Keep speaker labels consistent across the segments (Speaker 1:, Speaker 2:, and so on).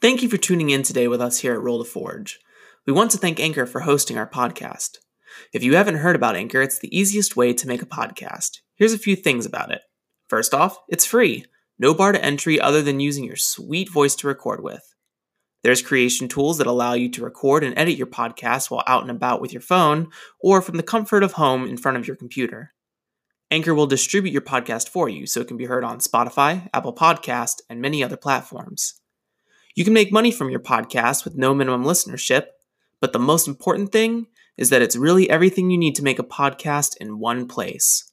Speaker 1: Thank you for tuning in today with us here at Roll to Forge. We want to thank Anchor for hosting our podcast. If you haven't heard about Anchor, it's the easiest way to make a podcast. Here's a few things about it. First off, it's free. No bar to entry other than using your sweet voice to record with. There's creation tools that allow you to record and edit your podcast while out and about with your phone or from the comfort of home in front of your computer. Anchor will distribute your podcast for you so it can be heard on Spotify, Apple Podcast, and many other platforms. You can make money from your podcast with no minimum listenership, but the most important thing is that it's really everything you need to make a podcast in one place.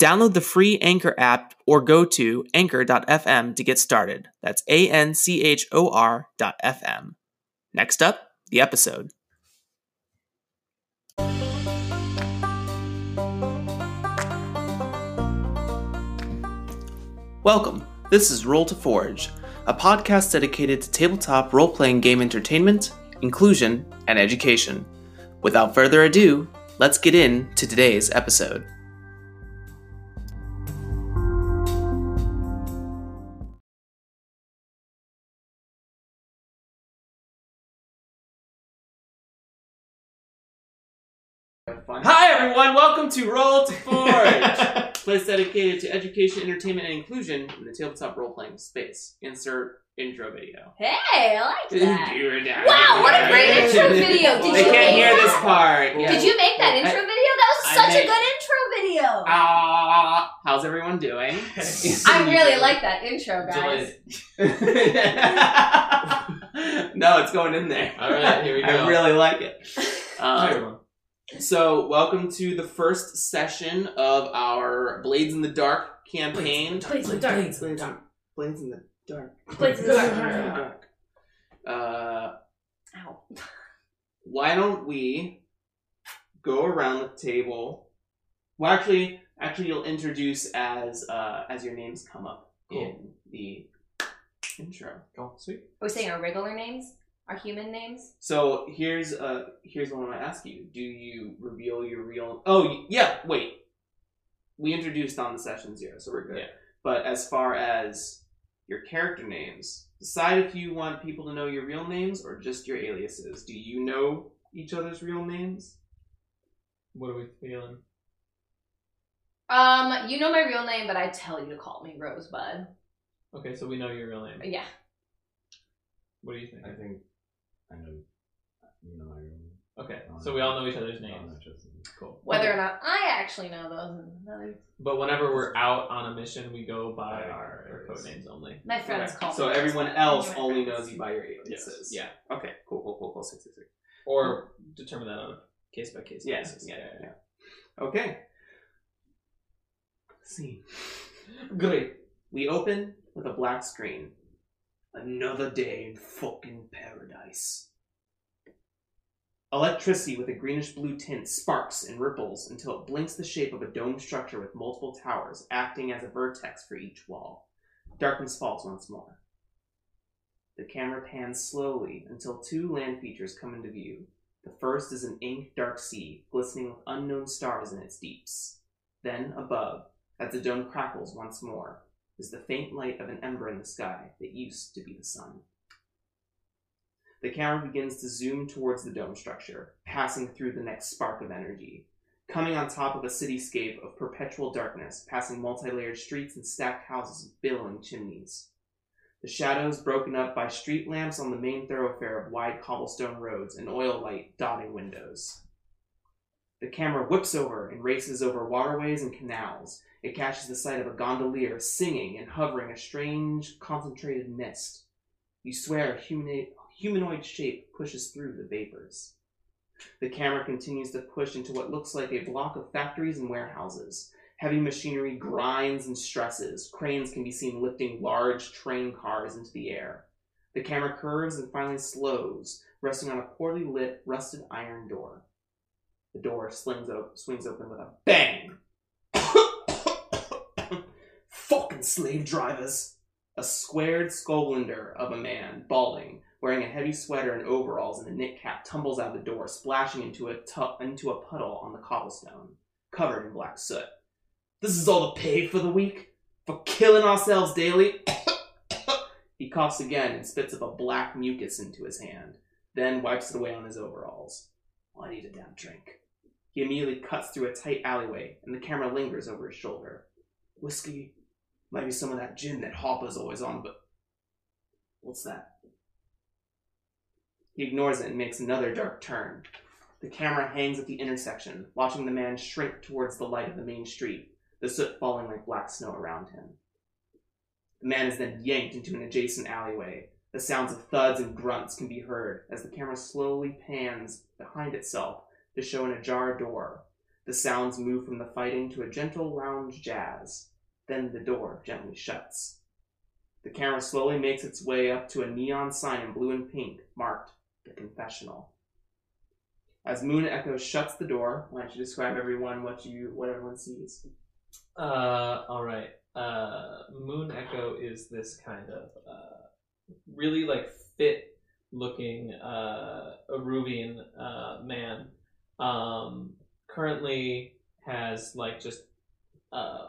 Speaker 1: Download the free Anchor app or go to anchor.fm to get started. That's A N C H O R.fm. Next up, the episode. Welcome. This is Roll to Forge, a podcast dedicated to tabletop role playing game entertainment, inclusion, and education. Without further ado, let's get in to today's episode. Hi, everyone. Welcome to Roll to Forge, a place dedicated to education, entertainment, and inclusion in the tabletop role playing space. Insert intro video.
Speaker 2: Hey, I like that.
Speaker 1: wow,
Speaker 2: Wow, what a great intro video. Did
Speaker 1: they
Speaker 2: you
Speaker 1: can't
Speaker 2: make
Speaker 1: hear
Speaker 2: that?
Speaker 1: this part. Yeah.
Speaker 2: Did you make that
Speaker 1: I-
Speaker 2: intro video? That was
Speaker 1: I
Speaker 2: such
Speaker 1: made-
Speaker 2: a good intro video.
Speaker 1: Ah, how's everyone doing?
Speaker 2: I really like that intro, guys.
Speaker 1: no, it's going in there.
Speaker 3: All right, here we go.
Speaker 1: I really like it. Um, so, welcome to the first session of our Blades in the Dark campaign.
Speaker 2: Blades in the dark.
Speaker 1: Blades in the Dark. Blades in the Dark.
Speaker 2: Blades in the dark.
Speaker 1: dark. Uh,
Speaker 2: Ow.
Speaker 1: why don't we go around the table? Well, actually, actually, you'll introduce as uh, as your names come up in the intro.
Speaker 3: Cool.
Speaker 1: Oh, Sweet.
Speaker 2: Are we saying our regular names? Our human names?
Speaker 1: So here's uh here's what I'm gonna ask you. Do you reveal your real? Oh y- yeah. Wait. We introduced on the session zero, so we're good.
Speaker 3: Yeah.
Speaker 1: But as far as your character names, decide if you want people to know your real names or just your aliases. Do you know each other's real names?
Speaker 3: What are we feeling?
Speaker 2: Um, you know my real name, but I tell you to call me Rosebud.
Speaker 3: Okay, so we know your real name.
Speaker 2: Yeah.
Speaker 3: What do you think?
Speaker 4: I think I know. You know, I
Speaker 3: Okay, so we all know each other's names. Cool.
Speaker 2: Whether or not I actually know those is another
Speaker 3: But whenever we're out on a mission, we go by
Speaker 4: By
Speaker 3: our,
Speaker 4: our
Speaker 3: code
Speaker 4: alias.
Speaker 3: names only.
Speaker 2: my friends
Speaker 1: Okay.
Speaker 2: call
Speaker 1: So
Speaker 2: me
Speaker 1: everyone
Speaker 2: Rosebud.
Speaker 1: else
Speaker 2: My
Speaker 1: only
Speaker 2: friends.
Speaker 1: knows you by your aliases.
Speaker 3: Yeah.
Speaker 1: Okay. Cool. Cool. Cool. Cool. Six, six, six.
Speaker 3: Or determine that on a case by case
Speaker 1: Yeah.
Speaker 3: basis.
Speaker 1: Yeah. Yeah. Okay. See.
Speaker 3: Great.
Speaker 1: We open with a black screen. Another day in fucking paradise. Electricity with a greenish blue tint sparks and ripples until it blinks the shape of a domed structure with multiple towers acting as a vertex for each wall. Darkness falls once more. The camera pans slowly until two land features come into view. The first is an ink dark sea, glistening with unknown stars in its deeps. Then, above, as the dome crackles once more, is the faint light of an ember in the sky that used to be the sun. The camera begins to zoom towards the dome structure, passing through the next spark of energy, coming on top of a cityscape of perpetual darkness, passing multi layered streets and stacked houses with billowing chimneys. The shadows broken up by street lamps on the main thoroughfare of wide cobblestone roads and oil light dotting windows. The camera whips over and races over waterways and canals, it catches the sight of a gondolier singing and hovering a strange, concentrated mist. You swear a humanoid, humanoid shape pushes through the vapors. The camera continues to push into what looks like a block of factories and warehouses. Heavy machinery grinds and stresses. Cranes can be seen lifting large train cars into the air. The camera curves and finally slows, resting on a poorly lit, rusted iron door. The door slings op- swings open with a bang. Fucking slave drivers! A squared skullwinder of a man, balding, wearing a heavy sweater and overalls and a knit cap, tumbles out the door, splashing into a tu- into a puddle on the cobblestone, covered in black soot. This is all the pay for the week? For killing ourselves daily? He coughs again and spits up a black mucus into his hand, then wipes it away on his overalls. Well, I need a damn drink. He immediately cuts through a tight alleyway, and the camera lingers over his shoulder. Whiskey, might be some of that gin that Hopper's always on, but what's that? He ignores it and makes another dark turn. The camera hangs at the intersection, watching the man shrink towards the light of the main street, the soot falling like black snow around him. The man is then yanked into an adjacent alleyway. The sounds of thuds and grunts can be heard as the camera slowly pans behind itself to show an ajar door. The sounds move from the fighting to a gentle lounge jazz. Then the door gently shuts. The camera slowly makes its way up to a neon sign in blue and pink marked The Confessional. As Moon Echo shuts the door, why don't you describe everyone what you what everyone sees?
Speaker 3: Uh, all right. Uh, Moon Echo is this kind of uh, really like fit looking uh, Arubian uh, man. Um, currently has like just uh,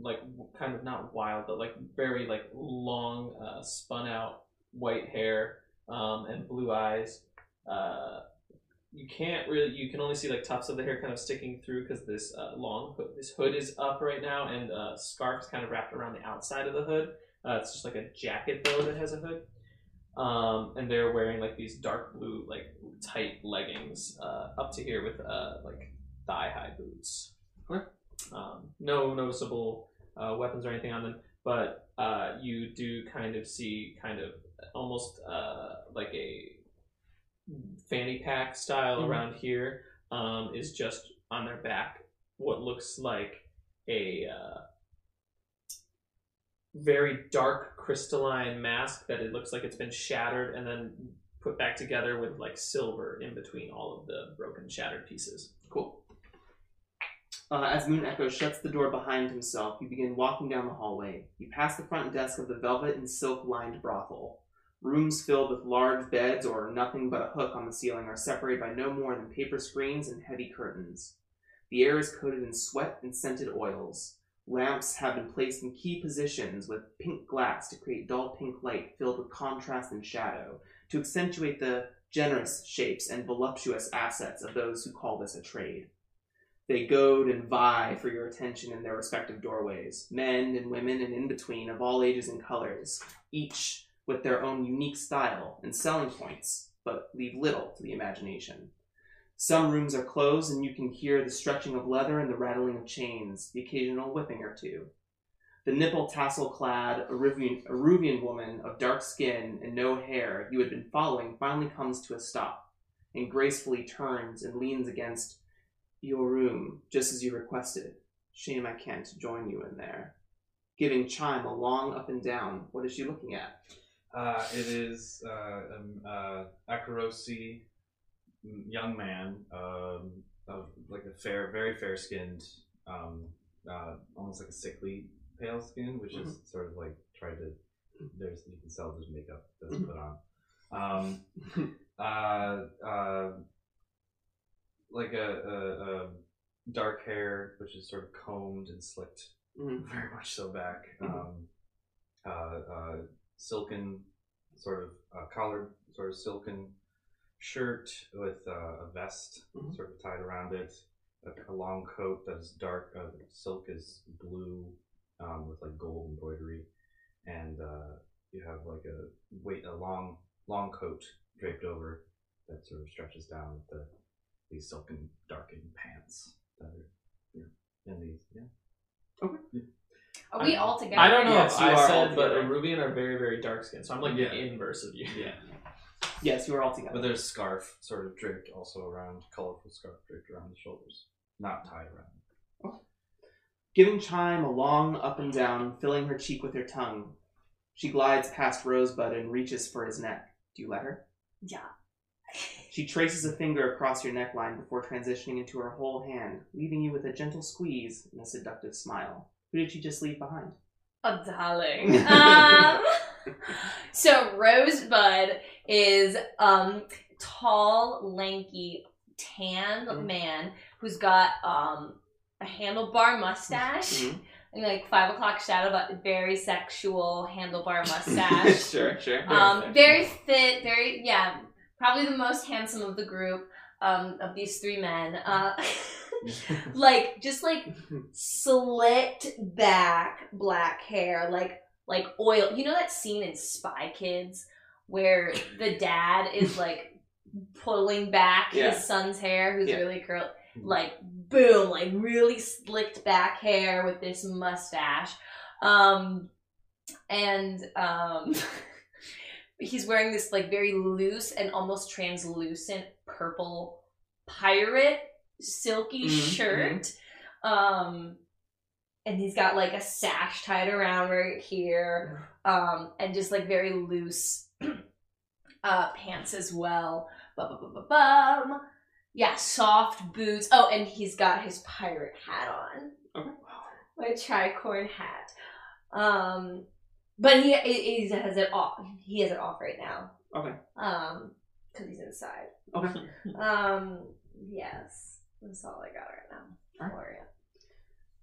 Speaker 3: like kind of not wild, but like very like long uh, spun out white hair um, and blue eyes. Uh, you can't really you can only see like tufts of the hair kind of sticking through because this uh, long hood, this hood is up right now and uh, scarf's kind of wrapped around the outside of the hood uh, it's just like a jacket though that has a hood um, and they're wearing like these dark blue like tight leggings uh, up to here with uh, like thigh high boots um, no noticeable uh, weapons or anything on them but uh, you do kind of see kind of almost uh, like a fanny pack style
Speaker 1: Mhm.
Speaker 3: around here um, is just on their back what looks like a uh, very dark crystalline mask that it looks like it's been shattered and then put back together with like silver in between all of the broken shattered pieces.
Speaker 1: Cool. Uh, as Moon Echo shuts the door behind himself, you begin walking down the hallway. You pass the front desk of the velvet and silk lined brothel. Rooms filled with large beds or nothing but a hook on the ceiling are separated by no more than paper screens and heavy curtains. The air is coated in sweat and scented oils. Lamps have been placed in key positions with pink glass to create dull pink light filled with contrast and shadow to accentuate the generous shapes and voluptuous assets of those who call this a trade. They goad and vie for your attention in their respective doorways, men and women and in between of all ages and colors, each with their own unique style and selling points, but leave little to the imagination. Some rooms are closed, and you can hear the stretching of leather and the rattling of chains, the occasional whipping or two. The nipple tassel clad Aruvian, Aruvian woman of dark skin and no hair you had been following finally comes to a stop and gracefully turns and leans against your room just as you requested. Shame I can't join you in there. Giving Chime a long up and down. What is she looking at?
Speaker 4: Uh, it is uh, um, uh, Akarosi, m- young man um, of like a fair, very fair skinned, um, uh, almost like a sickly pale skin, which is sort of like tried to. There's you can sell this makeup that's
Speaker 1: Mhm.
Speaker 4: put on. Um, uh, uh, like a, a, a dark hair, which is sort of combed and slicked
Speaker 1: Mm,
Speaker 4: very much so back.
Speaker 1: Mhm.
Speaker 4: Um, uh, uh, silken, sort of uh, collared, sort of silken shirt with uh, a vest
Speaker 1: Mhm.
Speaker 4: sort of tied around it, a, a long coat that is dark. Uh, the silk is blue um, with like gold embroidery, and uh, you have like a wait a long long coat draped over that sort of stretches down with the these silken darkened pants that are you know, in these yeah.
Speaker 2: Are we
Speaker 4: I-
Speaker 2: all together?
Speaker 3: I don't know
Speaker 1: Yes,
Speaker 3: if
Speaker 1: you
Speaker 3: I
Speaker 1: are
Speaker 3: said, but
Speaker 1: altogether.
Speaker 3: Arubian are very, very dark skinned, so I'm like
Speaker 4: Yeah.
Speaker 3: the inverse of you.
Speaker 4: Yeah.
Speaker 1: Yes, you are all together.
Speaker 4: But there's scarf sort of draped also around, colorful scarf draped around the shoulders, not tied around.
Speaker 1: giving Chime a long up and down, filling her cheek with her tongue. She glides past Rosebud and reaches for his neck. Do you let her?
Speaker 2: Yeah.
Speaker 1: She traces a finger across your neckline before transitioning into her whole hand, leaving you with a gentle squeeze and a seductive smile. Who did she just leave behind?
Speaker 2: Oh, darling. Um, so Rosebud is um tall, lanky, tanned
Speaker 1: Mm.
Speaker 2: man who's got um a handlebar mustache,
Speaker 1: Mhm.
Speaker 2: like five o'clock shadow, but very sexual handlebar mustache.
Speaker 5: sure, sure.
Speaker 2: um, very fit, very yeah, probably the most handsome of the group um, of these three men. Uh, like just like slit back black hair, like like oil. You know that scene in Spy Kids where the dad is like pulling back
Speaker 5: Yeah.
Speaker 2: his son's hair, who's
Speaker 5: Yeah.
Speaker 2: really curly. Like boom, like really slicked back hair with this mustache. Um, and um, he's wearing this like very loose and almost translucent purple pirate silky
Speaker 5: Mhm,
Speaker 2: shirt. Um, and he's got like a sash tied around right here, um, and just like very loose uh, pants as well. Bum, bum, bum, bum, bum. Yeah, soft boots. Oh, and he's got his pirate hat on
Speaker 5: Okay.
Speaker 2: my tricorn hat. Um, but he he he has it off. He has it off right now.
Speaker 5: Okay.
Speaker 2: Um, because he's inside.
Speaker 5: Okay.
Speaker 2: Um, yes, that's all I got right now.
Speaker 5: Alright.
Speaker 2: Gloria.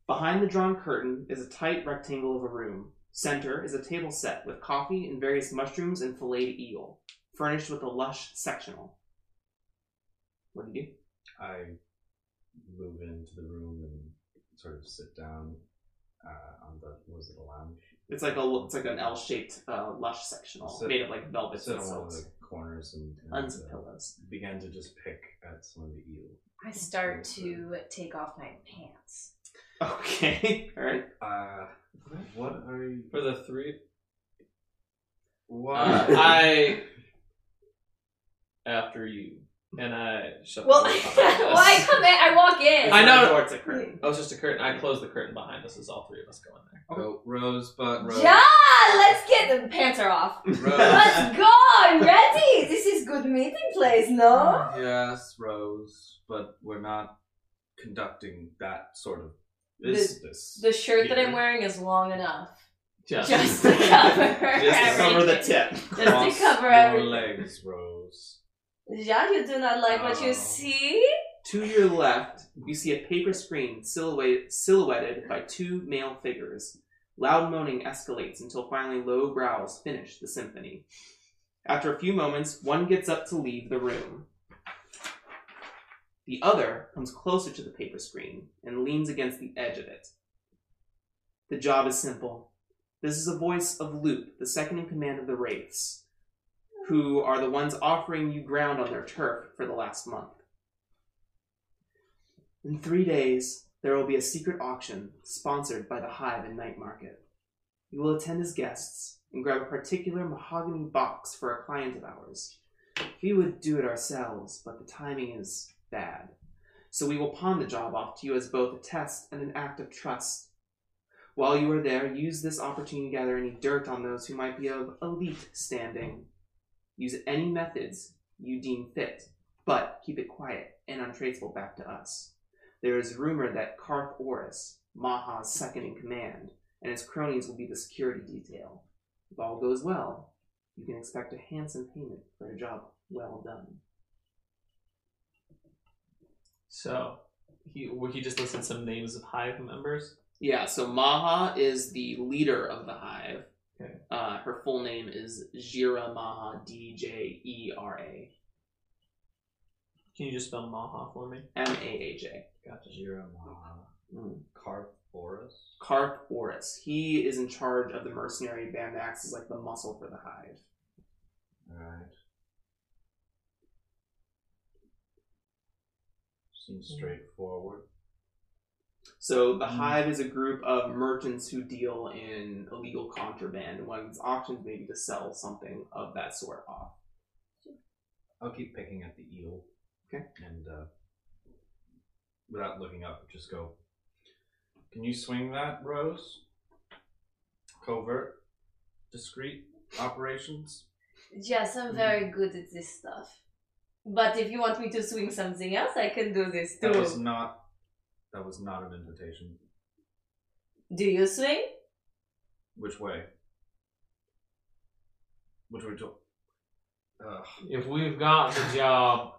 Speaker 5: Behind the drawn curtain is a tight rectangle of a room. Center is a table set with coffee and various mushrooms and filleted eel, furnished with a lush sectional. What do you do?
Speaker 4: I move into the room and sort of sit down uh, on the was it a lounge?
Speaker 5: It's like a it's like an L-shaped uh, lush sectional
Speaker 4: So-
Speaker 5: made of like
Speaker 4: I
Speaker 5: velvet
Speaker 4: sit
Speaker 5: and
Speaker 4: on one of
Speaker 5: silks,
Speaker 4: the corners and, and
Speaker 5: tons of
Speaker 4: uh,
Speaker 5: pillows.
Speaker 4: began to just pick at some of the eel.
Speaker 2: I start to take off my pants.
Speaker 5: Okay, all right.
Speaker 4: Uh, what are you?
Speaker 3: For the three,
Speaker 4: Why?
Speaker 3: uh, I after you, and I shut.
Speaker 2: Well,
Speaker 3: the
Speaker 2: well,
Speaker 3: door behind us.
Speaker 2: I come in. I walk in.
Speaker 3: I know-
Speaker 5: Door, it's a curtain.
Speaker 3: Oh, it's just a curtain. I closed the curtain behind us. As all three of us go in there.
Speaker 4: oh, Rosebud, Rose.
Speaker 2: John, let's get the pants are off. Let's go. I'm ready. This is good meeting place, no?
Speaker 4: Yes, Rose, but we're not conducting that sort of
Speaker 2: The-
Speaker 4: business.
Speaker 2: The shirt that I'm
Speaker 4: here.
Speaker 2: wearing is long enough.
Speaker 3: Just,
Speaker 2: Just to cover.
Speaker 5: Just to cover the
Speaker 2: everything.
Speaker 5: tip.
Speaker 2: Just to
Speaker 4: Cross
Speaker 2: cover
Speaker 4: your
Speaker 2: everything.
Speaker 4: legs, Rose.
Speaker 2: Yeah, you do not like what
Speaker 4: Oh.
Speaker 2: you see?
Speaker 5: To your left, you see a paper screen silhouette, silhouetted by two male figures. Loud moaning escalates until finally low growls finish the symphony. After a few moments, one gets up to leave the room. The other comes closer to the paper screen and leans against the edge of it. The job is simple. This is a voice of Luke, the second in command of the Wraiths, who are the ones offering you ground on their turf for the last month. In three days, there will be a secret auction sponsored by the Hive and Night Market. You will attend as guests and grab a particular mahogany box for a client of ours. We would do it ourselves, but the timing is bad. So we will pawn the job off to you as both a test and an act of trust. While you are there, use this opportunity to gather any dirt on those who might be of elite standing. Use any methods you deem fit, but keep it quiet and untraceable back to us. There is rumor that Karth Oris, Maha's second in command, and his cronies will be the security detail. If all goes well, you can expect a handsome payment for a job well done.
Speaker 3: So he well, he just listed some names of hive members.
Speaker 5: Yeah, so Maha is the leader of the hive.
Speaker 3: Okay.
Speaker 5: Uh, her full name is Jira Maha, D J E R A
Speaker 3: Can you just spell Maha for me?
Speaker 5: M A H A.
Speaker 3: Gotcha.
Speaker 4: Jiramaha.
Speaker 5: Mm.
Speaker 4: Carp Boris.
Speaker 5: Karth Oris. He is in charge of the mercenary band that acts as like the muscle for the hive.
Speaker 4: Alright. Seems
Speaker 2: Hmm.
Speaker 4: straightforward.
Speaker 5: So the
Speaker 3: Mm.
Speaker 5: hive is a group of merchants who deal in illegal contraband, and one of its auctions may be to sell something of that sort off.
Speaker 4: I'll keep picking at the eel.
Speaker 5: Okay.
Speaker 4: And, uh, without looking up, just go, Can you swing that, Rose? Covert, discreet operations?
Speaker 2: Yes, I'm very good at this stuff. But if you want me to swing something else, I can do this
Speaker 4: That was
Speaker 2: too.
Speaker 4: not. That was not an invitation.
Speaker 2: Do you swing?
Speaker 4: Which way? Which way? To, uh,
Speaker 3: If we've got the job,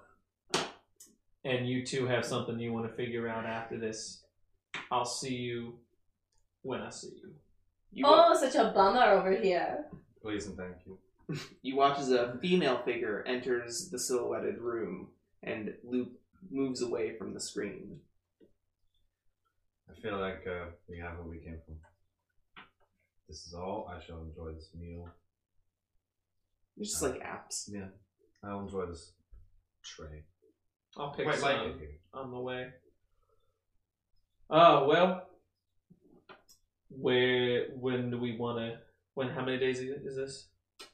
Speaker 3: and you two have something you want to figure out after this, I'll see you when I see you.
Speaker 5: You, wa-
Speaker 2: Oh, such a bummer over here.
Speaker 4: Please and thank you.
Speaker 5: you watch as a female figure enters the silhouetted room and loop moves away from the screen.
Speaker 4: I feel like uh, we have what we came from. This is all. I shall enjoy this meal.
Speaker 5: You're just like apps.
Speaker 4: Yeah. I'll enjoy this tray.
Speaker 3: I'll
Speaker 4: I
Speaker 3: pick
Speaker 4: quite
Speaker 3: some
Speaker 4: like it here.
Speaker 3: on the way. Oh well. Where? When do we want to? When? How many days is is this?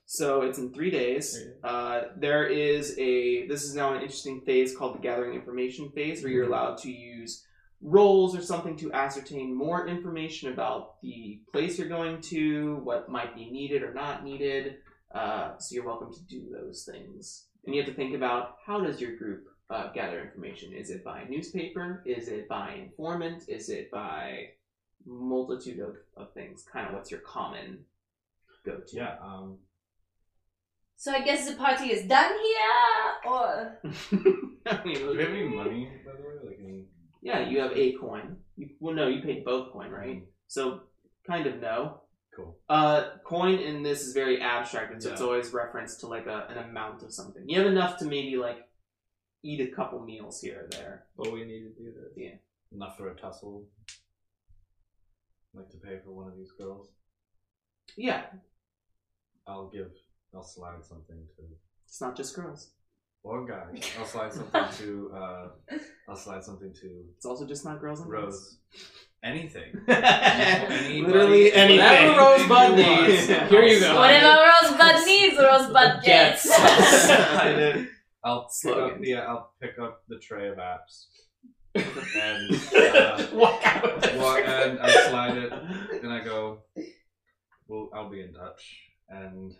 Speaker 5: So it's in three days.
Speaker 3: Three days.
Speaker 5: Uh, there is a this is now an interesting phase called the gathering information phase, where you're
Speaker 3: Mm-hmm.
Speaker 5: allowed to use roles or something to ascertain more information about the place you're going to, what might be needed or not needed. Uh, so you're welcome to do those things, and you have to think about how does your group uh, gather information? Is it by newspaper? Is it by informant? Is it by multitude of, of things? Kind of what's your common go to?
Speaker 4: Yeah. Um.
Speaker 2: So I guess the party is done here, or
Speaker 5: I mean,
Speaker 4: Do we have any money, by the way? Like any?
Speaker 5: Yeah, you have a coin. You, well, no, you paid both coin, right? So, kind of no.
Speaker 4: Cool.
Speaker 5: Uh, coin in this is very abstract, and so it's
Speaker 4: Yeah.
Speaker 5: always referenced to like a, an amount of something. You have enough to maybe like eat a couple meals here or there.
Speaker 3: But we need to do this.
Speaker 4: Enough for a tussle. Like to pay for one of these girls.
Speaker 5: Yeah,
Speaker 4: I'll give. I'll slide something to.
Speaker 5: it's not just girls.
Speaker 4: Or guys. I'll slide something to. Uh, I'll slide something to
Speaker 5: It's also just not girls and
Speaker 4: Rose. Anything.
Speaker 5: guys. Literally anything.
Speaker 3: Whatever Rosebud needs. Here you go.
Speaker 2: whatever Rosebud needs, Rosebud gets.
Speaker 3: Gets.
Speaker 5: I did.
Speaker 4: I'll pick up
Speaker 5: Slogans.
Speaker 4: the I'll pick up the tray of apps and uh,
Speaker 3: Walk out.
Speaker 4: wa- and I slide it and I go. Well, I'll be in touch and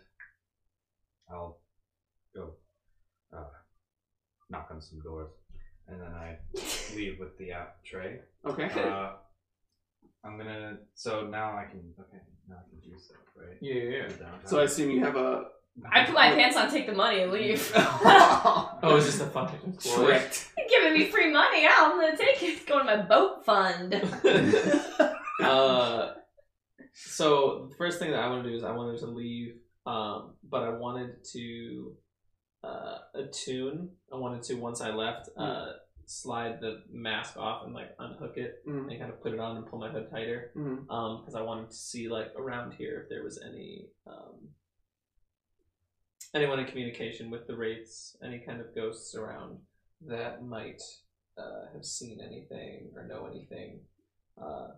Speaker 4: I'll go uh, knock on some doors and then I leave with the app tray.
Speaker 5: Okay.
Speaker 4: Uh, I'm gonna. So now I can. Okay, now I can do stuff, right?
Speaker 3: Yeah, yeah.
Speaker 5: so I assume you have a
Speaker 2: I put my pants on, take the money, and leave.
Speaker 3: Oh, is this a fucking employee?
Speaker 5: tricked.
Speaker 2: You're giving me free money. Yeah, I'm gonna take it. It's going to my boat fund.
Speaker 3: Uh, so the first thing that I want to do is I wanted to leave, um, but I wanted to uh, attune. I wanted to once I left, uh, slide the mask off and like unhook it
Speaker 5: Mm,
Speaker 3: and kind of put it on and pull my hood tighter
Speaker 5: mm.
Speaker 3: because um, I wanted to see like around here if there was any um, anyone in communication with the wraiths, any kind of ghosts around that might uh, have seen anything or know anything uh,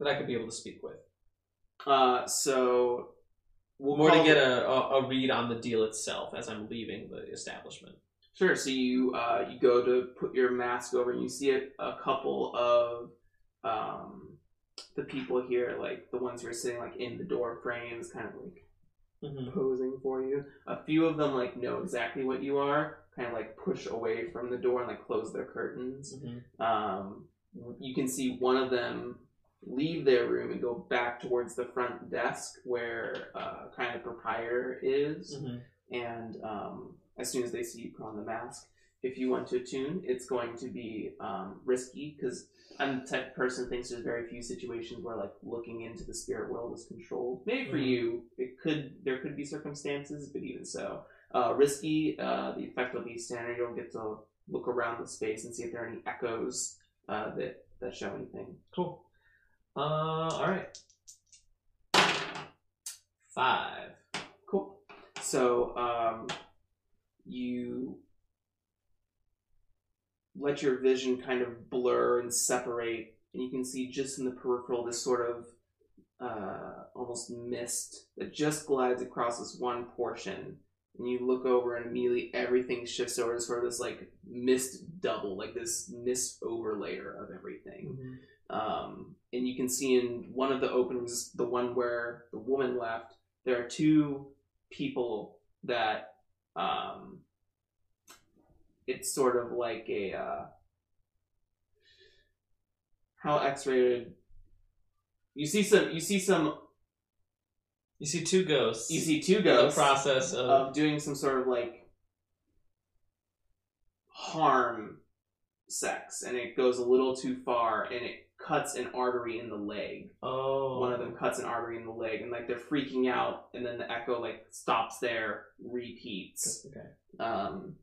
Speaker 3: that I could be able to speak with,
Speaker 5: Uh, so we'll
Speaker 3: more to
Speaker 5: call-
Speaker 3: get a, a, a read on the deal itself as I'm leaving the establishment.
Speaker 5: Sure. So you uh, you go to put your mask over, and you see a, a couple of um, the people here, like the ones who are sitting like in the door frames, kind of like Mm-hmm. posing for you. A few of them like know exactly what you are, kind of like push away from the door and like close their curtains.
Speaker 3: Mhm.
Speaker 5: Um, you can see one of them leave their room and go back towards the front desk where uh, kind of proprietor is
Speaker 3: Mhm.
Speaker 5: and um, as soon as they see you put on the mask, if you want to attune, it's going to be um, risky because I'm the type of person who thinks there's very few situations where like looking into the spirit world is controlled. Maybe for
Speaker 3: Mhm.
Speaker 5: you, it could there could be circumstances, but even so, uh, risky. Uh, the effect will be standard. You'll get to look around the space and see if there are any echoes uh, that that show anything.
Speaker 3: Cool. Uh, all right. Five.
Speaker 5: Cool. So um, you let your vision kind of blur and separate, and you can see just in the peripheral this sort of uh, almost mist that just glides across this one portion. And you look over, and immediately everything shifts over to sort of this like mist double, like this mist overlayer of everything um, and you can see in one of the openings, the one where the woman left, there are two people that um, it's sort of like a uh, how X-rated. You see some. You see some.
Speaker 3: You see two ghosts.
Speaker 5: You see two
Speaker 3: the
Speaker 5: ghosts
Speaker 3: process of
Speaker 5: of doing some sort of like harm sex and it goes a little too far and it cuts an artery in the leg.
Speaker 3: Oh.
Speaker 5: One of them cuts an artery in the leg, and like they're freaking out, and then the echo like stops there, repeats.
Speaker 3: Okay.
Speaker 5: Um,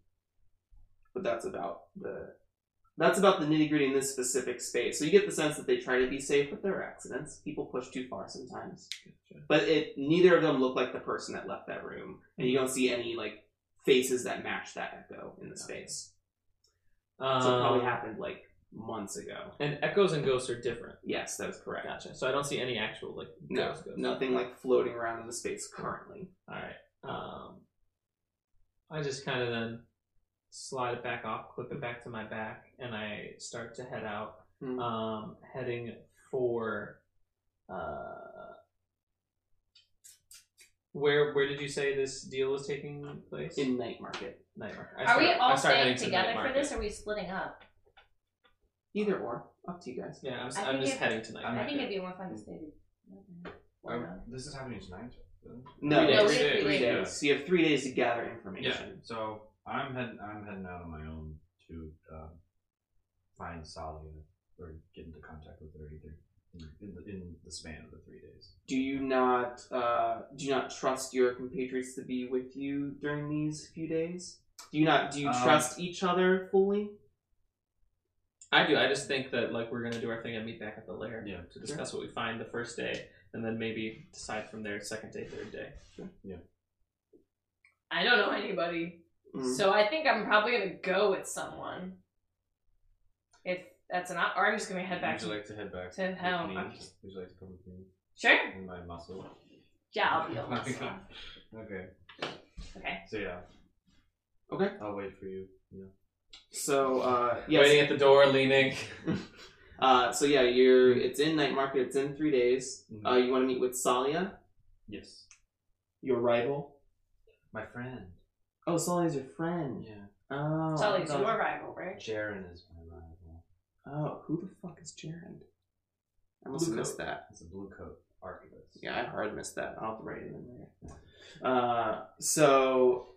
Speaker 5: but that's about the that's about the nitty gritty in this specific space. So you get the sense that they try to be safe with their accidents. People push too far sometimes,
Speaker 3: Gotcha.
Speaker 5: but it neither of them look like the person that left that room, and you don't see any like faces that match that echo in the space. So it probably
Speaker 3: Um,
Speaker 5: happened like months ago.
Speaker 3: And echoes and ghosts are different.
Speaker 5: Yes, that is correct.
Speaker 3: Gotcha. So I don't see any actual like ghost
Speaker 5: No,
Speaker 3: ghosts.
Speaker 5: nothing like floating around in the space currently.
Speaker 3: All right. Um, I just kind of then slide it back off, clip it back to my back, and I start to head out,
Speaker 5: Hmm.
Speaker 3: um, heading for. Uh, where where did you say this deal was taking place?
Speaker 5: In night market,
Speaker 3: Night Market. I
Speaker 2: Are we
Speaker 3: start- I
Speaker 2: all
Speaker 3: start
Speaker 2: staying
Speaker 3: heading to Night
Speaker 2: together for
Speaker 3: Market.
Speaker 2: this? Or are we splitting up?
Speaker 5: either or, up to you guys.
Speaker 3: Yeah, I'm, s
Speaker 2: I
Speaker 3: am
Speaker 2: think
Speaker 3: just
Speaker 2: if-
Speaker 3: heading tonight.
Speaker 4: I'm
Speaker 2: I
Speaker 4: not
Speaker 2: think
Speaker 4: good.
Speaker 2: it'd be more fun to stay. together. Or
Speaker 4: Um,
Speaker 2: not.
Speaker 4: this is happening tonight. isn't it?
Speaker 5: No,
Speaker 3: Three
Speaker 5: it's
Speaker 3: days.
Speaker 5: three,
Speaker 2: Three
Speaker 5: days.
Speaker 4: days.
Speaker 5: So you have three days to gather
Speaker 4: Yeah.
Speaker 5: information.
Speaker 4: So I'm heading. I'm heading out on my own to um, find Salia or get into contact with her either in, in, the, in the span of the three days.
Speaker 5: Do you not uh, do you not trust your compatriots to be with you during these few days? Do you not do you
Speaker 4: Um,
Speaker 5: trust each other fully?
Speaker 3: I do. I just think that like we're gonna do our thing and meet back at the lair
Speaker 4: Yeah.
Speaker 3: to discuss what we find the first day, and then maybe decide from there second day, third day.
Speaker 2: I don't know anybody,
Speaker 5: Mm.
Speaker 2: so I think I'm probably gonna go with someone. If that's an, op- or I'm just gonna head back.
Speaker 4: Would you like to head back?
Speaker 2: to
Speaker 4: with
Speaker 2: home.
Speaker 4: me?
Speaker 2: I'm
Speaker 4: Would you like to come with me
Speaker 2: sure.
Speaker 4: in my muscle?
Speaker 2: Yeah, I'll be able
Speaker 4: Okay.
Speaker 2: to.
Speaker 4: Okay.
Speaker 2: Okay.
Speaker 4: So yeah.
Speaker 5: Okay.
Speaker 4: I'll wait for you. Yeah.
Speaker 5: So uh, yes.
Speaker 3: Waiting at the door, leaning.
Speaker 5: Uh, so yeah, you're.
Speaker 4: Hmm.
Speaker 5: It's in night market. It's in three days. Uh, you want to meet with Salia,
Speaker 4: yes.
Speaker 5: your rival.
Speaker 4: My friend.
Speaker 5: Oh, Salia's your friend.
Speaker 4: Yeah.
Speaker 5: Oh, I
Speaker 2: Sully's
Speaker 5: thought-
Speaker 2: your rival, right?
Speaker 4: Jaren is my rival.
Speaker 5: Oh, who the fuck is Jared? I must have
Speaker 4: Blue
Speaker 5: missed
Speaker 4: coat.
Speaker 5: that.
Speaker 4: It's a blue coat archivist.
Speaker 5: Yeah, I hard missed that. I'll have to write it in there. Uh, so,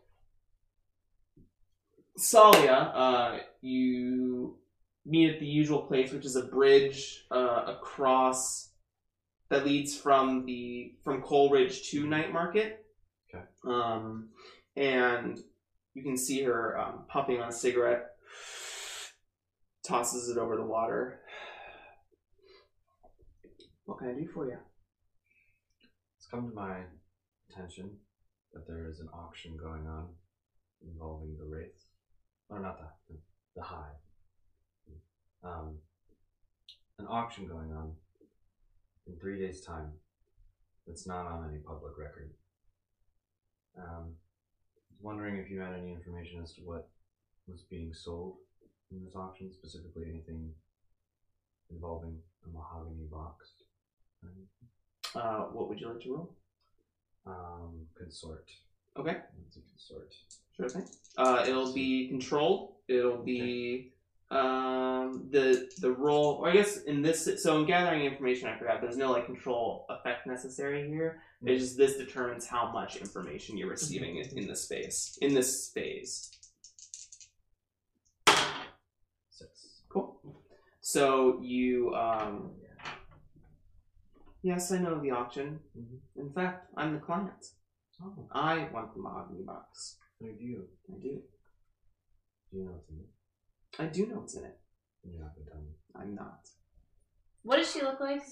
Speaker 5: Salia, uh, you meet at the usual place, which is a bridge uh, across that leads from the from Coleridge to Night Market.
Speaker 4: Okay.
Speaker 5: Um, and you can see her um, puffing on a cigarette, tosses it over the water. What can I do for you?
Speaker 4: It's come to my attention that there is an auction going on involving the Wraith. Or not the, the Hive. Um, an auction going on in three days' time that's not on any public record. Um, I was wondering if you had any information as to what was being sold in this auction, specifically anything involving a mahogany box. Um,
Speaker 5: Uh, what would you like to roll?
Speaker 4: Um, consort.
Speaker 5: Okay.
Speaker 4: It's a consort.
Speaker 5: Sure thing. Uh, it'll be controlled. It'll be um, the the roll, or I guess in this. So in gathering information, I forgot. There's no like control effect necessary here. It's just this determines how much information you're receiving in in the space in this phase.
Speaker 4: Six.
Speaker 5: Cool. So you. Um, yes, I know the auction.
Speaker 4: Mhm.
Speaker 5: In fact, I'm the client.
Speaker 4: Oh,
Speaker 5: I want the mahogany box.
Speaker 4: I do. you-
Speaker 5: I do.
Speaker 4: Do you know what's in it?
Speaker 5: I do know what's in it.
Speaker 4: You're not gonna tell me.
Speaker 5: I'm not.
Speaker 2: What does she look like?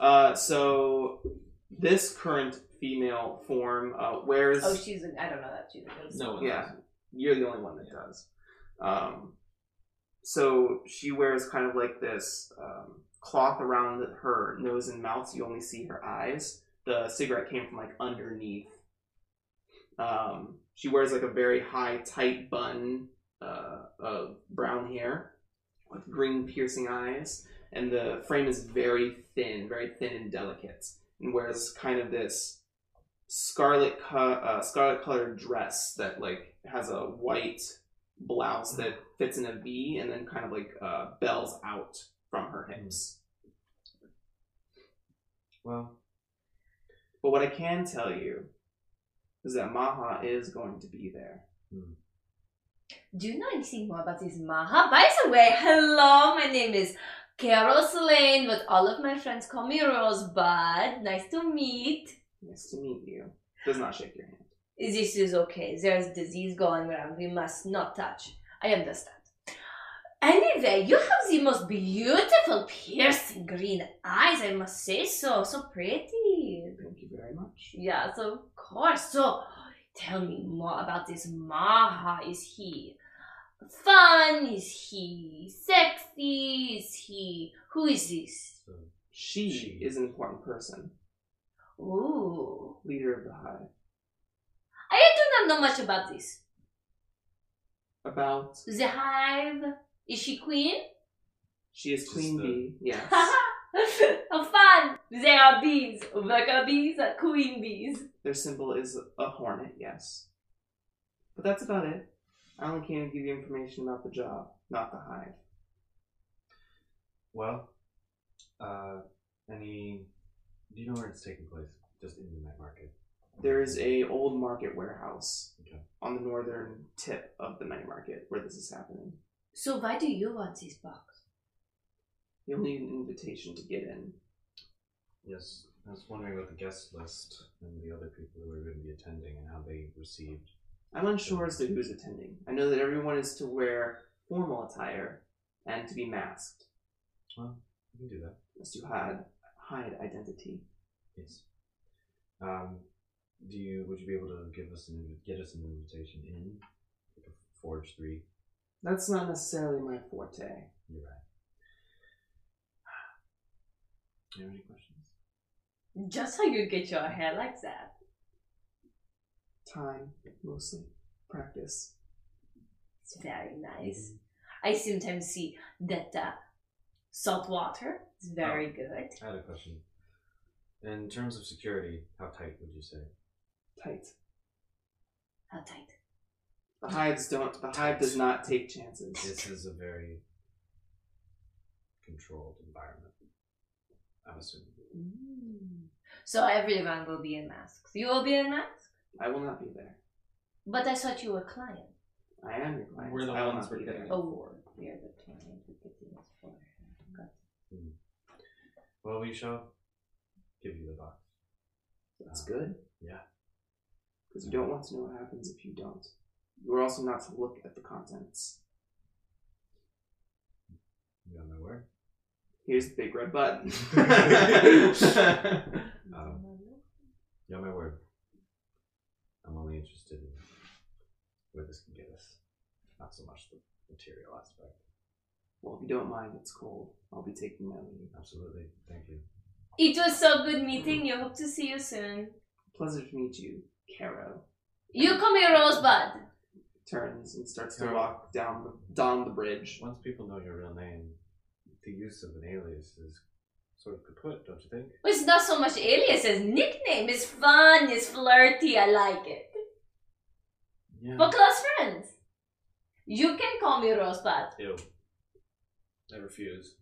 Speaker 5: Uh, so this current female form uh, wears.
Speaker 2: Oh, she's. A, I don't know that she's a ghost.
Speaker 3: No one.
Speaker 5: yeah,
Speaker 3: knows.
Speaker 5: you're the only one that does. Um, so she wears kind of like this um, cloth around her nose and mouth, so you only see her eyes. The cigarette came from like underneath. Um, she wears like a very high, tight bun uh, of brown hair with green, piercing eyes, and the frame is very thin, very thin and delicate, and wears kind of this scarlet co- uh, scarlet colored dress that like has a white blouse that fits in a V and then kind of like uh, bells out from her hips.
Speaker 4: Well,
Speaker 5: But what I can tell you is that Maha is going to be there.
Speaker 2: Do you know anything more about this Maha? By the way, hello, my name is Keroselaine, but all of my friends call me Rosebud. Nice to meet.
Speaker 5: Nice to meet you. Does not shake your hand.
Speaker 2: This is okay. There's disease going around. We must not touch. I understand. Anyway, you have the most beautiful, piercing green eyes. I must say so. So pretty.
Speaker 5: Thank you very much.
Speaker 2: Yes, of course. So, tell me more about this Maha. Is he fun? Is he sexy? Is he. Who is this?
Speaker 4: So,
Speaker 5: She,
Speaker 4: She.
Speaker 5: is an important person,
Speaker 2: Ooh.
Speaker 5: leader of the hive.
Speaker 2: I do not know much about this.
Speaker 5: About
Speaker 2: The hive. Is she queen?
Speaker 5: she is
Speaker 4: Just
Speaker 5: queen
Speaker 4: the-
Speaker 5: bee. Yes,
Speaker 2: How fun! They are bees. Worker bees are queen bees.
Speaker 5: their symbol is a hornet. Yes, but that's about it. I only came to give you information about the job, not the hive.
Speaker 4: well, uh, any? Do you know where it's taking place? Just in the night market.
Speaker 5: There is a old market warehouse
Speaker 4: Okay.
Speaker 5: on the northern tip of the night market where this is happening.
Speaker 2: So why do you want this box?
Speaker 5: You'll need an invitation to get in.
Speaker 4: Yes, I was wondering about the guest list and the other people who are going to be attending and how they received.
Speaker 5: I'm unsure as to who's attending. I know that everyone is to wear formal attire and to be masked,
Speaker 4: Well, we can do that.
Speaker 5: as to hide hide identity.
Speaker 4: Yes. Um, do you would you be able to give us an get us an invitation in like a Forge Three?
Speaker 5: That's not necessarily my forte.
Speaker 4: You're right. Do you have any questions?
Speaker 2: Just how you get your hair like that.
Speaker 5: Time, mostly. Practice.
Speaker 2: It's very nice. I sometimes see that uh, salt water is very good.
Speaker 4: I had a question. In terms of security, how tight would you say?
Speaker 5: Tight.
Speaker 2: How tight?
Speaker 5: The hives don't. The hive does not take chances.
Speaker 4: This is a very controlled environment. I'm assuming.
Speaker 2: Mm. So everyone will be in masks. You will be in masks?
Speaker 5: I will not be there.
Speaker 2: But I thought you were client.
Speaker 5: I am your client.
Speaker 3: We're the
Speaker 5: I will
Speaker 3: ones
Speaker 5: not
Speaker 3: we're
Speaker 5: be
Speaker 3: getting
Speaker 5: there.
Speaker 3: it.
Speaker 2: Oh, you're the client. who did this for her. Got
Speaker 4: Well, we shall give you the box. Uh,
Speaker 5: That's good.
Speaker 4: Yeah.
Speaker 5: Because you don't want to know what happens if you don't. You are also not to look at the contents.
Speaker 4: You on my word?
Speaker 5: Here's the big red button.
Speaker 2: it.
Speaker 4: Um, Yeah, my word. I'm only interested in where this can get us. Not so much the material aspect.
Speaker 5: well, if you don't mind, it's cold. I'll be taking my leave.
Speaker 4: Absolutely. Thank you.
Speaker 2: It was so good meeting you. Hope to see you soon.
Speaker 5: Pleasure to meet you, Caro.
Speaker 2: You call me Rosebud.
Speaker 5: Turns and starts to
Speaker 4: Caro.
Speaker 5: walk down the, down the bridge.
Speaker 4: Once people know your real name, the use of an alias is sort of kaput, don't you think?
Speaker 2: Well, It's not so much alias as nickname. It's fun. It's flirty. I like it.
Speaker 4: Yeah.
Speaker 2: We're close friends. You can call me Rosebud.
Speaker 4: Ew. I refuse.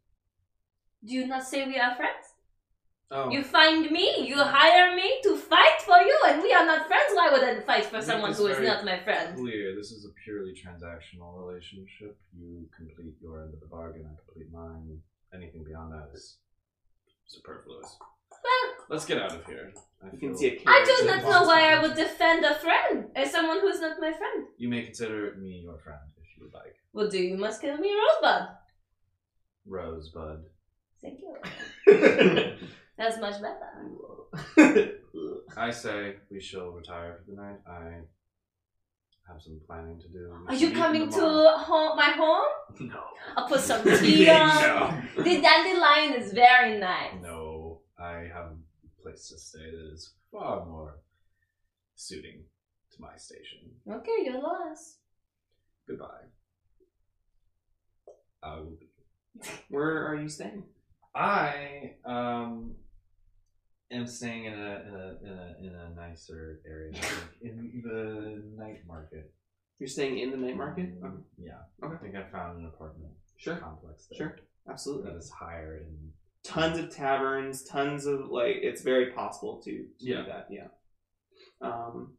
Speaker 2: Do you not say we are friends?
Speaker 4: Oh.
Speaker 2: You find me. You hire me to fight for you, and we are not friends. Why would I fight for
Speaker 4: Make
Speaker 2: someone
Speaker 4: this
Speaker 2: who is
Speaker 4: very
Speaker 2: not my friend?
Speaker 4: Clear. This is a purely transactional relationship. You complete your end of the bargain. I complete mine. Anything beyond that is superfluous.
Speaker 2: Well,
Speaker 4: Let's get out of here. I
Speaker 5: You can
Speaker 4: feel-
Speaker 5: see a
Speaker 2: I
Speaker 5: carriage
Speaker 2: do
Speaker 5: in
Speaker 2: not
Speaker 5: the
Speaker 2: know why I
Speaker 5: distance.
Speaker 2: would defend a friend as someone who is not my friend.
Speaker 4: You may consider me your friend if you would like.
Speaker 2: Well, do you must call me Rosebud.
Speaker 4: Rosebud.
Speaker 2: Thank you. That's much better.
Speaker 4: I say we shall retire for the night. I have some planning to do. We
Speaker 2: Are
Speaker 4: should
Speaker 2: you
Speaker 4: meet in
Speaker 2: coming
Speaker 4: the
Speaker 2: to
Speaker 4: morning.
Speaker 2: home, my home?
Speaker 4: No.
Speaker 2: I'll put some tea uh, on. The dandelion is very nice.
Speaker 4: No. No. I have a place to stay that is far more suiting to my station.
Speaker 2: Okay, you're lost.
Speaker 4: Goodbye. I will be.
Speaker 5: Where are you staying?
Speaker 4: I um am staying in a in a in a, in a nicer area like in the night market.
Speaker 5: You're staying in the night market? Okay.
Speaker 4: Um, Yeah.
Speaker 5: Okay.
Speaker 4: I think I found an apartment
Speaker 5: Sure.
Speaker 4: complex there.
Speaker 5: Sure. Absolutely.
Speaker 4: That is higher in
Speaker 5: Tons of taverns, tons of like it's very possible to, to
Speaker 3: Yeah.
Speaker 5: do that, yeah. Um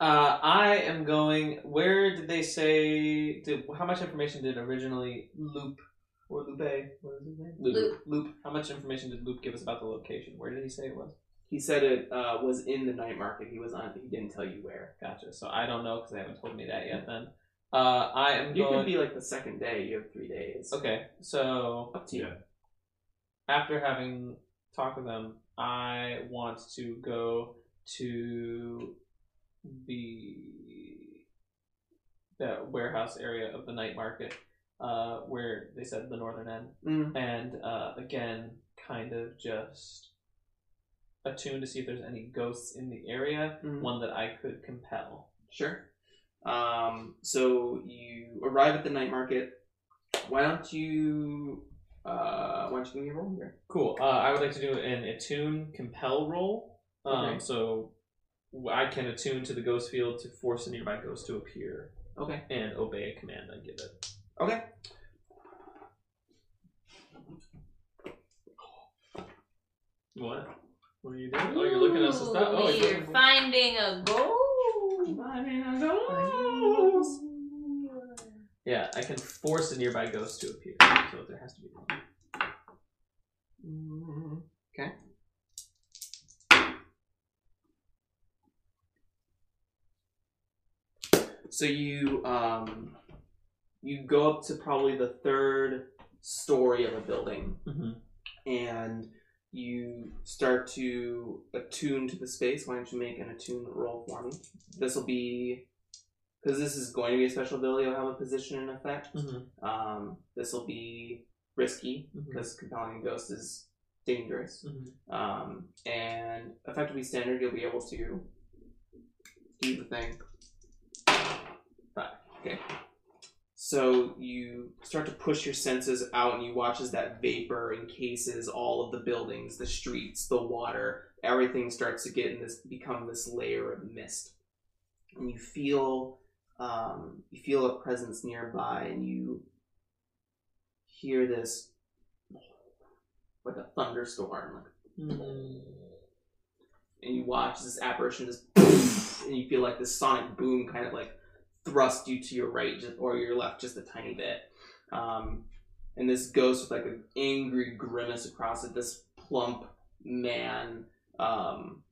Speaker 3: Uh, I am going. Where did they say? Did, how much information did originally Loop Or Lupe. What is his name?
Speaker 5: Luke.
Speaker 2: Luke.
Speaker 3: Loop. How much information did Loop give us about the location? Where did he say it was?
Speaker 5: He said it uh, was in the night market. He was on. He didn't tell you where.
Speaker 3: Gotcha. So I don't know because they haven't told me that yet. Then uh, I am
Speaker 5: You
Speaker 3: going.
Speaker 5: could be like the second day. You have three days.
Speaker 3: okay. So
Speaker 5: Up to you.
Speaker 4: Yeah.
Speaker 3: after having talked with them, I want to go to the the warehouse area of the night market, uh, where they said the northern end,
Speaker 5: Mm.
Speaker 3: and uh, again, kind of just attune to see if there's any ghosts in the area,
Speaker 5: Mm.
Speaker 3: one that I could compel.
Speaker 5: Sure. Um, so you arrive at the night market. Why don't you? Uh, why don't you give me a roll here?
Speaker 3: Cool. Uh, I would like to do an attune compel roll. Um,
Speaker 5: Okay.
Speaker 3: So w- I can attune to the ghost field to force a nearby ghost to appear
Speaker 5: Okay.
Speaker 3: and obey a command I give it.
Speaker 5: Okay.
Speaker 3: What? What are you doing? Oh, you're looking at us. Stuff. Oh,
Speaker 2: Ooh,
Speaker 3: you're
Speaker 2: we're finding a goal.
Speaker 3: yeah. I can force a nearby ghost to appear. So there has to be. One.
Speaker 5: Mm, Okay. So you um, you go up to probably the third story of a building,
Speaker 3: Mhm.
Speaker 5: and you start to attune to the space. Why don't you make an attune roll for me? This will be because this is going to be a special ability. You'll have a position and effect.
Speaker 3: Mhm.
Speaker 5: Um, this will be risky
Speaker 3: Mhm.
Speaker 5: because compelling a ghost is dangerous.
Speaker 3: Mhm.
Speaker 5: Um, and effectively standard, you'll be able to do the thing. Right. Okay. So you start to push your senses out, and you watch as that vapor encases all of the buildings, the streets, the water. Everything starts to get in this, become this layer of mist, and you feel, um, you feel a presence nearby, and you hear this like a thunderstorm, like
Speaker 3: Mm-hmm.
Speaker 5: and you watch this apparition just and you feel like this sonic boom kind of like thrust you to your right just, or your left just a tiny bit um, and this ghost with like an angry grimace across it this plump man um,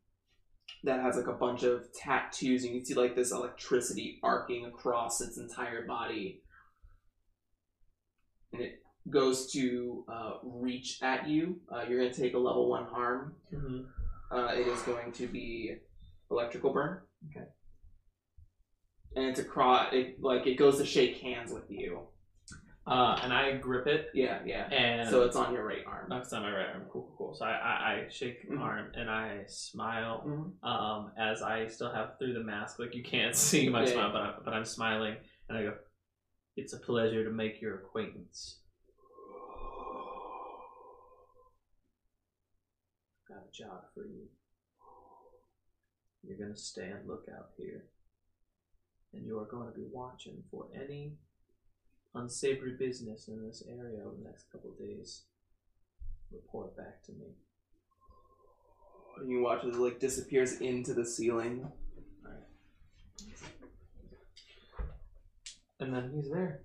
Speaker 5: that has like a bunch of tattoos and you can see like this electricity arcing across its entire body and it goes to uh, reach at you uh, you're going to take a level one harm
Speaker 3: Mhm.
Speaker 5: uh, it is going to be electrical burn.
Speaker 3: Okay.
Speaker 5: And it's a cro- it like it goes to shake hands with you.
Speaker 3: Uh, and I grip it,
Speaker 5: Yeah, yeah.
Speaker 3: and
Speaker 5: So it's on your right arm.
Speaker 3: That's not my right arm. Cool, cool, cool. So I, I, I shake
Speaker 5: Mhm.
Speaker 3: arm and I smile
Speaker 5: Mhm.
Speaker 3: um, as I still have through the mask. Like you can't see my
Speaker 5: Yeah,
Speaker 3: smile, but, I, but I'm smiling and I go, It's a pleasure to make your acquaintance. Got a job for you. You're going to stay and look out here. And you are going to be watching for any unsavory business in this area over the next couple of days. Report back to me.
Speaker 5: And you watch as it like disappears into the ceiling.
Speaker 3: And then he's there.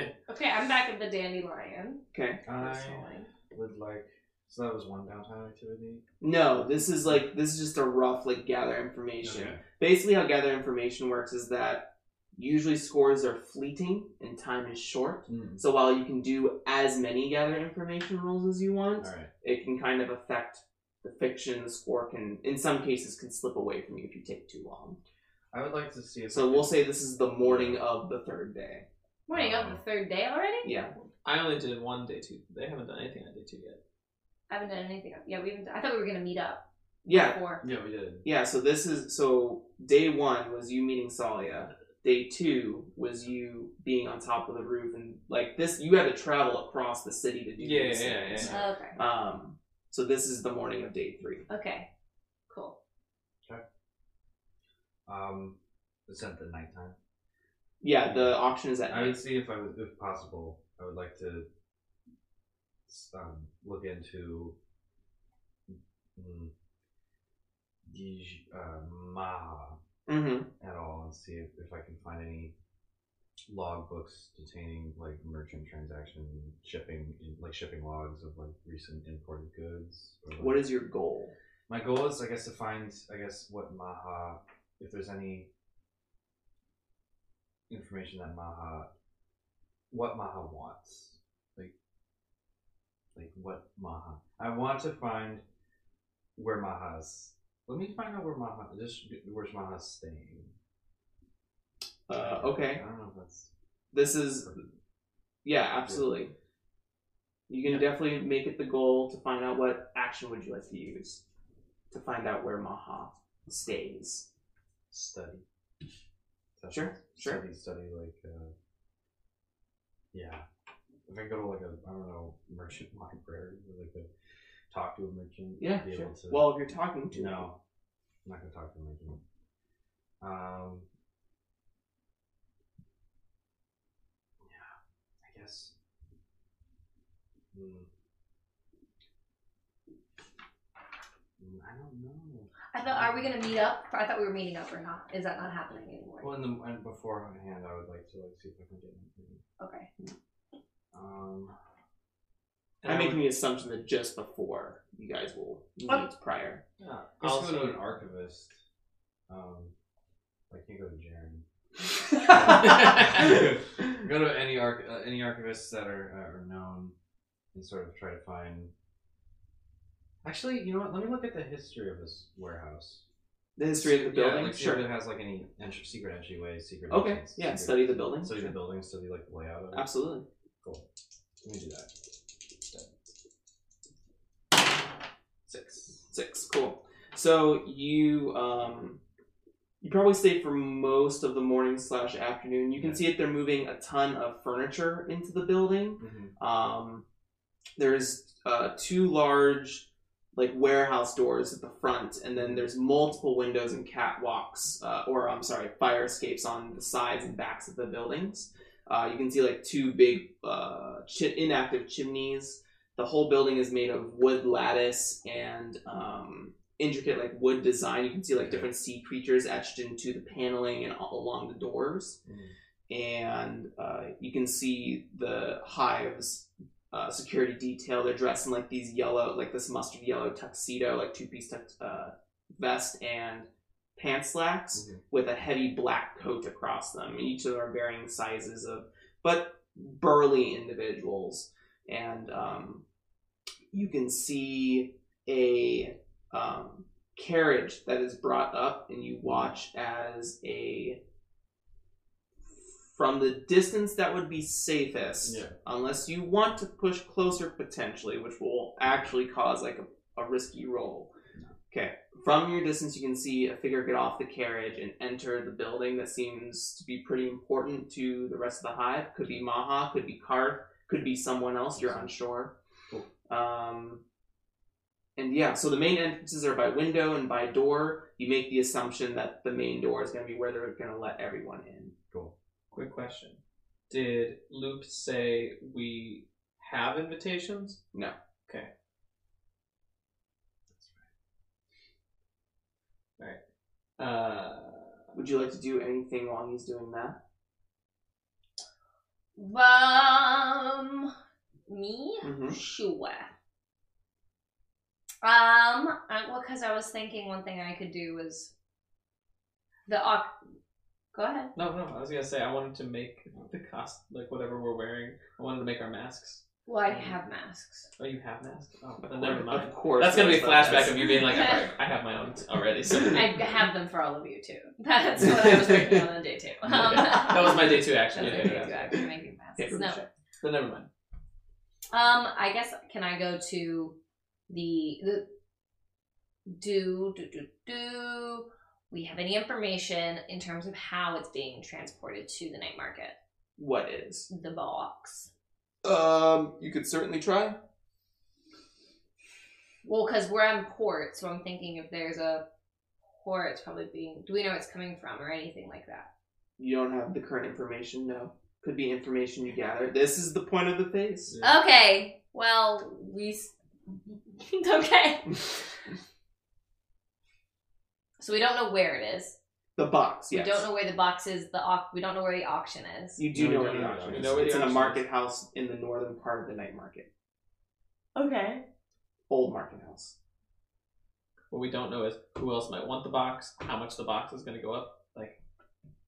Speaker 2: Okay, I'm back at the dandelion.
Speaker 5: okay.
Speaker 4: I would like. So that was one downtown activity.
Speaker 5: No, this is like this is just a rough like gather information.
Speaker 4: Okay.
Speaker 5: Basically, how gather information works is that usually scores are fleeting and time is short.
Speaker 4: Mm.
Speaker 5: So while you can do as many gather information rolls as you want,
Speaker 4: All right.
Speaker 5: it can kind of affect the fiction. The score can, in some cases, can slip away from you if you take too long.
Speaker 4: I would like to see if. I
Speaker 5: So
Speaker 4: could-
Speaker 5: we'll say this is the morning of the third day.
Speaker 2: Morning of the third day already?
Speaker 5: Yeah.
Speaker 3: I only did one day two. They haven't done anything on day two yet.
Speaker 2: I haven't done anything. Yeah, we haven't. I thought we were gonna meet up.
Speaker 5: Yeah.
Speaker 2: Before.
Speaker 4: Yeah, we did.
Speaker 5: Yeah. So this is so day one was you meeting Salia. Day two was you being on top of the roof and like this. You had to travel across the city to do
Speaker 3: Yeah,
Speaker 5: these
Speaker 3: yeah,
Speaker 5: things.
Speaker 3: yeah.
Speaker 2: Okay.
Speaker 5: Um. So this is the morning of day three.
Speaker 2: Okay. Cool.
Speaker 4: Um, it's at the nighttime.
Speaker 5: Yeah. The auction is at
Speaker 4: I would
Speaker 5: night.
Speaker 4: see if I would, if possible, I would like to um, look into mm, Gij uh, Ma
Speaker 5: Mm-hmm.
Speaker 4: at all and see if, if I can find any log books detaining like merchant transaction shipping, like shipping logs of like recent imported goods. Or, like,
Speaker 5: What is your goal?
Speaker 4: my goal is, I guess, to find, I guess, what Maha, if there's any information that Maha, what Maha wants, like, like what Maha. I want to find where Maha's. Let me find out where Maha, just where's Maha staying.
Speaker 5: Uh, okay.
Speaker 4: I don't know if that's.
Speaker 5: This is yeah, absolutely. You can definitely make it the goal to find out what action would you like to use to find out where Maha stays.
Speaker 4: study. That's
Speaker 5: Sure, sure.
Speaker 4: Study, study, like, uh, yeah. If I go to like a, I don't know, merchant library, or like a, talk to a merchant.
Speaker 5: Yeah,
Speaker 4: be
Speaker 5: sure.
Speaker 4: able to,
Speaker 5: Well, if you're talking to
Speaker 4: no, I'm not gonna talk to a merchant. Um, yeah, I guess. Hmm. Mm, I don't know.
Speaker 2: I thought, are we gonna meet up? I thought we were meeting up or not. Is that not happening anymore?
Speaker 4: Well, in the and beforehand, I would like to like see if I can get anything.
Speaker 2: Okay.
Speaker 4: Um,
Speaker 3: And
Speaker 5: I'm
Speaker 3: I
Speaker 5: making
Speaker 3: would-
Speaker 5: the assumption that just before you guys will meet
Speaker 2: Oh.
Speaker 5: prior.
Speaker 3: yeah,
Speaker 4: I also
Speaker 3: also-
Speaker 4: go to an archivist. Um, I can't go to Jaren. go to any arch uh, any archivists that are uh, are known, and sort of try to find. Actually, you know what? Let me look at the history of this warehouse.
Speaker 5: the history of the building,
Speaker 4: Yeah, like see if it
Speaker 5: sure.
Speaker 4: has like any entry, secret entryways, secret.
Speaker 5: Okay,
Speaker 4: entrance,
Speaker 5: yeah.
Speaker 4: secret-
Speaker 5: Study the building.
Speaker 4: Study
Speaker 5: sure.
Speaker 4: the building. Study like the layout of it.
Speaker 5: Absolutely.
Speaker 4: Cool. Let me do that. Six.
Speaker 5: Six. Cool. So you um you probably stay for most of the morning slash afternoon. You can
Speaker 4: Yeah.
Speaker 5: see that they're moving a ton of furniture into the building. Um, there's uh, two large like warehouse doors at the front, and then there's multiple windows and catwalks, uh, or I'm sorry, fire escapes on the sides and backs of the buildings. Uh, you can see like two big uh, chi- inactive chimneys. The whole building is made of wood lattice and um, intricate like wood design. You can see like different sea creatures etched into the paneling and all along the doors
Speaker 4: Mhm.
Speaker 5: and uh, you can see the hives uh, security detail. They're dressed in like these yellow, like this mustard yellow tuxedo, like two piece tux- uh, vest and pants slacks
Speaker 4: Mhm.
Speaker 5: with a heavy black coat across them. Each of them are varying sizes of, but burly individuals. And um, you can see a um, carriage that is brought up, and you watch as a from the distance that would be safest,
Speaker 4: Yeah.
Speaker 5: unless you want to push closer potentially, which will actually cause like a, a risky roll. Okay. From your distance, you can see a figure get off the carriage and enter the building that seems to be pretty important to the rest of the hive. Could be Maha, could be Karth, could be someone else, you're unsure.
Speaker 4: Cool.
Speaker 5: Um, and yeah, so the main entrances are by window and by door. You make the assumption that the main door is going to be where they're going to let everyone in.
Speaker 4: Cool.
Speaker 3: Quick question. Did Luke say we have invitations?
Speaker 5: No.
Speaker 3: Okay. That's right. Alright. Uh,
Speaker 5: Would you like to do anything while he's doing that?
Speaker 2: Um, me?
Speaker 5: Mm-hmm.
Speaker 2: Sure. Um, I, well, because I was thinking one thing I could do was the oc- Go ahead.
Speaker 3: no, no, I was gonna say I wanted to make the cost, like whatever we're wearing, I wanted to make our masks.
Speaker 2: Well, I have masks.
Speaker 3: Oh, you have masks? Oh, then never mind.
Speaker 5: Of course.
Speaker 3: That's gonna be a
Speaker 5: That's-
Speaker 3: flashback of you being like, I I have my own already. So
Speaker 2: I have them for all of you too. That's what I was working on on day two. Um,
Speaker 3: that was my day two
Speaker 2: That's
Speaker 3: action.
Speaker 2: my
Speaker 3: Yeah,
Speaker 2: day
Speaker 3: yeah,
Speaker 2: two
Speaker 3: yeah.
Speaker 2: action, making masks.
Speaker 5: Yeah,
Speaker 2: No.
Speaker 5: check.
Speaker 3: Then never mind.
Speaker 2: Um, I guess can I go to the the do do do do we have any information in terms of how it's being transported to the night market?
Speaker 5: What is?
Speaker 2: The box.
Speaker 5: Um, you could certainly try.
Speaker 2: Well, because we're on port, so I'm thinking if there's a port, it's probably being. Do we know where it's coming from or anything like that?
Speaker 5: You don't have the current information. No, could be information you gather. This is the point of the phase.
Speaker 3: Yeah.
Speaker 2: Okay. Well, we. s- okay. So we don't know where it is.
Speaker 5: The box, yes.
Speaker 2: We don't know where the box is. The au- we don't know where the auction is.
Speaker 5: You do
Speaker 4: No,
Speaker 5: know
Speaker 4: we
Speaker 5: where
Speaker 4: don't
Speaker 5: the
Speaker 4: know.
Speaker 5: auction
Speaker 4: We
Speaker 5: is.
Speaker 3: know where the
Speaker 5: It's in a
Speaker 3: auction
Speaker 5: market house in the northern part of the night market.
Speaker 2: Okay.
Speaker 5: Old market house.
Speaker 3: What we don't know is who else might want the box, how much the box is going to go up.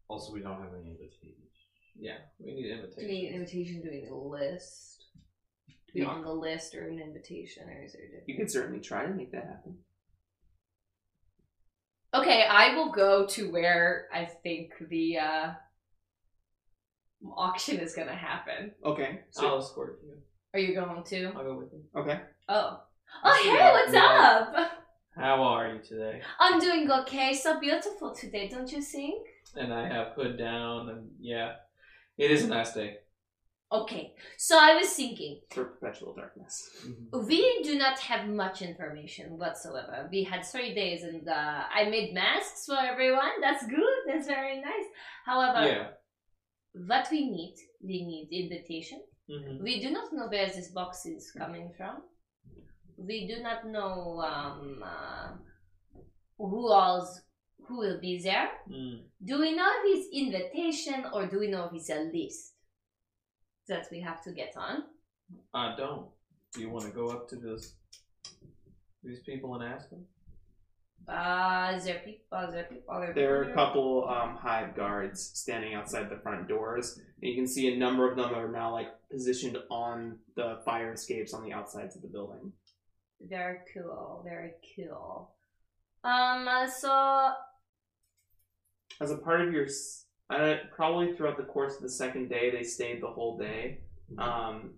Speaker 4: Also, we don't have any invitations.
Speaker 3: Yeah, we need
Speaker 2: Do
Speaker 3: invitations.
Speaker 2: we need an invitation? Do we need a list? To be on the list or an invitation, or is there a
Speaker 5: You
Speaker 2: different?
Speaker 5: could certainly try to make that happen.
Speaker 2: Okay, I will go to where I think the uh, auction is gonna happen.
Speaker 5: Okay. So,
Speaker 3: I'll escort you.
Speaker 2: Are you going to?
Speaker 3: I'll go with you.
Speaker 5: okay.
Speaker 2: Oh.
Speaker 3: Yes,
Speaker 2: Oh,
Speaker 3: we
Speaker 2: hey,
Speaker 3: are.
Speaker 2: what's
Speaker 3: We are.
Speaker 2: up?
Speaker 3: How are you today?
Speaker 2: I'm doing okay. So beautiful today, don't you think?
Speaker 3: And I have hood down, and yeah, it is a nice day.
Speaker 2: Okay, so I was thinking,
Speaker 5: For perpetual darkness.
Speaker 2: we do not have much information whatsoever. We had three days and uh, I made masks for everyone. That's good, that's very nice. However,
Speaker 3: Yeah.
Speaker 2: what we need, we need invitation.
Speaker 3: hmm
Speaker 2: We do not know where this box is coming from. We do not know um, uh, who else who will be there.
Speaker 3: Mm.
Speaker 2: Do we know if it's invitation or do we know if it's a list that we have to get on?
Speaker 3: I don't. Do you want to go up to this these people and ask them?
Speaker 2: Uh, is there people? Are there people? Are there,
Speaker 5: There are a
Speaker 2: people?
Speaker 5: couple um, hive guards standing outside the front doors, and you can see a number of them are now like positioned on the fire escapes on the outsides of the building.
Speaker 2: Very cool. Very cool. Um. uh, So
Speaker 5: As a part of your, s- uh, probably throughout the course of the second day, they stayed the whole day, um,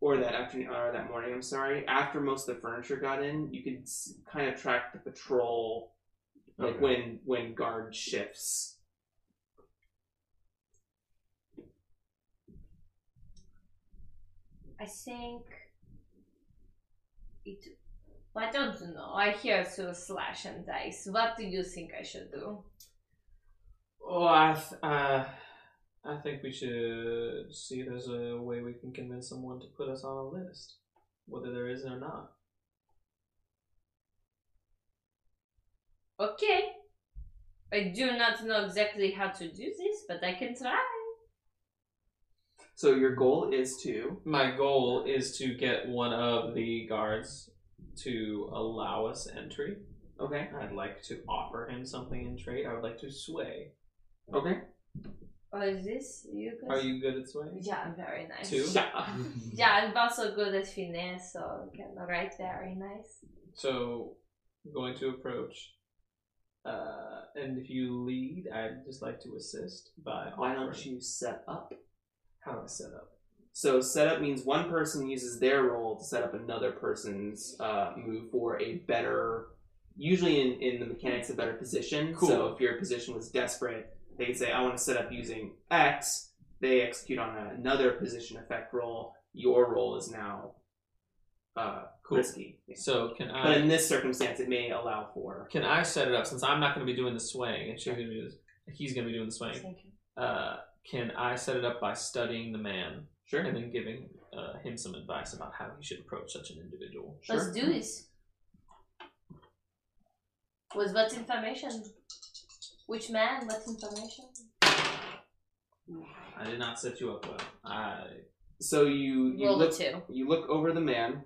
Speaker 5: or that afternoon or that morning. I'm sorry. After most of the furniture got in, you could s- kind of track the patrol, like
Speaker 4: Okay.
Speaker 5: when when guard shifts.
Speaker 2: I think it. I don't know. I hear through slash and dice. What do you think I should do?
Speaker 3: Oh, I th- uh, I think we should see if there's a way we can convince someone to put us on a list, whether there is or not.
Speaker 2: Okay. I do not know exactly how to do this, but I can try.
Speaker 5: So your goal is to
Speaker 3: My goal is to get one of the guards to allow us entry.
Speaker 5: okay,
Speaker 3: I'd like to offer him something in trade. I would like to sway.
Speaker 5: okay.
Speaker 2: Or Oh, is this you guys?
Speaker 3: Are you good at swaying?
Speaker 2: Yeah, I'm very nice.
Speaker 3: Two?
Speaker 5: Yeah.
Speaker 2: Yeah, I'm also good at finesse, so can write very nice.
Speaker 3: So, I'm going to approach. Uh, and if you lead, I'd just like to assist by
Speaker 5: Why don't
Speaker 3: offering-
Speaker 5: you set up?
Speaker 3: How do I set up?
Speaker 5: So setup means one person uses their role to set up another person's uh, move for a better, usually in, in the mechanics, a better position.
Speaker 3: Cool.
Speaker 5: So if your position was desperate, they'd say, I want to set up using X. They execute on another position effect roll. Your role is now uh,
Speaker 3: Cool.
Speaker 5: risky.
Speaker 3: So can I?
Speaker 5: But in this circumstance, it may allow for.
Speaker 3: Can I set it up since I'm not going to be doing the swaying and she's going to be he's going to be doing the swaying?
Speaker 2: Thank you.
Speaker 3: Uh, can I set it up by studying the man
Speaker 5: Sure.
Speaker 3: and then giving uh, him some advice about how he should approach such an individual?
Speaker 5: Sure.
Speaker 2: Let's do this. With what information? Which man? What information?
Speaker 3: I did not set you up well. I
Speaker 5: So you you
Speaker 2: Roll a
Speaker 5: look,
Speaker 2: two.
Speaker 5: you look over the man.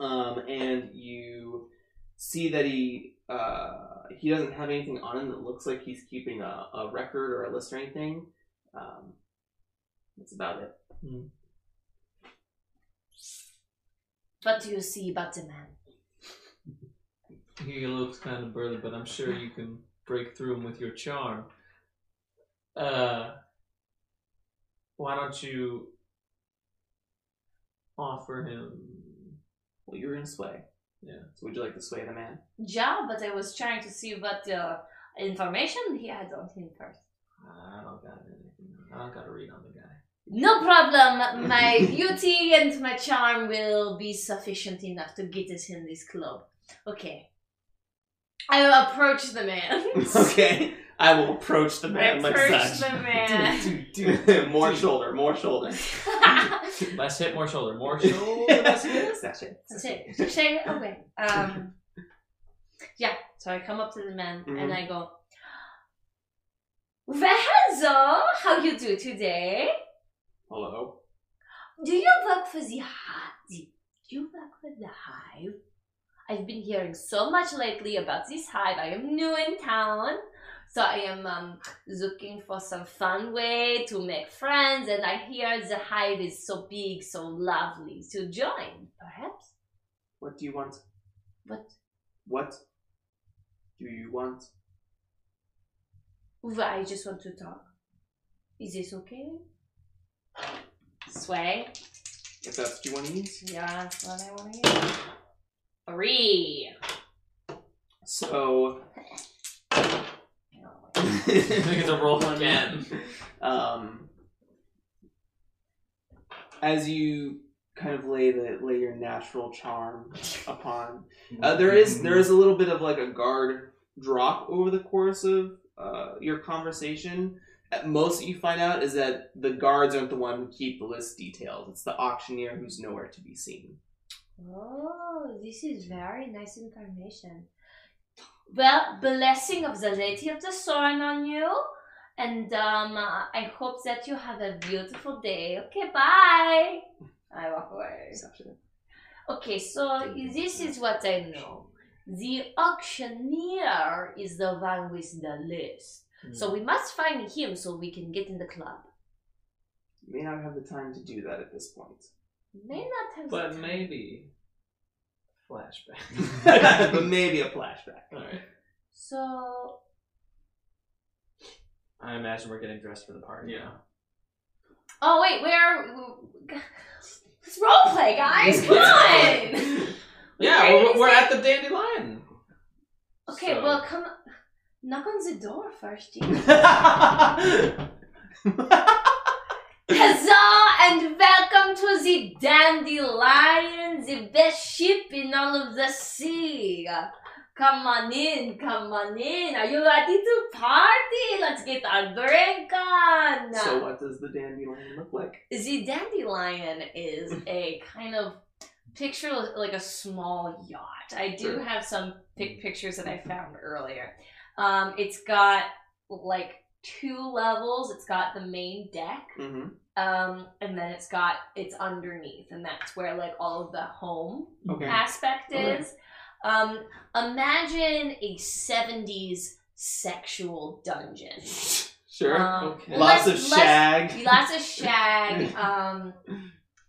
Speaker 5: um, and you see that he uh, he doesn't have anything on him that looks like he's keeping a, a record or a list or anything. Um, that's about it.
Speaker 2: What do you see about the man?
Speaker 3: he looks kind of burly, but I'm sure you can break through him with your charm. Uh, why don't you offer him?
Speaker 5: Well, you're in sway.
Speaker 3: Yeah.
Speaker 5: So would you like to sway the man?
Speaker 2: Yeah, but I was trying to see what uh, information he had on him first.
Speaker 3: I don't got anything. I don't got a read on the guy.
Speaker 2: No problem. My beauty and my charm will be sufficient enough to get us in this club. Okay. I will approach the man.
Speaker 5: okay. I will approach the man like
Speaker 2: approach
Speaker 5: such.
Speaker 2: the man.
Speaker 5: Dude, dude, dude. more shoulder, more shoulder.
Speaker 3: Less hit, more shoulder, more shoulder.
Speaker 5: That's it.
Speaker 2: Sashay, Sashay away. Um, yeah, so I come up to the man and I go, Vehenzo, how you do today?
Speaker 5: Hello.
Speaker 2: Do you work for the hive? Do you work for the hive? I've been hearing so much lately about this hive. I am new in town, so I am um, looking for some fun way to make friends. And I hear the hive is so big, so lovely to join. Perhaps
Speaker 5: What do you want?
Speaker 2: What?
Speaker 5: What do you want?
Speaker 2: Uva, I just want to talk. Is this okay? Sway.
Speaker 5: If that's what you want to use.
Speaker 2: Yeah, that's what I want to hear. Three.
Speaker 5: So
Speaker 3: I get to roll again.
Speaker 5: um, as you kind of lay the lay your natural charm upon, uh, there is there is a little bit of like a guard drop over the course of uh, your conversation. At most that you find out is that the guards aren't the one who keep the list details. It's the auctioneer who's nowhere to be seen.
Speaker 2: Oh, this is very nice information. Well, blessing of the Lady of the Sun on you. And um, I hope that you have a beautiful day. Okay, bye. I walk away.
Speaker 5: Sasha.
Speaker 2: Okay, so this is what I know. The auctioneer is the one with the list.
Speaker 3: Hmm.
Speaker 2: So we must find him so we can get in the club.
Speaker 5: You may not have the time to do that at this point.
Speaker 2: May not have
Speaker 3: but
Speaker 2: the
Speaker 3: maybe flashback.
Speaker 5: but maybe a flashback.
Speaker 3: All right.
Speaker 2: So
Speaker 3: I imagine we're getting dressed for the party.
Speaker 4: Yeah.
Speaker 2: Oh wait, where? It's roleplay, guys. Come on.
Speaker 3: Yeah,
Speaker 2: Where
Speaker 3: we're,
Speaker 2: is
Speaker 3: we're
Speaker 2: it?
Speaker 3: at the dandelion.
Speaker 2: Okay,
Speaker 3: So-
Speaker 2: well, come. Knock on the door first, you. Huzzah and welcome to the dandelion, the best ship in all of the sea. Come on in, come on in. Are you ready to party? Let's get our drink on.
Speaker 5: So what does the dandelion look like?
Speaker 2: The dandelion is
Speaker 5: Hmm.
Speaker 2: a kind of picture like a small yacht. I do
Speaker 5: Sure. Hmm.
Speaker 2: have some pic- pictures that I found earlier. Um, it's got like two levels. It's got the main deck,
Speaker 5: Mm-hmm.
Speaker 2: um, and then it's got it's underneath, and that's where like all of the home
Speaker 5: Okay.
Speaker 2: Um, aspect
Speaker 5: Hmm. Okay.
Speaker 2: is. Um, imagine a '70s sexual dungeon.
Speaker 5: Sure.
Speaker 2: Um,
Speaker 3: Okay.
Speaker 5: Lots of
Speaker 2: let's- let's-
Speaker 5: shag.
Speaker 2: Lots of shag. Um,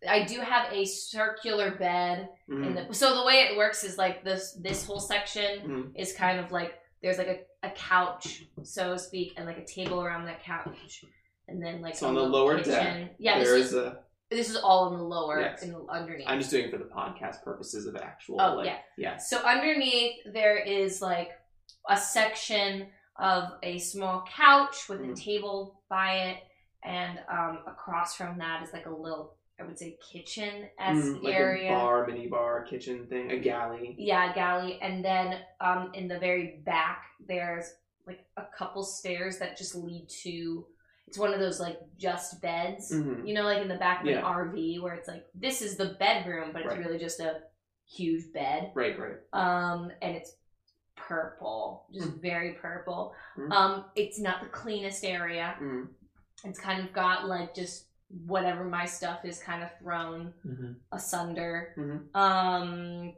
Speaker 2: I do have a circular bed,
Speaker 5: Mhm.
Speaker 2: and the, so the way it works is like this. This whole section
Speaker 5: Mhm.
Speaker 2: is kind of like there's like a, a couch, so to speak, and like a table around that couch, and then like
Speaker 5: So
Speaker 2: a
Speaker 5: on the
Speaker 2: little
Speaker 5: lower
Speaker 2: kitchen.
Speaker 5: deck,
Speaker 2: Yeah, this
Speaker 5: there
Speaker 2: is,
Speaker 5: is a.
Speaker 2: this is all in the lower
Speaker 5: Yes.
Speaker 2: and underneath.
Speaker 5: I'm just doing it for the podcast purposes of actual.
Speaker 2: Oh,
Speaker 5: like,
Speaker 2: yeah.
Speaker 5: Yes.
Speaker 2: So underneath there is like a section of a small couch with a
Speaker 5: Mm.
Speaker 2: table by it, and um, across from that is like a little, I would say, kitchen esque
Speaker 5: Mm, like
Speaker 2: area.
Speaker 5: a bar, mini bar, kitchen thing, a galley.
Speaker 2: Yeah, galley, and then um, in the very back there's like a couple stairs that just lead to. It's one of those like just beds,
Speaker 5: Mhm.
Speaker 2: you know, like in the back of an
Speaker 5: Yeah.
Speaker 2: RV where it's like this is the bedroom, but it's
Speaker 5: Right.
Speaker 2: really just a huge bed
Speaker 5: Right, right.
Speaker 2: um, and it's purple, just very purple.
Speaker 5: Mm.
Speaker 2: Um, it's not the cleanest area.
Speaker 5: Mm.
Speaker 2: It's kind of got like just whatever my stuff is kind of thrown
Speaker 3: Mm-hmm.
Speaker 2: asunder.
Speaker 5: Mhm.
Speaker 2: Um,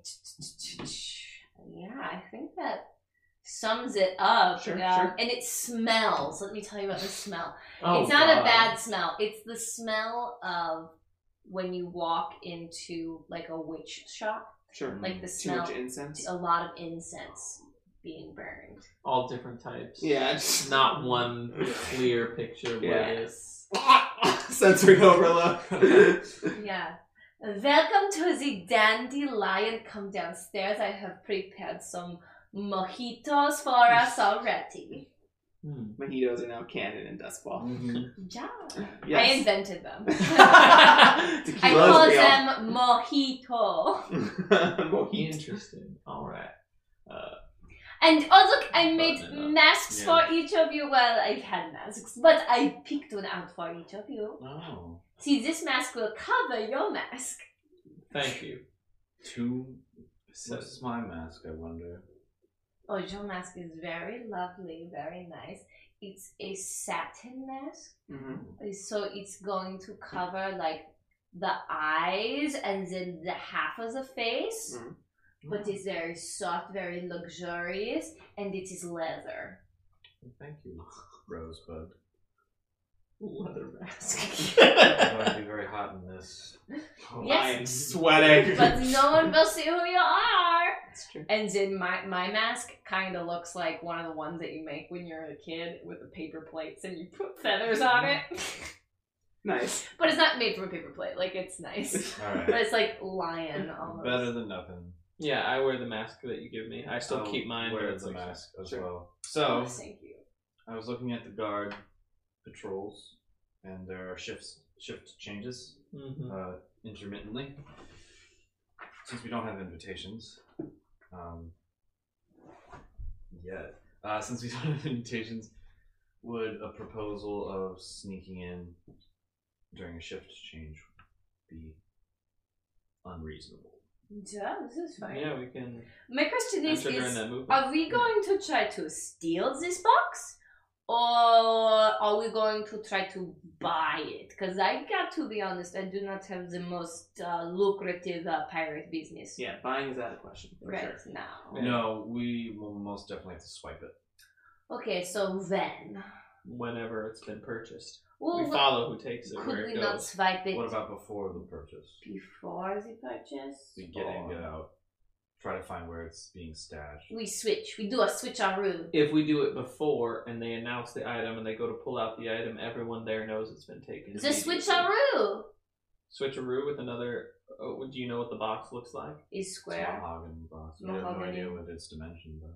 Speaker 2: yeah, I think that sums it up.
Speaker 5: Sure,
Speaker 2: Um,
Speaker 5: sure.
Speaker 2: And it smells. Let me tell you about the smell.
Speaker 3: Oh,
Speaker 2: it's not a
Speaker 3: God.
Speaker 2: bad smell. It's the smell of when you walk into like a witch shop,
Speaker 5: Sure.
Speaker 2: like the
Speaker 5: Too
Speaker 2: smell
Speaker 5: much incense.
Speaker 2: a lot of incense being burned.
Speaker 3: All different types.
Speaker 5: Yeah.
Speaker 3: It's
Speaker 5: just-
Speaker 3: Not one clear picture. What
Speaker 5: Yeah.
Speaker 3: it is.
Speaker 5: Sensory overload.
Speaker 2: Yeah. Welcome to the dandelion. Come downstairs. I have prepared some mojitos for us already.
Speaker 3: Hmm.
Speaker 5: Mojitos are now canon in Duskfall.
Speaker 3: Mm-hmm.
Speaker 4: Mhm.
Speaker 2: Yeah. I
Speaker 5: Yes.
Speaker 2: invented them. I
Speaker 5: Tequila
Speaker 2: call
Speaker 5: is real.
Speaker 2: them mojito.
Speaker 5: Mojito.
Speaker 3: Interesting. All right. Uh,
Speaker 2: And oh look, I made
Speaker 3: Button it up.
Speaker 2: masks
Speaker 4: Yeah.
Speaker 2: for each of you. Well, I had masks, but I picked one out for each of you.
Speaker 4: Oh.
Speaker 2: See, this mask will cover your mask.
Speaker 3: thank you.
Speaker 4: Two.
Speaker 3: So,
Speaker 4: What's my mask? I wonder.
Speaker 2: Ojo mask is very lovely, very nice. It's a satin mask.
Speaker 5: Mm-hmm.
Speaker 2: So it's going to cover like the eyes and then the half of the face,
Speaker 5: Mhm.
Speaker 2: but it's very soft, very luxurious, and it is leather.
Speaker 4: Thank you, Rosebud.
Speaker 3: Leather mask.
Speaker 4: I'm going to be very hot in this.
Speaker 2: Yes.
Speaker 5: I'm sweating.
Speaker 2: But no one will see who you are.
Speaker 5: That's true.
Speaker 2: And then my my mask kind of looks like one of the ones that you make when you're a kid with the paper plates and you put feathers on it.
Speaker 5: Nice.
Speaker 2: but it's not made from a paper plate. Like it's nice,
Speaker 4: All right.
Speaker 2: but it's like lion almost.
Speaker 4: Better than nothing.
Speaker 3: yeah, I wear the mask that you give me. I still
Speaker 4: I'll
Speaker 3: keep mine. but
Speaker 4: Wear
Speaker 3: it's
Speaker 4: the
Speaker 3: like-
Speaker 4: mask as
Speaker 5: Sure.
Speaker 4: well.
Speaker 2: Oh,
Speaker 4: So
Speaker 2: thank you.
Speaker 4: I was looking at the guard patrols, and there are shifts, shift changes
Speaker 3: Mhm.
Speaker 4: uh, intermittently. Since we don't have invitations, um, yet. Uh, since we don't have invitations, would a proposal of sneaking in during a shift change be unreasonable?
Speaker 2: Yeah, this is fine.
Speaker 3: Yeah, we can
Speaker 2: My question is,
Speaker 3: enter during
Speaker 2: is
Speaker 3: that movement.
Speaker 2: Are we going to try to steal this box? Or are we going to try to buy it? Because I got to be honest, I do not have the most uh, lucrative uh, pirate business
Speaker 5: Yeah, buying is out of the question. For
Speaker 2: right
Speaker 5: Sure.
Speaker 2: now.
Speaker 3: Yeah.
Speaker 4: No, we will most definitely have to swipe it.
Speaker 2: Okay, so then.
Speaker 3: Whenever it's been purchased,
Speaker 2: Well,
Speaker 3: we follow who takes it, where
Speaker 2: could
Speaker 3: it
Speaker 2: we not
Speaker 3: goes.
Speaker 2: swipe it
Speaker 4: What about before the purchase?
Speaker 2: before the purchase?
Speaker 4: We get in, get
Speaker 2: Or-
Speaker 4: out, try to find where it's being stashed.
Speaker 2: We switch. We do a switch on room.
Speaker 3: If we do it before and they announce the item and they go to pull out the item, everyone there knows it's been taken.
Speaker 2: The switch on
Speaker 3: immediately.
Speaker 2: room
Speaker 3: Switcheroo with another. Oh, do you know what the box looks like?
Speaker 2: is
Speaker 4: It's
Speaker 2: square.
Speaker 4: mahogany box. We have no
Speaker 2: Mahogany.
Speaker 4: idea what its dimension, but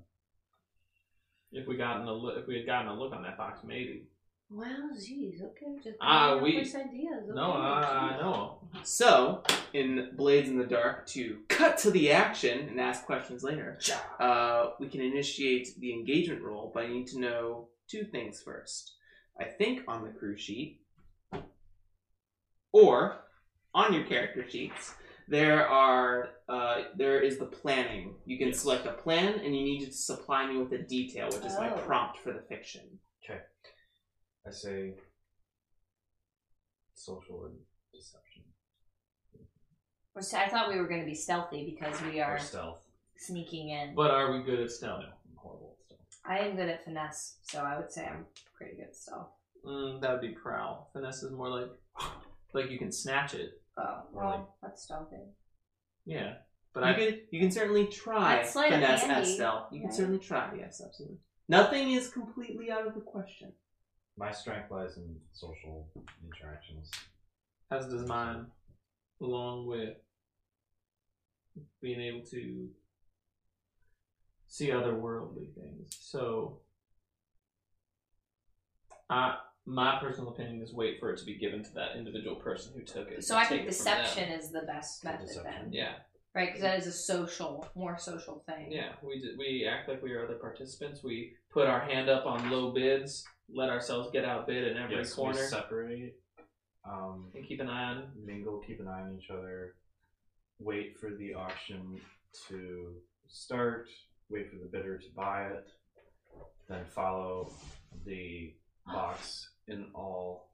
Speaker 3: If we gotten a look, if we had gotten a look on that box, maybe.
Speaker 2: Well, geez, okay. Just
Speaker 3: Ah,
Speaker 2: coming up
Speaker 3: we-
Speaker 2: with ideas.
Speaker 3: No,
Speaker 2: okay,
Speaker 3: I, I
Speaker 2: geez.
Speaker 3: know.
Speaker 5: So, in Blades in the Dark, to cut to the action and ask questions later, uh, we can initiate the engagement role, but I need to know two things first. I think on the crew sheet, or on your character sheets, there are uh, there is the planning. You can
Speaker 3: Yes.
Speaker 5: select a plan, and you need to supply me with a detail, which is my
Speaker 2: Oh.
Speaker 5: prompt for the fiction.
Speaker 4: I say social and deception
Speaker 2: Or so I thought we were going to be stealthy because we
Speaker 4: or
Speaker 2: are
Speaker 4: stealth.
Speaker 2: sneaking in.
Speaker 3: But are we good at stealth?
Speaker 4: No, I'm horrible at stealth.
Speaker 2: I am good at finesse, so I would say I'm pretty good at stealth.
Speaker 3: Mm, that would be prowl. Finesse is more like like you can snatch it.
Speaker 2: Oh,
Speaker 4: Really?
Speaker 2: well, that's stealthy.
Speaker 3: Yeah,
Speaker 5: But
Speaker 3: but
Speaker 5: you
Speaker 3: I
Speaker 5: can you can certainly try
Speaker 2: That's sleight of
Speaker 5: finesse
Speaker 2: hand,
Speaker 5: as stealth. You can
Speaker 2: right?
Speaker 5: certainly try. Yes, absolutely. Nothing is completely out of the question.
Speaker 4: My strength lies in social interactions.
Speaker 3: as does mine, along with being able to see otherworldly things. So, I my personal opinion is wait for it to be given to that individual person who took it.
Speaker 2: So I
Speaker 3: Take
Speaker 2: think
Speaker 3: it from them.
Speaker 2: deception is the best
Speaker 4: Good
Speaker 2: method
Speaker 4: deception.
Speaker 2: then,
Speaker 3: Yeah,
Speaker 2: right? Because that is a social, more social thing.
Speaker 3: Yeah, we d we act like we are other participants. We put our hand up on low bids, let ourselves get outbid in every
Speaker 4: Yes, we
Speaker 3: corner,
Speaker 4: separate, um,
Speaker 3: and keep an eye on.
Speaker 4: mingle, keep an eye on each other, wait for the auction to start, wait for the bidder to buy it, then follow the box in all.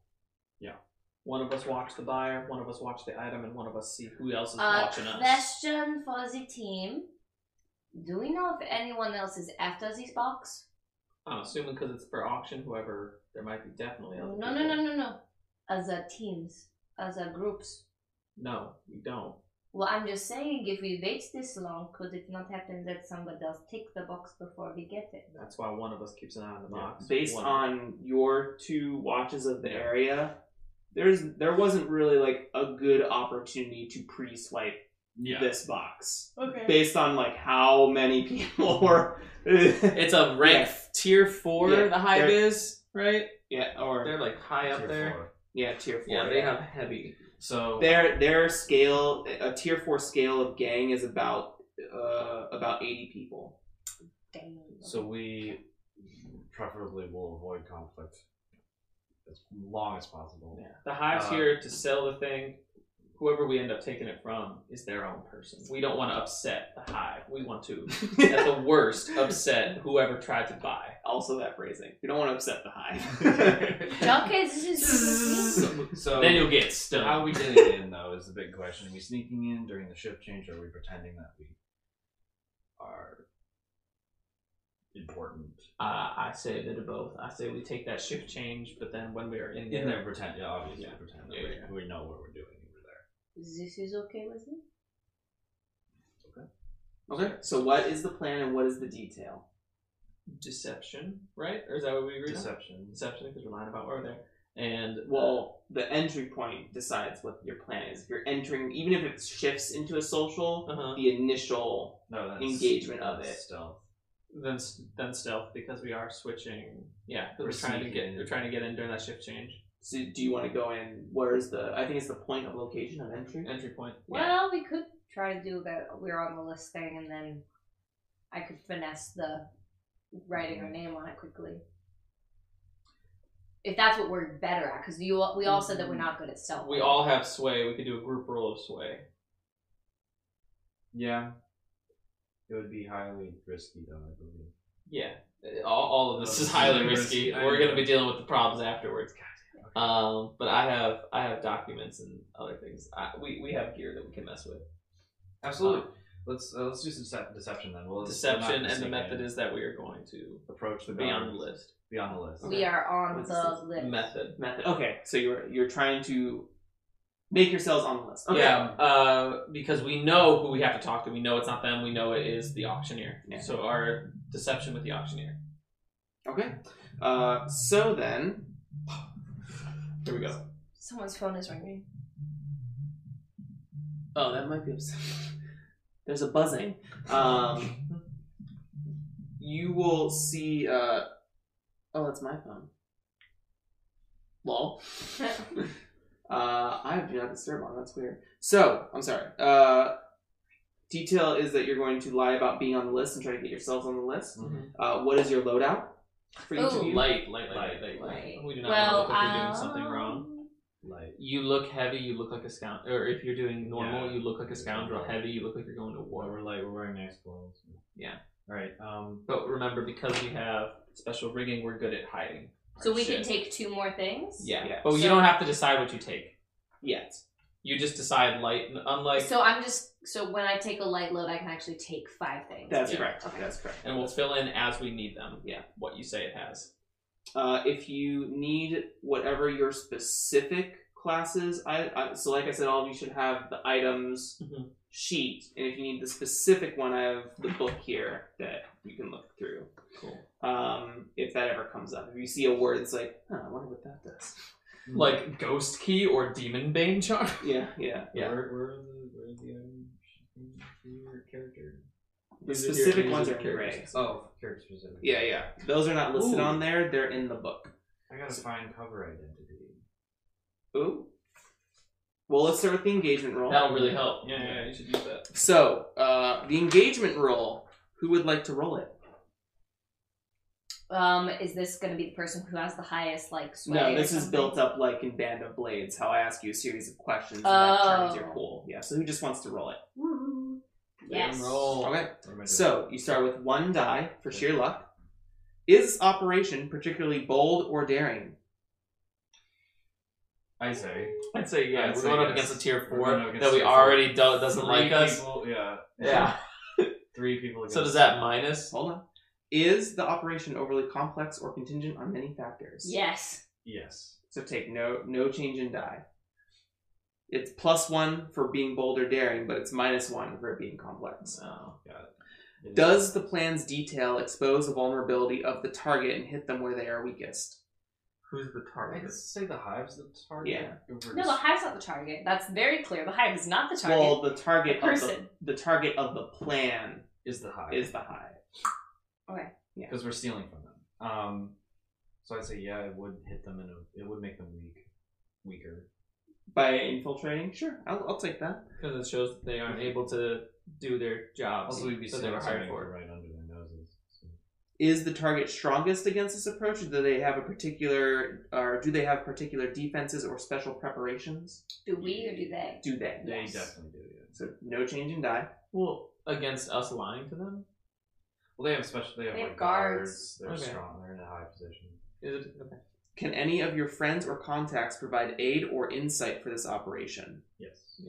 Speaker 3: One of us watch the buyer, one of us watch the item, and one of us see who else is
Speaker 2: Uh,
Speaker 3: watching us.
Speaker 2: question for the team: Do we know if anyone else is after this box?
Speaker 3: I'm assuming because it's for auction, whoever there might be definitely other.
Speaker 2: No, no, no,
Speaker 3: people.
Speaker 2: no, no. As a teams, as a groups.
Speaker 3: No, we don't.
Speaker 2: Well, I'm just saying, if we wait this long, could it not happen that somebody else take the box before we get it?
Speaker 3: That's why one of us keeps an eye on the
Speaker 4: Yeah,
Speaker 3: box.
Speaker 5: based
Speaker 3: One-
Speaker 5: on your two watches of the
Speaker 4: Yeah.
Speaker 5: area, there's there wasn't really like a good opportunity to pre-swipe this box
Speaker 2: Okay.
Speaker 5: based on like how many people were. yeah,
Speaker 3: it's a rank tier four.
Speaker 5: Yeah,
Speaker 3: the high
Speaker 5: they're-
Speaker 3: biz, right?
Speaker 5: or
Speaker 3: They're like high up
Speaker 4: Tier
Speaker 3: there.
Speaker 4: four.
Speaker 5: yeah, tier four.
Speaker 3: Yeah, they have heavy.
Speaker 4: So
Speaker 5: their their scale. A tier four scale of gang is about uh about eighty people.
Speaker 4: So we preferably will avoid conflict as long as possible.
Speaker 3: The high
Speaker 4: Uh,
Speaker 3: tier to sell the thing. whoever we end up taking it from is their own person. We don't want to upset the hive. We want to, at the worst, upset whoever tried to buy.
Speaker 5: also that phrasing. You don't want to upset the hive.
Speaker 2: Okay, this is.
Speaker 4: so, so
Speaker 3: then you'll get stung.
Speaker 4: how we did it in though is the big question. Are we sneaking in during the shift change, or are we pretending that we are important?
Speaker 3: uh, I say a bit of both. I say we take that shift change, but then when we are in there,
Speaker 4: In there, pretend. Yeah, obviously,
Speaker 3: Yeah.
Speaker 4: pretend that
Speaker 3: Yeah,
Speaker 4: we,
Speaker 3: yeah.
Speaker 4: we know what we're doing. We're there.
Speaker 2: This is okay with me.
Speaker 5: okay. So what is the plan and what is the detail?
Speaker 3: deception, right? Or is that what we agreed on?
Speaker 4: Deception.
Speaker 3: Deception, because we're lying about where we're there. And
Speaker 5: Well, the entry point decides what your plan is. If you're entering, even if it shifts into a social,
Speaker 3: uh
Speaker 5: the initial
Speaker 4: No, that's
Speaker 5: Engagement of
Speaker 4: that's
Speaker 5: it.
Speaker 4: Stealth.
Speaker 3: then s- then stealth because we are switching. Yeah, 'cause
Speaker 4: We're
Speaker 3: we're, trying to
Speaker 4: sneaking
Speaker 3: get
Speaker 4: in.
Speaker 3: we're trying to get in during that shift change
Speaker 5: So do you want to go in? Where is the? I think it's the point of location of entry.
Speaker 3: entry point. Yeah.
Speaker 2: Well, we could try to do that. We're on the list thing, and then I could finesse the writing her
Speaker 3: Mm-hmm.
Speaker 2: name on it quickly. If that's what we're better at, because you all- we all said that we're not good at stealth.
Speaker 3: Mm-hmm. We all have sway. We could do a group roll of sway.
Speaker 4: Yeah. It would be highly risky, though. I believe.
Speaker 3: Yeah, all, all of this is highly risky.
Speaker 4: Risky, I
Speaker 3: We're
Speaker 4: know.
Speaker 3: going to be dealing with the problems afterwards. Um, but I have I have documents and other things. I, we we have gear that we can mess with.
Speaker 4: Absolutely. let's uh, let's do some decep- deception then. Well, let's- we're not
Speaker 3: Deception and the
Speaker 4: sneaking
Speaker 3: method
Speaker 4: in.
Speaker 3: is that we are going to
Speaker 4: approach the
Speaker 3: be on the
Speaker 4: guards.
Speaker 3: list.
Speaker 4: Be on the list.
Speaker 2: We are on
Speaker 5: What's
Speaker 2: the
Speaker 5: this
Speaker 2: list.
Speaker 3: Method.
Speaker 5: Method. Okay, so you're you're trying to make yourselves on the list. Okay.
Speaker 3: Yeah, uh, because we know who we have to talk to. We know it's not them. We know it is the auctioneer.
Speaker 5: Yeah.
Speaker 3: So our deception with the auctioneer.
Speaker 5: Okay. Uh, so then, here we go.
Speaker 2: Someone's phone is ringing.
Speaker 5: Oh, that might be upsetting. There's a buzzing. Um, you will see. Uh, oh, that's my phone. Lol. uh, I have do not disturb on. That's weird. So I'm sorry. Uh, detail is that you're going to lie about being on the list and try to get yourselves on the list.
Speaker 4: Mm-hmm.
Speaker 5: Uh, what is your loadout for each of
Speaker 2: Ooh.
Speaker 5: you?
Speaker 3: Light, light, light, light, light.
Speaker 2: Right.
Speaker 3: We do not
Speaker 2: well,
Speaker 3: want to look like we're doing
Speaker 2: um,
Speaker 3: something wrong.
Speaker 4: Like
Speaker 3: You look heavy. You look like a scoundrel. Or if you're doing normal,
Speaker 4: Yeah.
Speaker 3: you look like a scoundrel. Heavy, you look like you're going to
Speaker 4: what
Speaker 3: war.
Speaker 4: we're like, we're wearing nice clothes.
Speaker 3: Yeah.
Speaker 4: All right. Um.
Speaker 3: But remember, because we have special rigging, we're good at hiding. our
Speaker 2: So we
Speaker 3: shit.
Speaker 2: can take two more things.
Speaker 3: Yeah,
Speaker 5: Yeah.
Speaker 3: but you
Speaker 2: So-
Speaker 3: don't have to decide what you take.
Speaker 5: Yet.
Speaker 3: You just decide light. and Unlike,
Speaker 2: So I'm just so when I take a light load, I can actually take five things.
Speaker 5: That's
Speaker 3: Yeah.
Speaker 5: correct.
Speaker 2: Okay.
Speaker 5: That's correct.
Speaker 3: and we'll fill in as we need them.
Speaker 5: Yeah.
Speaker 3: what you say it has.
Speaker 5: Uh, if you need whatever your specific classes, I, I so like I said, all of you should have the items
Speaker 3: Mhm.
Speaker 5: sheet, and if you need the specific one, I have the book here that you can look through.
Speaker 3: Cool.
Speaker 5: Um, if that ever comes up, if you see a word that's like, huh, I wonder what that does.
Speaker 3: Like ghost key or demon bane charm.
Speaker 5: Yeah, yeah.
Speaker 3: Yeah.
Speaker 4: Where, where are the where are the um, your character?
Speaker 5: The
Speaker 3: These are your-
Speaker 5: specific
Speaker 3: these
Speaker 5: ones
Speaker 3: are
Speaker 5: are in
Speaker 3: characters.
Speaker 5: gray.
Speaker 4: Oh, character specific.
Speaker 5: Yeah, yeah. Those are not listed
Speaker 3: Ooh.
Speaker 5: on there. They're in the book.
Speaker 4: I gotta find cover identity.
Speaker 5: Ooh. Well, let's start with the engagement roll.
Speaker 3: That'll really help.
Speaker 4: Yeah, yeah,
Speaker 3: you should use that.
Speaker 5: So, uh, the engagement roll. Who would like to roll it?
Speaker 2: Um, is this going to be the person who has the highest like sway?
Speaker 5: No,
Speaker 2: or
Speaker 5: this is
Speaker 2: something?
Speaker 5: built up like in Band of Blades, how I ask you a series of questions and that determines your
Speaker 2: Oh.
Speaker 5: pool. Yeah, so who just wants to roll it?
Speaker 2: Woohoo. Yes.
Speaker 3: roll.
Speaker 5: Okay.
Speaker 4: What am I doing?
Speaker 5: So you start with one die for sheer luck. Is this operation particularly bold or daring?
Speaker 4: I say
Speaker 3: I'd say yeah.
Speaker 4: I'd
Speaker 3: we're
Speaker 4: say
Speaker 3: going up
Speaker 4: yes.
Speaker 3: against a tier
Speaker 4: We're
Speaker 3: four
Speaker 4: going up against
Speaker 3: that we
Speaker 4: tier four.
Speaker 3: already do- doesn't
Speaker 4: three
Speaker 3: like us.
Speaker 4: people- Yeah.
Speaker 3: Yeah.
Speaker 4: Three people.
Speaker 3: So
Speaker 4: against-
Speaker 3: does that minus?
Speaker 5: Hold on. Is the operation overly complex or contingent on many factors?
Speaker 2: Yes.
Speaker 4: Yes.
Speaker 5: So take no no change in die. It's plus one for being bold or daring, but it's minus one for it being complex.
Speaker 3: No.
Speaker 4: It is-
Speaker 5: Does the plan's detail expose the vulnerability of the target and hit them where they are weakest?
Speaker 3: Who's the
Speaker 4: I
Speaker 3: target?
Speaker 4: could say the hive's the target.
Speaker 5: Yeah.
Speaker 4: Over-
Speaker 2: No, the hive's not the target. That's very clear. The hive is not the target.
Speaker 5: Well, the target
Speaker 2: The
Speaker 5: of the,
Speaker 2: person.
Speaker 5: the target of the plan
Speaker 4: is the hive.
Speaker 5: is the hive.
Speaker 4: because we're stealing from them. Um, so I'd say yeah, it would hit them in a, it would make them weak, weaker.
Speaker 5: By infiltrating, sure, I'll, I'll take that.
Speaker 3: Because it shows that they aren't able to do their jobs
Speaker 4: Also, we'd be
Speaker 3: that they
Speaker 4: stealing
Speaker 3: were hired
Speaker 4: something
Speaker 3: for.
Speaker 4: right under their noses. So.
Speaker 5: Is the target strongest against this approach? Or do they have a particular, or do they have particular defenses or special preparations?
Speaker 2: Do we or do they?
Speaker 5: Do they?
Speaker 4: They
Speaker 2: Yes.
Speaker 4: definitely do, yeah.
Speaker 5: So no change in die.
Speaker 3: Well, against us lying to them?
Speaker 4: Well, they have special. They have,
Speaker 2: They have
Speaker 4: like
Speaker 2: guards.
Speaker 4: guards. They're
Speaker 3: Okay.
Speaker 4: strong. They're in a high position.
Speaker 3: Is it, okay.
Speaker 5: Can any of your friends or contacts provide aid or insight for this operation?
Speaker 4: Yes.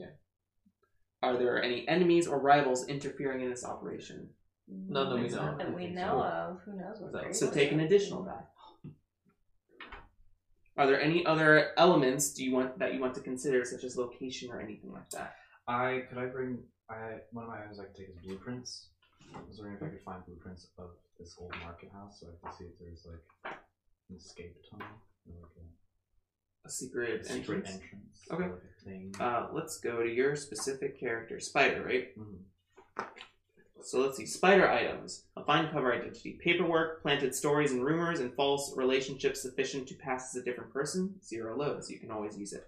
Speaker 5: Are there any enemies or rivals interfering in this operation?
Speaker 3: None that we know
Speaker 2: Not
Speaker 3: of.
Speaker 2: that we
Speaker 4: Think
Speaker 2: know
Speaker 4: so.
Speaker 2: of. Who knows what?
Speaker 3: So-
Speaker 2: they're
Speaker 5: So
Speaker 2: doing.
Speaker 5: take an additional die. Are there any other elements do you want that you want to consider, such as location or anything like that?
Speaker 4: I could I bring I one of my items I could take is blueprints. I was wondering if I could find blueprints of this old market house so I could see if there's like an escape tunnel or like a
Speaker 5: A secret,
Speaker 4: secret
Speaker 5: entrance.
Speaker 4: entrance.
Speaker 5: Okay.
Speaker 4: Or like a thing.
Speaker 5: Uh, let's go to your specific character, Spider, right?
Speaker 4: Mm.
Speaker 5: Mm-hmm. So let's see. Spider items. A fine cover identity. Paperwork, planted stories and rumors, and false relationships sufficient to pass as a different person. Zero loads. You can always use it.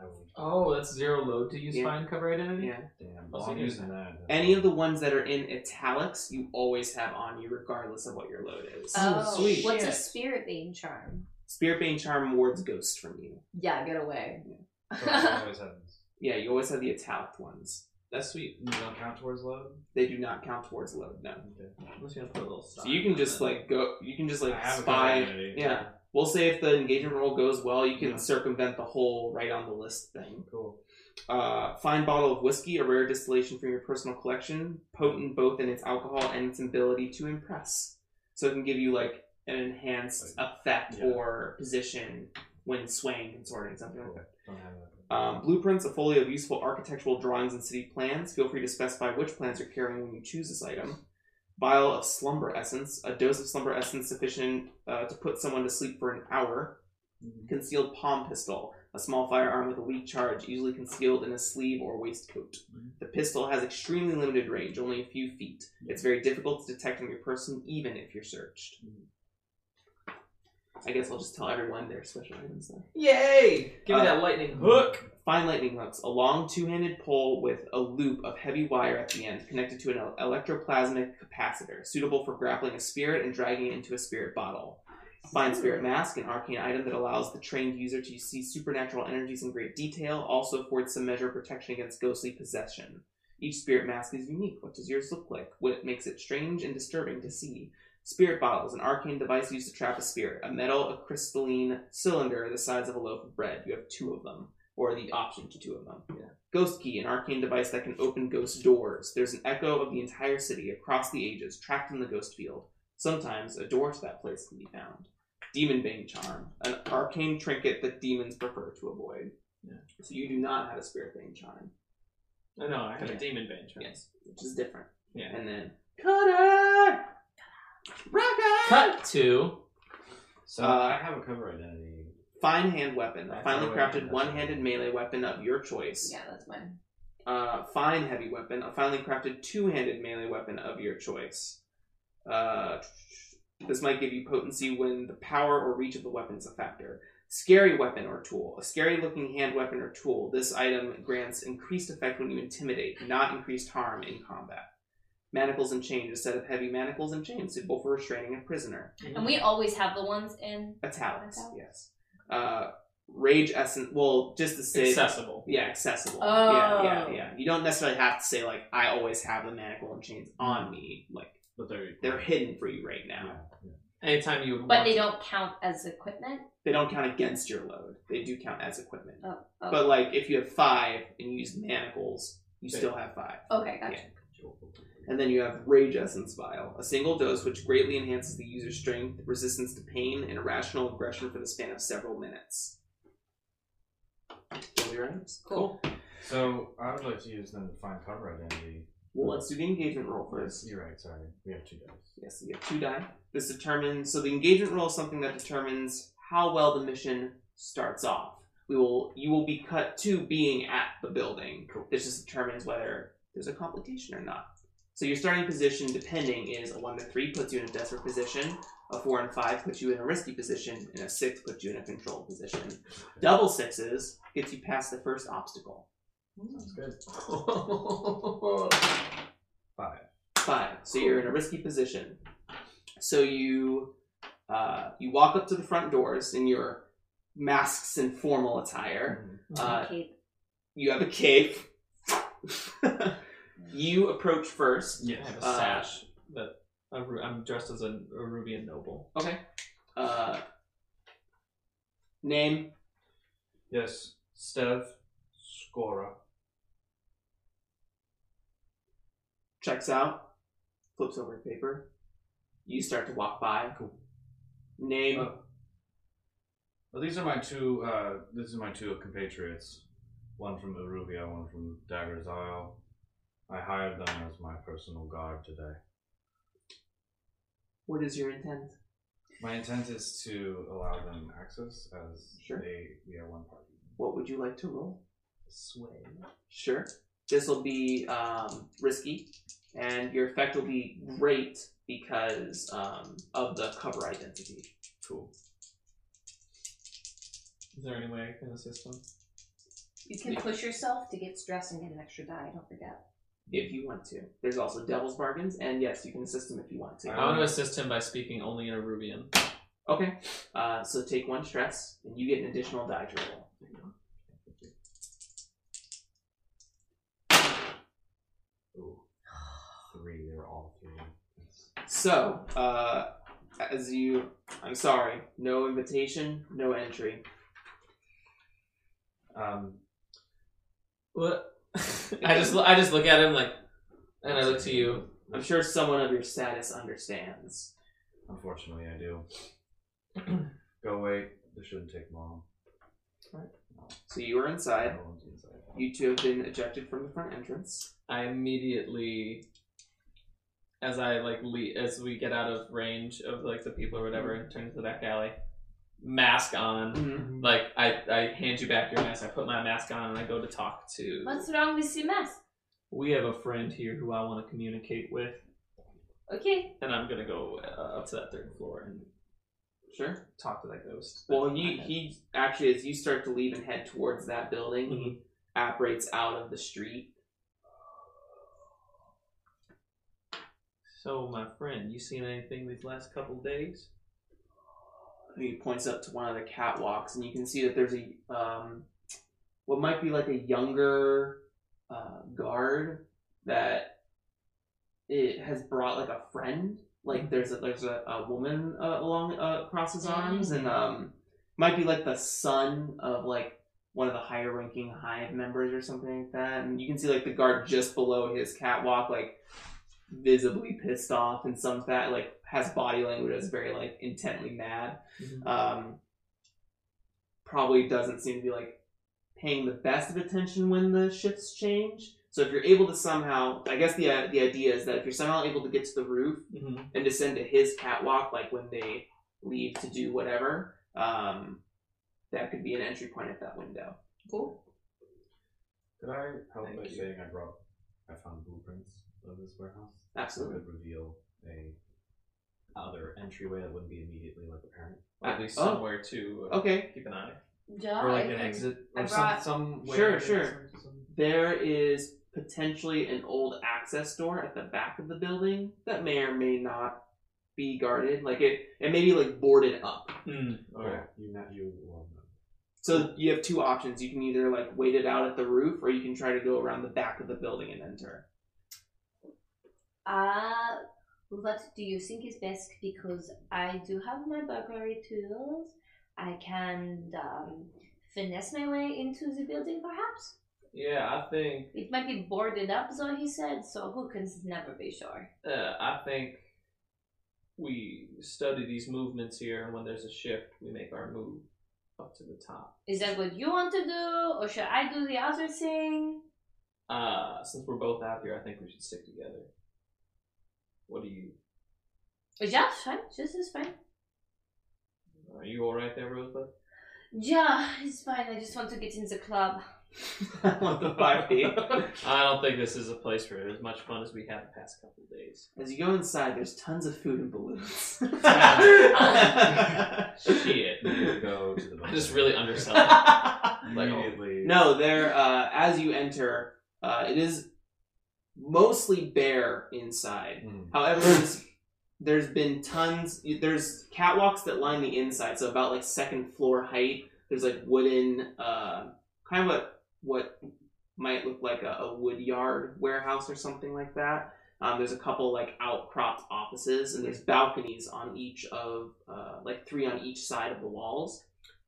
Speaker 4: I would
Speaker 3: Oh, that's zero load to use
Speaker 5: Yeah.
Speaker 3: fine cover identity?
Speaker 5: Yeah.
Speaker 4: damn.
Speaker 3: I'll
Speaker 4: Well,
Speaker 3: see
Speaker 4: I'm
Speaker 3: you
Speaker 4: using that.
Speaker 5: Any of the ones that are in italics, you always have on you, regardless of what your load is.
Speaker 2: Oh,
Speaker 3: Ooh, sweet.
Speaker 2: what's a
Speaker 3: Shit.
Speaker 2: spirit being charm?
Speaker 5: Spirit Bane Charm wards ghost from you.
Speaker 2: Yeah, get away.
Speaker 4: So I always have these.
Speaker 5: Yeah, you always have the italic ones.
Speaker 4: That's sweet. You don't count towards love.
Speaker 5: They do not count towards load, no.
Speaker 4: Okay.
Speaker 3: I'm just gonna put a little
Speaker 5: So
Speaker 3: star
Speaker 5: you can
Speaker 3: on
Speaker 5: just
Speaker 3: that.
Speaker 5: like go. You can just
Speaker 4: I
Speaker 5: like
Speaker 4: have a cover
Speaker 5: spy.
Speaker 4: identity.
Speaker 5: Yeah. We'll say if the engagement roll goes well, you can
Speaker 4: Yeah.
Speaker 5: circumvent the whole right on the list thing.
Speaker 4: Cool.
Speaker 5: Uh, fine bottle of whiskey, a rare distillation from your personal collection, potent both in its alcohol and its ability to impress. So it can give you like an enhanced effect
Speaker 4: Yeah.
Speaker 5: or position when swaying, consorting, something like
Speaker 4: Cool.
Speaker 5: that.
Speaker 4: Don't have that.
Speaker 5: Um, blueprints, a folio of useful architectural drawings and city plans. Feel free to specify which plans you're carrying when you choose this item. Vial of slumber essence, a dose of slumber essence sufficient uh, to put someone to sleep for an hour.
Speaker 4: Mhm.
Speaker 5: Concealed palm pistol, a small firearm with a weak charge, usually concealed in a sleeve or waistcoat. The pistol has extremely limited range, only a few feet. It's very difficult to detect on your person, even if you're searched. I guess I'll just tell everyone their special items then.
Speaker 3: Yay! Give me
Speaker 5: Uh,
Speaker 3: that lightning hook!
Speaker 5: Fine lightning hooks, a long two handed pole with a loop of heavy wire at the end connected to an el- electroplasmic capacitor, suitable for grappling a spirit and dragging it into a spirit bottle. Fine spirit mask, an arcane item that allows the trained user to see supernatural energies in great detail, also affords some measure of protection against ghostly possession. Each spirit mask is unique. What does yours look like? What makes it strange and disturbing to see? Spirit bottles, an arcane device used to trap a spirit, a metal, a crystalline cylinder the size of a loaf of bread. You have two of them or the option to two of them. Ghost Key, an arcane device that can open ghost doors. There's an echo of the entire city across the ages, trapped in the ghost field. Sometimes a door to that place can be found. Demon Bane Charm, an arcane trinket that demons prefer to avoid.
Speaker 3: Yeah.
Speaker 5: So you do not have a Spirit Bane Charm.
Speaker 3: I know, I have
Speaker 5: Yeah.
Speaker 3: a demon bench. right?
Speaker 5: Yes, which is different.
Speaker 3: Yeah.
Speaker 5: And then Cutter, Rocket,
Speaker 3: Cut to.
Speaker 4: So
Speaker 5: Uh,
Speaker 4: I have a cover identity.
Speaker 5: fine hand weapon, a
Speaker 4: That's
Speaker 5: finely
Speaker 4: what I
Speaker 5: crafted
Speaker 4: meant.
Speaker 5: one-handed melee weapon of your choice.
Speaker 2: Yeah, that's mine.
Speaker 5: uh, fine heavy weapon, a finely crafted two handed melee weapon of your choice. Uh, this might give you potency when the power or reach of the weapon is a factor. Scary weapon or tool. A scary looking hand weapon or tool. This item grants increased effect when you intimidate, not increased harm in combat. Manacles and chains. A set of heavy manacles and chains suitable for restraining a prisoner.
Speaker 2: And we always have the ones in.
Speaker 5: Italics,
Speaker 2: Italics.
Speaker 5: yes. Uh, rage essence. Well, just to say.
Speaker 3: Accessible.
Speaker 5: Yeah, accessible.
Speaker 2: Oh.
Speaker 5: Yeah, yeah, yeah. You don't necessarily have to say like I always have the manacle and chains on me. Like
Speaker 4: But they're
Speaker 5: they're hidden for you right now.
Speaker 4: Yeah. yeah.
Speaker 3: Anytime you would
Speaker 2: But
Speaker 3: want
Speaker 2: they
Speaker 3: to-
Speaker 2: don't count as equipment.
Speaker 5: They don't count against your load. They do count as equipment.
Speaker 2: Oh, oh.
Speaker 5: But like if you have five and you use manacles, you
Speaker 4: Okay.
Speaker 5: still have five.
Speaker 2: okay, gotcha.
Speaker 5: And then you have Rage Essence Vial, a single dose which greatly enhances the user's strength, resistance to pain, and irrational aggression for the span of several minutes. Those are your items.
Speaker 2: Cool.
Speaker 4: So I would like to use them to find cover identity.
Speaker 5: Well, let's do the engagement roll first.
Speaker 4: You're right. Sorry, we have two dice.
Speaker 5: Yes, you get two die. This determines so the engagement roll is something that determines how well the mission starts off. We will you will be cut to being at the building.
Speaker 4: Cool.
Speaker 5: This just determines whether there's a complication or not. So your starting position, depending, is a one to three puts you in a desperate position, a four and five puts you in a risky position, and a six puts you in a controlled position. Double sixes gets you past the first obstacle.
Speaker 4: Sounds good.
Speaker 3: All
Speaker 4: Five.
Speaker 5: Five. So you're in a risky position. So you uh, you walk up to the front doors in your masks and formal attire.
Speaker 2: Mm-hmm.
Speaker 5: Uh,
Speaker 2: Cape.
Speaker 5: you have a cape. you approach first.
Speaker 3: Yeah, I have a
Speaker 5: Uh,
Speaker 3: sash that a Ru- I'm dressed as a, a Rubian noble.
Speaker 5: Okay. Uh, name.
Speaker 4: Yes, Stev Scora.
Speaker 5: checks out, flips over the paper. You start to walk by. Name.
Speaker 4: Oh. Well, these are my two. Uh, this is my two compatriots. One from Uruvia, one from Dagger's Isle. I hired them as my personal guard today.
Speaker 5: What is your intent?
Speaker 4: My intent is to allow them access as
Speaker 5: Sure.
Speaker 4: they we are one party.
Speaker 5: What would you like to roll?
Speaker 3: Sway.
Speaker 5: Sure. This will be um, risky, and your effect will be great because um, of the cover identity.
Speaker 4: Cool.
Speaker 3: Is there any way I can assist him?
Speaker 2: You can push yourself to get stressed and get an extra die. Don't forget.
Speaker 5: If you want to, there's also devil's bargains, and yes, you can assist them if you want to.
Speaker 3: I want to assist him by speaking only in a Rubian.
Speaker 5: Okay, uh, so take one stress, and you get an additional die to roll.
Speaker 4: Ooh, three. They're all three.
Speaker 5: So, uh, as you, I'm sorry, no invitation, no entry.
Speaker 4: Um,
Speaker 3: What? I just I just look at him like, and I look to you.
Speaker 5: I'm sure someone of your status understands.
Speaker 4: Unfortunately, I do. Go wait. This shouldn't take long.
Speaker 5: So you are inside.
Speaker 4: Everyone's inside.
Speaker 5: You two have been ejected from the front entrance.
Speaker 3: I immediately, as I like le- as we get out of range of like the people or whatever, and turn to the back alley, mask on.
Speaker 5: Mm-hmm.
Speaker 3: Like I, I hand you back your mask. I put my mask on and I go to talk to.
Speaker 2: What's wrong with your mask?
Speaker 3: We have a friend here who I want to communicate with,
Speaker 2: Okay.
Speaker 3: and I'm gonna go uh, up to that third floor and
Speaker 5: Sure.
Speaker 3: talk to that ghost.
Speaker 5: Well, he he actually, as you start to leave and head towards that building, he apparates out of the street.
Speaker 3: So, my friend, you seen anything these last couple days?
Speaker 5: He points up to one of the catwalks, and you can see that there's a um, what might be like a younger uh, guard that it has brought like a friend. Like there's a there's a, a woman uh, along uh, across his arms, and um, might be like the son of like one of the higher ranking hive members or something like that. And you can see like the guard just below his catwalk, like visibly pissed off in some fat like has body language that's very like intently mad
Speaker 3: Mm-hmm. Uh,
Speaker 5: um, probably doesn't seem to be like paying the best of attention when the shifts change. So if you're able to somehow, I guess the the idea is that if you're somehow able to get to the roof
Speaker 3: Mhm.
Speaker 5: and descend to his catwalk, like when they leave to do whatever, um, that could be an entry point at that window.
Speaker 2: Cool.
Speaker 4: Could I help
Speaker 3: Thank
Speaker 4: by
Speaker 3: you.
Speaker 4: saying I brought, I found blueprints of this warehouse? So
Speaker 5: Absolutely.
Speaker 4: it would reveal a other entryway that wouldn't be immediately like apparent.
Speaker 3: Or at least
Speaker 5: Oh.
Speaker 3: somewhere to uh,
Speaker 5: Okay.
Speaker 3: keep an eye,
Speaker 2: Yeah.
Speaker 3: or like
Speaker 2: I
Speaker 3: an
Speaker 2: can-
Speaker 3: exit,
Speaker 2: I
Speaker 3: or some
Speaker 2: brought-
Speaker 3: somewhere.
Speaker 5: Sure, There is potentially an old access door at the back of the building that may or may not be guarded. Like it, it may be like boarded up.
Speaker 3: Mm,
Speaker 4: Okay.
Speaker 3: okay.
Speaker 4: You not you will know.
Speaker 5: So you have two options. You can either like wait it out at the roof, or you can try to go around the back of the building and enter.
Speaker 2: Uh, what do you think is best? Because I do have my burglary tools. I can um, finesse my way into the building, perhaps.
Speaker 3: Yeah, I think
Speaker 2: It might be boarded up, so he said. So who can never be sure?
Speaker 3: uh, I think we study these movements here, and when there's a shift, we make our move up to the top.
Speaker 2: Is that what you want to do, or should I do the other thing?
Speaker 3: Uh, since we're both out here, I think we should stick together. What do you?
Speaker 2: Yeah, fine. This is fine.
Speaker 3: Are you all right there, Rosebud?
Speaker 2: Yeah, it's fine. I just want to get in the club.
Speaker 5: I want the five eight.
Speaker 3: I don't think this is a place for as much fun as we had the past couple of days.
Speaker 5: As you go inside, there's tons of food and balloons.
Speaker 3: Shit.
Speaker 4: You go to the.
Speaker 3: I just really undersell it. like, oh.
Speaker 4: immediately.
Speaker 5: no, there. Uh, as you enter, uh, it is mostly bare inside.
Speaker 4: Mm.
Speaker 5: However, this there's been tons. There's catwalks that line the inside, so about like second floor height. There's like wooden, uh, kind of what what might look like a, a wood yard warehouse or something like that. Um, there's a couple like outcropped offices, and there's balconies on each of uh, like three on each side of the walls.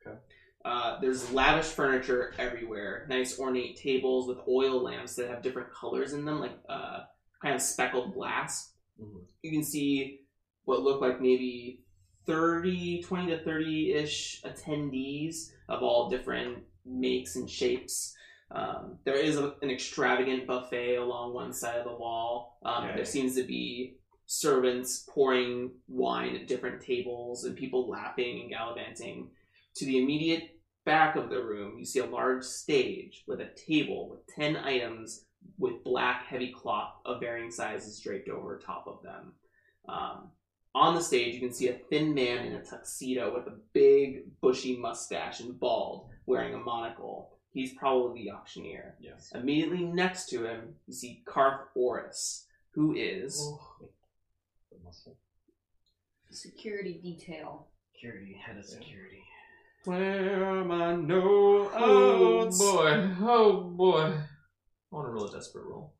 Speaker 3: Okay.
Speaker 5: Uh, there's lavish furniture everywhere. Nice ornate tables with oil lamps that have different colors in them, like uh, kind of speckled glass
Speaker 4: Mhm.
Speaker 5: you can see what look like maybe 30 20 to 30-ish attendees of all different makes and shapes um, there is a, an extravagant buffet along one side of the wall um,
Speaker 4: Yeah.
Speaker 5: there seems to be servants pouring wine at different tables and people laughing and gallivanting to the immediate back of the room you see a large stage with a table with 10 items with black heavy cloth of varying sizes draped over top of them. Um, on the stage, you can see a thin man in a tuxedo with a big, bushy mustache and bald, wearing a monocle. He's probably the auctioneer.
Speaker 3: Yes.
Speaker 5: Immediately next to him, you see Karth Oris, who is
Speaker 4: The muscle.
Speaker 2: Security detail.
Speaker 4: Security, head of security.
Speaker 5: Uh, where my no
Speaker 3: Oh boy! Oh boy! I want to roll a desperate roll.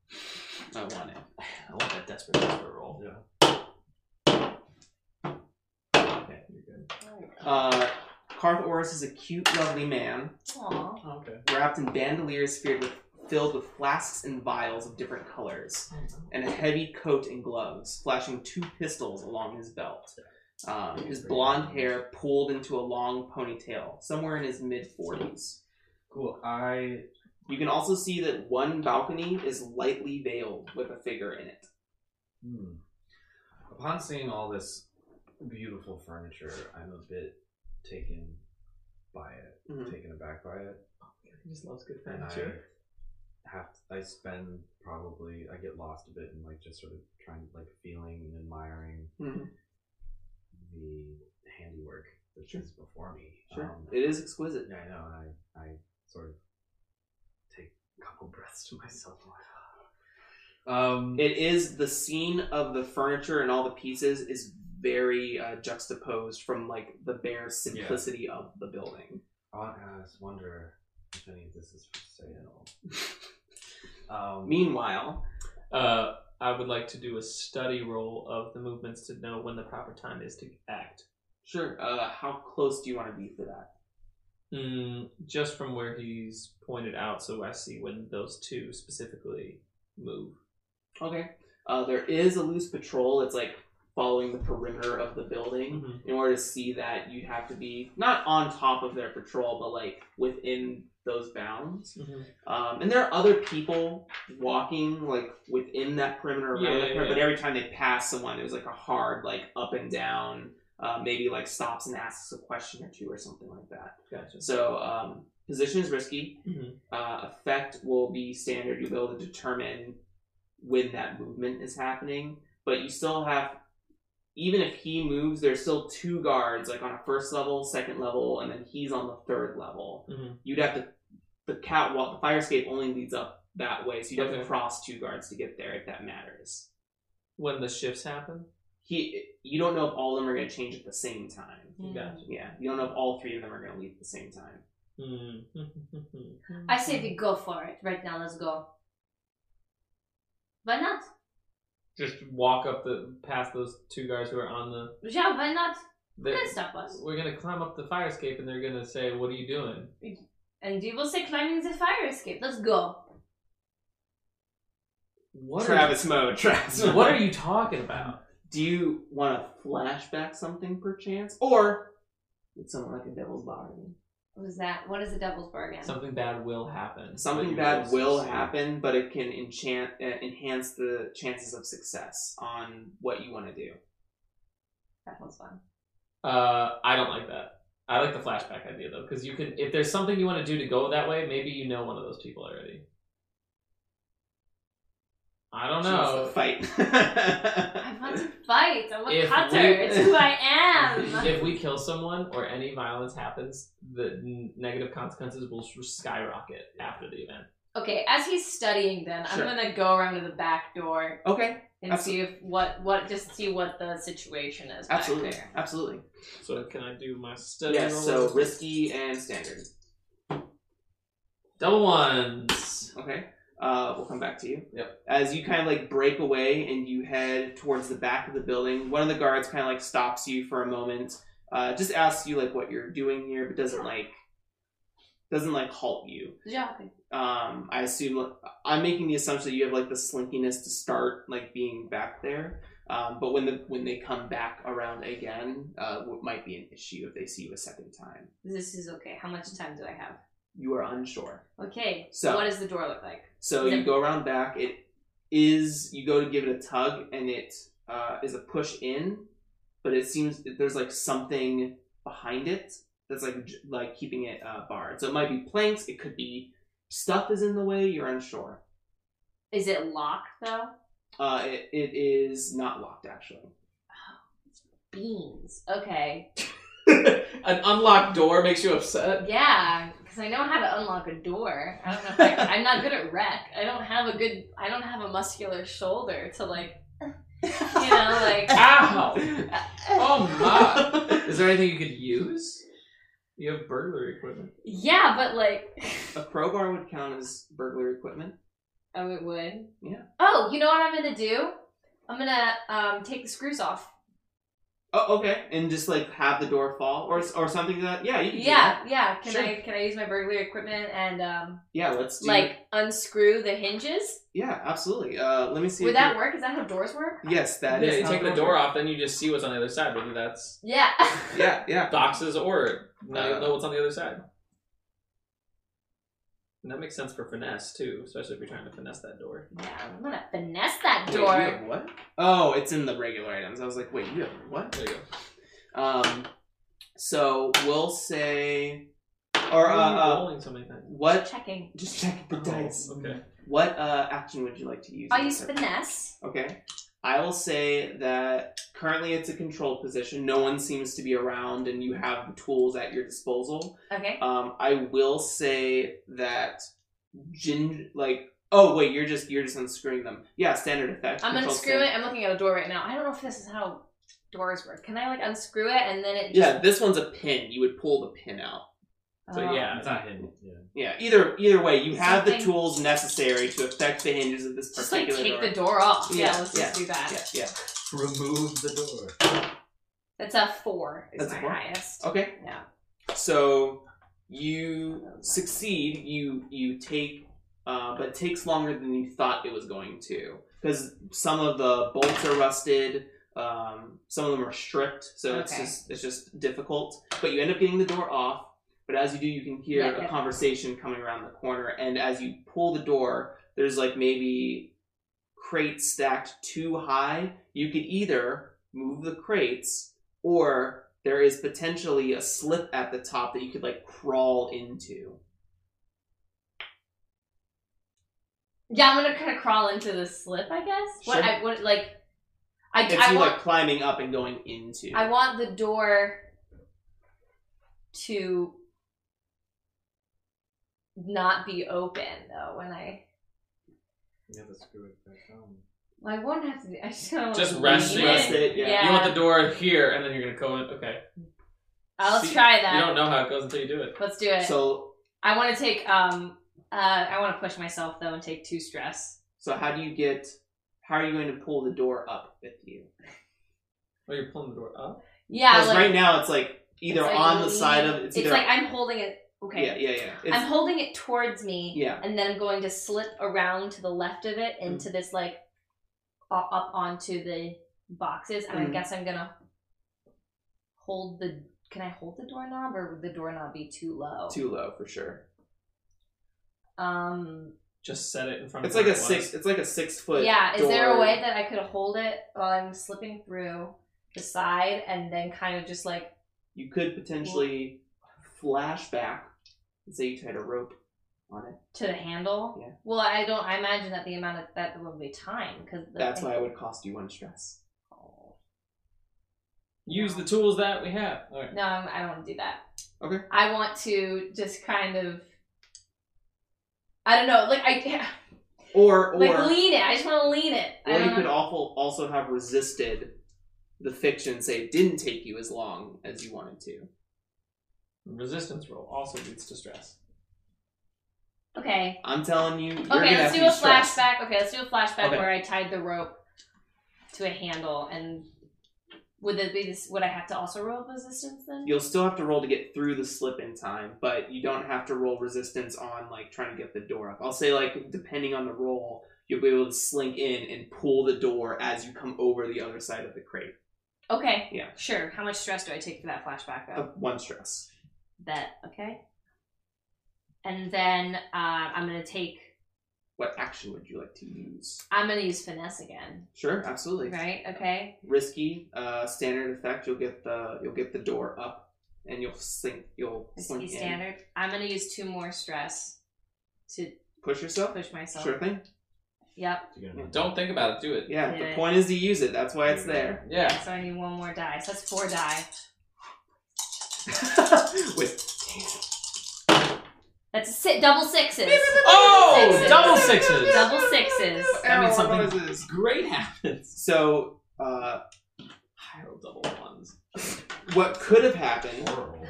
Speaker 5: I want it.
Speaker 3: I want that desperate desperate roll.
Speaker 4: Yeah.
Speaker 3: Okay, you're good.
Speaker 5: Uh, Karth Oris is a cute, lovely man.
Speaker 2: Aw.
Speaker 3: Okay.
Speaker 5: wrapped in bandoliers filled with, filled with flasks and vials of different colors, and a heavy coat and gloves, flashing two pistols along his belt. Um, his blonde hair pulled into a long ponytail, somewhere in his mid 40s.
Speaker 4: Cool. I
Speaker 5: You can also see that one balcony is lightly veiled with a figure in it.
Speaker 4: Hmm. Upon seeing all this beautiful furniture, I'm a bit taken by it,
Speaker 3: Mm-hmm.
Speaker 5: Mhm.
Speaker 4: taken aback by it,
Speaker 3: He just loves good
Speaker 4: and
Speaker 3: furniture.
Speaker 4: I have I spend probably I get lost a bit in like just sort of trying like feeling and admiring
Speaker 5: Mhm.
Speaker 4: the handiwork that
Speaker 5: Sure.
Speaker 4: is before me.
Speaker 5: Sure.
Speaker 4: Um,
Speaker 5: It is exquisite.
Speaker 4: yeah, I know. And I I sort of take a couple breaths to myself. and I'm like, um.
Speaker 5: It is the scene of the furniture and all the pieces is very uh, juxtaposed from like the bare simplicity of the building.
Speaker 4: I want to just wonder if any of this is for sale. Um,
Speaker 5: Meanwhile,
Speaker 3: Uh, I would like to do a study roll of the movements to know when the proper time is to act.
Speaker 5: Sure. Uh, how close do you want to be for that?
Speaker 3: Mm, just from where he's pointed out, so I see when those two specifically move.
Speaker 5: Okay. Uh, there is a loose patrol. It's like following the perimeter of the building. In order to see that, you'd have to be not on top of their patrol, but like within those bounds. Um, and there are other people walking like within that perimeter around
Speaker 3: Yeah,
Speaker 5: that
Speaker 3: yeah,
Speaker 5: perimeter,
Speaker 3: yeah.
Speaker 5: But every time they pass someone, it was like a hard like up and down. Uh, maybe like stops and asks a question or two or something like that.
Speaker 3: Gotcha.
Speaker 5: So um, position is risky.
Speaker 3: Mhm.
Speaker 5: uh, effect will be standard. You'll be able to determine when that movement is happening, but you still have, even if he moves, there's still two guards, like on a first level, second level, and then he's on the third level.
Speaker 3: Mhm.
Speaker 5: You'd have to, the catwalk, the fire escape only leads up that way, so you'd have to
Speaker 3: Okay.
Speaker 5: cross two guards to get there if that matters.
Speaker 3: When the shifts happen?
Speaker 5: He, you don't know if all of them are going to change at the same time.
Speaker 2: Mm.
Speaker 3: Gotcha.
Speaker 5: Yeah, you don't know if all three of them are going to leave at the same time.
Speaker 3: Mm.
Speaker 2: I say we go for it right now. Let's go. Why not?
Speaker 3: just walk up the past those two guys who are on the.
Speaker 2: Yeah, why not? Who
Speaker 3: they're-
Speaker 2: can stop us?
Speaker 3: We're gonna climb up the fire escape, and they're gonna say, "What are you doing?"
Speaker 2: And you will say climbing the fire escape. Let's go.
Speaker 3: What
Speaker 5: Travis mode, Travis.
Speaker 3: Are,
Speaker 5: mode.
Speaker 3: what are you talking about?
Speaker 5: Do you want to flashback something perchance, or would someone like a devil's bargain?
Speaker 2: What is that? What is the devil's bargain?
Speaker 3: Something bad will happen.
Speaker 5: Something
Speaker 3: But you
Speaker 5: bad will
Speaker 3: succeed.
Speaker 5: happen, but it can enchant, uh, enhance the chances of success on what you want to do.
Speaker 2: That one's fun.
Speaker 3: Uh, I don't like that. I like the flashback idea though, because you can. If there's something you want to do to go that way, maybe you know one of those people already. I don't
Speaker 5: She wants to
Speaker 3: know.
Speaker 5: fight.
Speaker 2: I want to fight. I'm a
Speaker 3: If
Speaker 2: cutter.
Speaker 3: we-
Speaker 2: It's who I am.
Speaker 3: if we kill someone or any violence happens, the n- negative consequences will s- skyrocket after the event.
Speaker 2: Okay, as he's studying them,
Speaker 5: Sure.
Speaker 2: I'm gonna go around to the back door
Speaker 5: Okay,
Speaker 2: and see if what what just see what the situation is. back
Speaker 5: absolutely,
Speaker 2: there.
Speaker 5: absolutely.
Speaker 3: So can I do my study?
Speaker 5: Yes,
Speaker 3: roll?
Speaker 5: so risky and standard.
Speaker 3: double ones.
Speaker 5: Okay. Uh, we'll come back to you.
Speaker 3: Yep.
Speaker 5: As you kind of like break away and you head towards the back of the building, one of the guards kind of like stops you for a moment, uh, just asks you like what you're doing here, but doesn't like doesn't like halt you.
Speaker 2: Yeah. okay.
Speaker 5: Um, I assume like, I'm making the assumption that you have like the slinkiness to start like being back there. Um, but when the when they come back around again, uh, what might be an issue if they see you a second time.
Speaker 2: This is okay. How much time do I have?
Speaker 5: You are unsure.
Speaker 2: Okay.
Speaker 5: So-
Speaker 2: So what does the door look like?
Speaker 5: So you go around back. It is you go to give it a tug, and it uh, is a push in, but it seems that there's like something behind it that's like j- like keeping it uh, barred. So it might be planks. It could be stuff is in the way. You're unsure.
Speaker 2: Is it locked though?
Speaker 5: Uh, it, it is not locked actually.
Speaker 2: Beans. Okay.
Speaker 3: An unlocked door makes you upset.
Speaker 2: Yeah, because I know how to unlock a door. I don't know. If I, I'm not good at rec. I don't have a good. I don't have a muscular shoulder to like. You know, like.
Speaker 3: Ow! Oh my!
Speaker 5: a
Speaker 3: Is there anything you could use? You have burglary equipment.
Speaker 2: Yeah, but like.
Speaker 5: crowbar would count as burglary equipment.
Speaker 2: Oh, it would.
Speaker 5: Yeah.
Speaker 2: Oh, you know what I'm gonna do? I'm gonna um take the screws off.
Speaker 5: Oh, okay. And just like have the door fall or or something to that. Yeah, you can do that.
Speaker 2: Yeah, yeah. Can
Speaker 5: Sure.
Speaker 2: I can I use my burglary equipment and um
Speaker 5: Yeah, let's do
Speaker 2: like unscrew the hinges?
Speaker 5: Yeah, absolutely. Uh, let me see.
Speaker 2: would
Speaker 5: if
Speaker 2: that
Speaker 5: you-
Speaker 2: work? Is that how doors work?
Speaker 5: Yes, that
Speaker 3: yeah,
Speaker 5: is
Speaker 3: you
Speaker 5: how
Speaker 3: take the
Speaker 5: it
Speaker 3: door
Speaker 5: works.
Speaker 3: off, then you just see what's on the other side. Whether that's
Speaker 2: Yeah.
Speaker 5: Yeah, yeah.
Speaker 3: boxes or now
Speaker 5: Uh,
Speaker 3: you know what's on the other side. And that makes sense for finesse too, especially if you're trying to finesse that door.
Speaker 2: yeah. I'm gonna finesse that
Speaker 5: Wait, you
Speaker 2: door.
Speaker 5: have what? Oh, it's in the regular items. I was like, wait, you have what?
Speaker 3: There you go.
Speaker 5: Um, so we'll say, or
Speaker 3: Why
Speaker 5: uh,
Speaker 3: are you
Speaker 5: uh
Speaker 3: rolling so many times?
Speaker 5: what?
Speaker 2: Checking.
Speaker 5: Just check the
Speaker 3: Oh,
Speaker 5: dice.
Speaker 3: Okay.
Speaker 5: What uh action would you like to use?
Speaker 2: I'll
Speaker 5: in
Speaker 2: use
Speaker 5: this
Speaker 2: finesse.
Speaker 5: Okay. I will say that currently it's a controlled position. No one seems to be around, and you have the tools at your disposal.
Speaker 2: Okay.
Speaker 5: Um, I will say that ginger, like, oh wait, you're just you're just unscrewing them. Yeah, standard effect.
Speaker 2: I'm
Speaker 5: control
Speaker 2: unscrewing it.
Speaker 5: standard.
Speaker 2: I'm looking at a door right now. I don't know if this is how doors work. Can I like unscrew it and then it just
Speaker 5: Yeah, this one's a pin. You would pull the pin out.
Speaker 3: So
Speaker 2: Oh.
Speaker 3: yeah,
Speaker 4: It's not hidden. Yeah.
Speaker 5: Yeah. Either either way, you have the
Speaker 2: Something-
Speaker 5: tools necessary to affect the hinges of this
Speaker 2: oh. Just like
Speaker 5: particular
Speaker 2: take the
Speaker 5: door.
Speaker 2: door off. Yeah,
Speaker 5: Yeah,
Speaker 2: let's
Speaker 5: yeah,
Speaker 2: just do that.
Speaker 5: Yeah, yeah.
Speaker 4: Remove the door.
Speaker 2: That's a four. Is
Speaker 5: That's a
Speaker 2: my
Speaker 5: four? Oh.
Speaker 2: highest.
Speaker 5: Okay.
Speaker 2: Yeah.
Speaker 5: So you succeed. You you take, uh, but it takes longer than you thought it was going to because some of the bolts are rusted. Um, some of them are stripped, so it's
Speaker 2: Okay.
Speaker 5: just it's just difficult. But you end up getting the door off. But as you do, you can hear
Speaker 2: Yeah,
Speaker 5: a
Speaker 2: yeah.
Speaker 5: conversation coming around the corner. And as you pull the door, there's like maybe crates stacked too high. You could either move the crates or there is potentially a slip at the top that you could like crawl into.
Speaker 2: Yeah, I'm gonna kind of crawl into the slip, I guess. What
Speaker 5: Sure.
Speaker 2: I what like, I,
Speaker 5: It's
Speaker 2: I
Speaker 5: you
Speaker 2: want
Speaker 5: like climbing up and going into.
Speaker 2: I want the door to not be open though. When I
Speaker 4: You have to screw it back on.
Speaker 2: I won't have to. I just kind of
Speaker 3: Just rest
Speaker 5: it. Rest it, yeah.
Speaker 3: you want the door here, and then you're gonna go in. Okay.
Speaker 2: I'll
Speaker 3: See,
Speaker 2: try
Speaker 3: You
Speaker 2: that.
Speaker 3: don't know how it goes until you do it.
Speaker 2: Let's do it.
Speaker 5: So
Speaker 2: I want to take um uh I want to push myself though and take two stress.
Speaker 5: so how do you get? How are you going to pull the door up with you?
Speaker 3: Oh, you're pulling the door up.
Speaker 2: Yeah,
Speaker 5: Because
Speaker 2: like,
Speaker 5: right now it's like either
Speaker 2: it's like
Speaker 5: on the side of
Speaker 2: leaning-
Speaker 5: it's either
Speaker 2: like I'm holding it. Okay.
Speaker 5: yeah yeah yeah. It's,
Speaker 2: I'm holding it towards me.
Speaker 5: Yeah. Mm.
Speaker 2: And then I'm going to slip around to the left of it into this like u- up onto the boxes, and I
Speaker 5: Mhm.
Speaker 2: guess I'm gonna hold the. Can I hold the doorknob, or would the doorknob be too low?
Speaker 5: too low for sure.
Speaker 2: Um.
Speaker 3: Just set it in front.
Speaker 5: It's
Speaker 3: of
Speaker 5: like
Speaker 3: where
Speaker 5: a
Speaker 3: it was.
Speaker 5: six. It's like a six foot.
Speaker 2: yeah. Is there a
Speaker 5: door.
Speaker 2: way that I could hold it while I'm slipping through the side, and then kind of just like
Speaker 5: You could potentially flash back and say you tied a rope on it.
Speaker 2: to the handle?
Speaker 5: Yeah.
Speaker 2: Well, I don't. I imagine that the amount of that will be time because
Speaker 5: That's why it would cost you one stress.
Speaker 3: Use the tools that we have. All right.
Speaker 2: No, I'm, I don't want to do that.
Speaker 5: Okay.
Speaker 2: I want to just kind of I don't know. Like I,
Speaker 5: Or or
Speaker 2: like lean it. I just want to lean it. I
Speaker 5: Or you
Speaker 2: don't
Speaker 5: could
Speaker 2: know.
Speaker 5: awful, also have resisted the fiction, say it didn't take you as long as you wanted to.
Speaker 3: Resistance roll also leads to stress.
Speaker 2: Okay.
Speaker 5: I'm telling you, you're gonna
Speaker 2: Okay.
Speaker 5: have
Speaker 2: Let's
Speaker 5: to
Speaker 2: do
Speaker 5: be
Speaker 2: a
Speaker 5: stressed.
Speaker 2: flashback. Okay. Let's do a flashback
Speaker 3: Okay.
Speaker 2: where I tied the rope to a handle, and would it be this? Would I have to also roll resistance then?
Speaker 5: You'll still have to roll to get through the slip in time, but you don't have to roll resistance on like trying to get the door up. I'll say like depending on the roll, you'll be able to slink in and pull the door as you come over the other side of the crate.
Speaker 2: Okay.
Speaker 5: Yeah.
Speaker 2: Sure. How much stress do I take for that flashback though?
Speaker 5: Uh, one stress.
Speaker 2: That okay. And then uh, I'm gonna take.
Speaker 5: What action would you like to use?
Speaker 2: I'm gonna use finesse again.
Speaker 5: Sure, absolutely.
Speaker 2: Right. Okay.
Speaker 5: risky uh, standard effect. You'll get the you'll get the door up, and you'll sink. You'll slink
Speaker 2: Risky
Speaker 5: in.
Speaker 2: standard. I'm gonna use two more stress to
Speaker 5: Push yourself.
Speaker 2: push myself.
Speaker 5: Sure thing.
Speaker 2: Yep.
Speaker 4: You're gonna-
Speaker 3: Don't think about it. Do it.
Speaker 5: Yeah.
Speaker 2: Yeah.
Speaker 5: The point is to use it. That's why it's there.
Speaker 3: Yeah.
Speaker 2: So I need one more die. So that's four die.
Speaker 5: With
Speaker 2: That's si double sixes.
Speaker 3: Oh, double sixes.
Speaker 2: Double sixes.
Speaker 3: That
Speaker 5: Arrow
Speaker 3: means something
Speaker 5: noises.
Speaker 3: great happens.
Speaker 5: So uh,
Speaker 3: I rolled double ones.
Speaker 5: what could have happened
Speaker 4: Oral.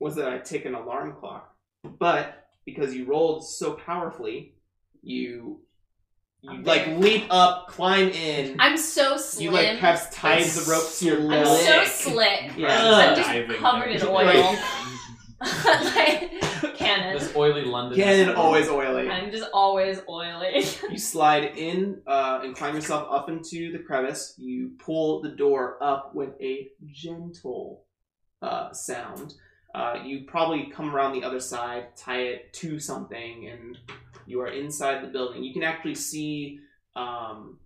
Speaker 5: was that I tick an alarm clock, but because you rolled so powerfully, you you
Speaker 2: I'm
Speaker 5: like
Speaker 2: there.
Speaker 5: leap up, climb in.
Speaker 2: I'm so slim.
Speaker 5: you like have tied
Speaker 3: That's
Speaker 5: the rope to your
Speaker 2: I'm so
Speaker 5: leg.
Speaker 2: slick.
Speaker 5: Yeah.
Speaker 2: I'm just
Speaker 4: Diving.
Speaker 2: covered in oil.
Speaker 5: Right.
Speaker 2: like cannon.
Speaker 3: This oily London.
Speaker 5: Cannon always oily.
Speaker 2: I'm just always oily.
Speaker 5: You slide in uh, and climb yourself up into the crevice. You pull the door up with a gentle uh, sound. Uh, you probably come around the other side, tie it to something, and you are inside the building. You can actually see um,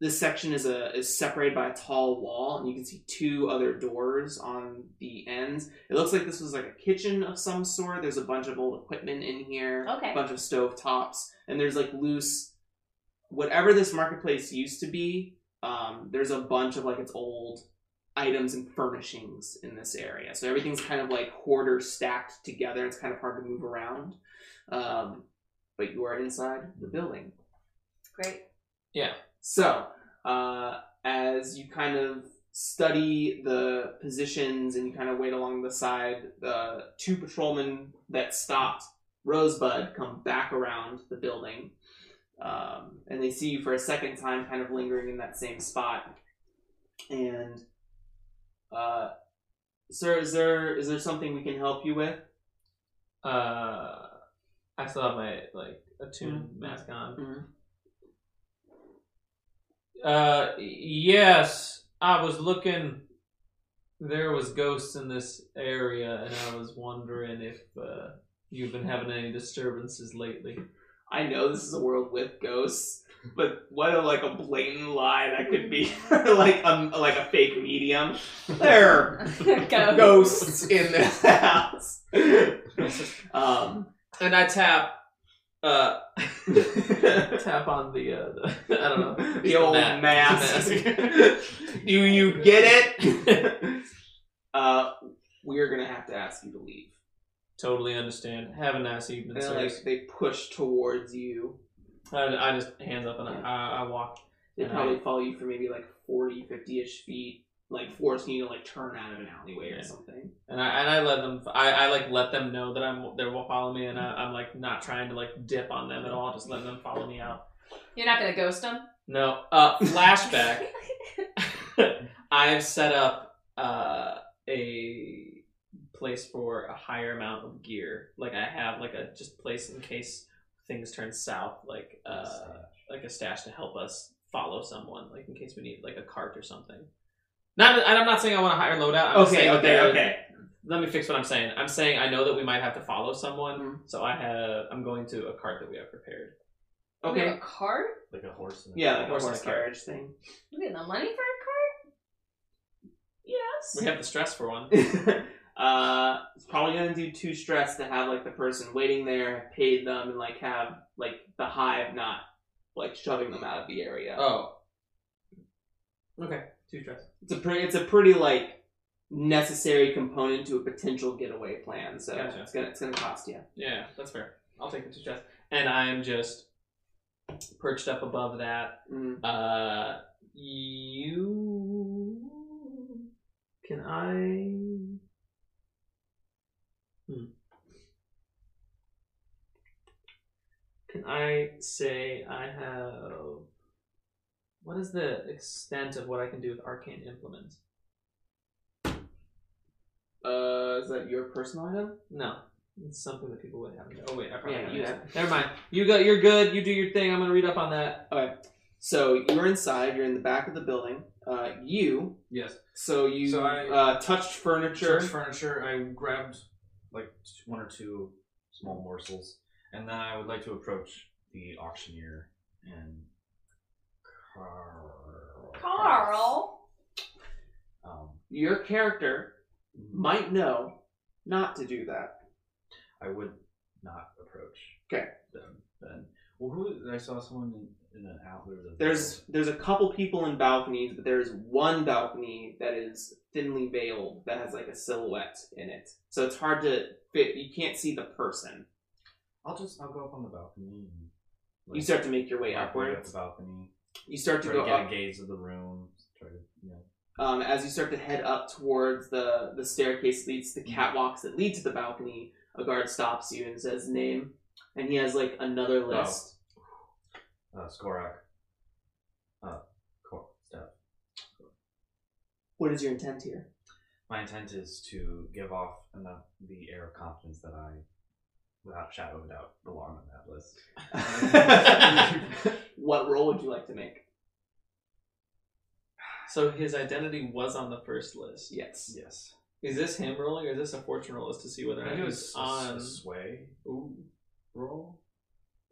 Speaker 5: this section is a is separated by a tall wall, and you can see two other doors on the ends. It looks like this was like a kitchen of some sort. There's a bunch of old equipment in here
Speaker 2: Okay.
Speaker 5: bunch of stove tops and there's like loose whatever this marketplace used to be um, there's a bunch of like its old items and furnishings in this area so everything's kind of like hoarder stacked together it's kind of hard to move around um, but you are inside the building
Speaker 2: Great.
Speaker 5: so, uh, as you kind of study the positions and you kind of wait along the side, the two patrolmen that stopped Rosebud come back around the building. Um, and they see you for a second time, kind of lingering in that same spot. And, uh, sir, is there is there something we can help you with?
Speaker 3: Uh, I still have my like attuned
Speaker 2: Mm-hmm.
Speaker 3: mask on. Uh, yes, I was looking. There was ghosts in this area, and I was wondering if uh, you've been having any disturbances lately.
Speaker 5: I know this is a world with ghosts, but what a like a blatant lie that could be like um like a fake medium. There are
Speaker 2: Go.
Speaker 5: ghosts in this house. um
Speaker 3: And I tap, uh, tap on the, uh, the I don't know
Speaker 5: the old
Speaker 3: mat-
Speaker 5: mask. Do you get it? uh we're gonna have to ask you to leave.
Speaker 3: Totally understand. Have a nice evening,
Speaker 5: And
Speaker 3: sir.
Speaker 5: like they push towards you.
Speaker 3: I, I just hands up and I, I, I walk.
Speaker 5: They
Speaker 3: And
Speaker 5: probably
Speaker 3: I-
Speaker 5: follow you for maybe like 40, 50 ish feet, like forcing you to like turn out of an alleyway or
Speaker 3: Yeah.
Speaker 5: something.
Speaker 3: And I, and I let them, I, I like let them know that I'm, they're following me and I, I'm like not trying to like dip on them at all, just letting them follow me out.
Speaker 2: You're not gonna ghost him.
Speaker 3: No, uh, flashback. I have set up, uh, a place for a higher amount of gear. Like I have like a just place in case things turn south, like, uh, like a stash to help us follow someone, like in case we need like a cart or something. Not, and I'm not saying I want a higher loadout. I'm just saying that there- Let me fix what I'm saying. I'm saying I know that we might have to follow someone, so I have. I'm going to a cart that we have prepared.
Speaker 2: We have
Speaker 5: Okay.
Speaker 2: A cart?
Speaker 4: like a horse. and a
Speaker 5: Yeah, like a
Speaker 3: Horse and
Speaker 5: horse
Speaker 3: a carriage.
Speaker 5: carriage thing.
Speaker 2: We get the money for a cart? Yes.
Speaker 3: We have the stress for one.
Speaker 5: uh, it's probably gonna do two stress to have like the person waiting there, paid them, and like have like the hive not like shoving them out of the area.
Speaker 3: Oh. Okay, two stress.
Speaker 5: It's a pretty, it's a pretty like necessary component to a potential getaway plan. So
Speaker 3: Gotcha.
Speaker 5: it's gonna it's gonna cost you.
Speaker 3: Yeah, that's fair. I'll take the two shots. And I am just perched up above that.
Speaker 5: Mm.
Speaker 3: Uh, you can I? Hmm. Can I say I have? What is the extent of what I can do with arcane implements?
Speaker 5: Uh, is that your personal item?
Speaker 3: No, it's something that people would have. Oh wait, I probably
Speaker 5: Yeah,
Speaker 3: have
Speaker 5: you
Speaker 3: it.
Speaker 5: have-
Speaker 3: Never mind. You go. You're good. You do your thing. I'm gonna read up on that.
Speaker 5: Okay. So you're inside. You're in the back of the building. Uh, you.
Speaker 4: Yes.
Speaker 5: So you
Speaker 4: So I-
Speaker 5: uh, touched furniture.
Speaker 4: Church furniture. I grabbed like t- one or two small morsels, and then I would like to approach the auctioneer and Carl.
Speaker 2: Carl.
Speaker 4: Um,
Speaker 5: Your character might know not to do that.
Speaker 4: I would not approach.
Speaker 5: 'Kay.
Speaker 4: Them then. Well, who? I saw someone in, in an outlet. of-
Speaker 5: There's there's a couple people in balconies, but there is one balcony that is thinly veiled that has like a silhouette in it. So it's hard to fit. You can't see the person.
Speaker 4: I'll just. I'll go up on the balcony. And,
Speaker 5: You start to make your way
Speaker 4: like, walk up
Speaker 5: upwards.
Speaker 4: the balcony.
Speaker 5: You start to
Speaker 4: Try
Speaker 5: go
Speaker 4: to get
Speaker 5: up
Speaker 4: a gaze of the room. Try to. You know.
Speaker 5: um, as you start to head up towards the the staircase leads
Speaker 4: Mm-hmm.
Speaker 5: to the catwalks that lead to the balcony. A guard stops you and says name, and he has like another
Speaker 4: Oh.
Speaker 5: list.
Speaker 4: Uh, Skorak. Uh, Cor- uh,
Speaker 5: What is your intent here?
Speaker 4: My intent is to give off enough the air of confidence that I, without a shadow of a doubt, belong on that list.
Speaker 5: what role would you like to make?
Speaker 3: So his identity was on the first list.
Speaker 5: Yes.
Speaker 4: Yes.
Speaker 3: Is this him rolling or is this a fortune roll? Is to see whether or not he's
Speaker 4: a-
Speaker 5: Um,
Speaker 3: on.
Speaker 4: a sway
Speaker 3: Ooh.
Speaker 4: roll.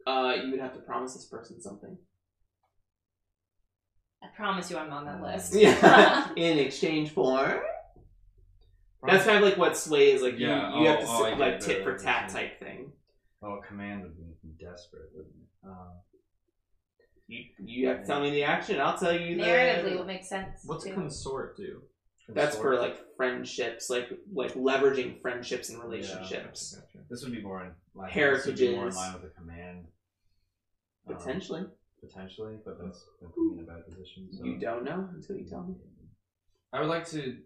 Speaker 5: Uh, you would have to promise this person something.
Speaker 2: I promise you, I'm on that list.
Speaker 5: Yeah. In exchange for that's kind of like what sway is like.
Speaker 4: Yeah,
Speaker 5: You, you have to
Speaker 4: oh, oh, I
Speaker 5: sit,
Speaker 4: get
Speaker 5: like
Speaker 4: it,
Speaker 5: tit for
Speaker 4: I
Speaker 5: tat
Speaker 4: understand.
Speaker 5: type thing.
Speaker 4: Oh, command would be desperate, wouldn't it? Um,
Speaker 5: You you have to tell me the action. I'll tell you.
Speaker 2: Narratively,
Speaker 5: the...
Speaker 2: what makes sense?
Speaker 3: What's
Speaker 2: too.
Speaker 3: consort do?
Speaker 5: That's for
Speaker 4: consort.
Speaker 5: like friendships, like like leveraging friendships and relationships.
Speaker 3: Gotcha, gotcha.
Speaker 4: This would be more in line. This would be more in
Speaker 5: Heritages.
Speaker 4: line with a command. um,
Speaker 5: Potentially,
Speaker 4: potentially, but that's that's being in a bad position. So.
Speaker 5: you don't know until you tell me.
Speaker 4: I would like to.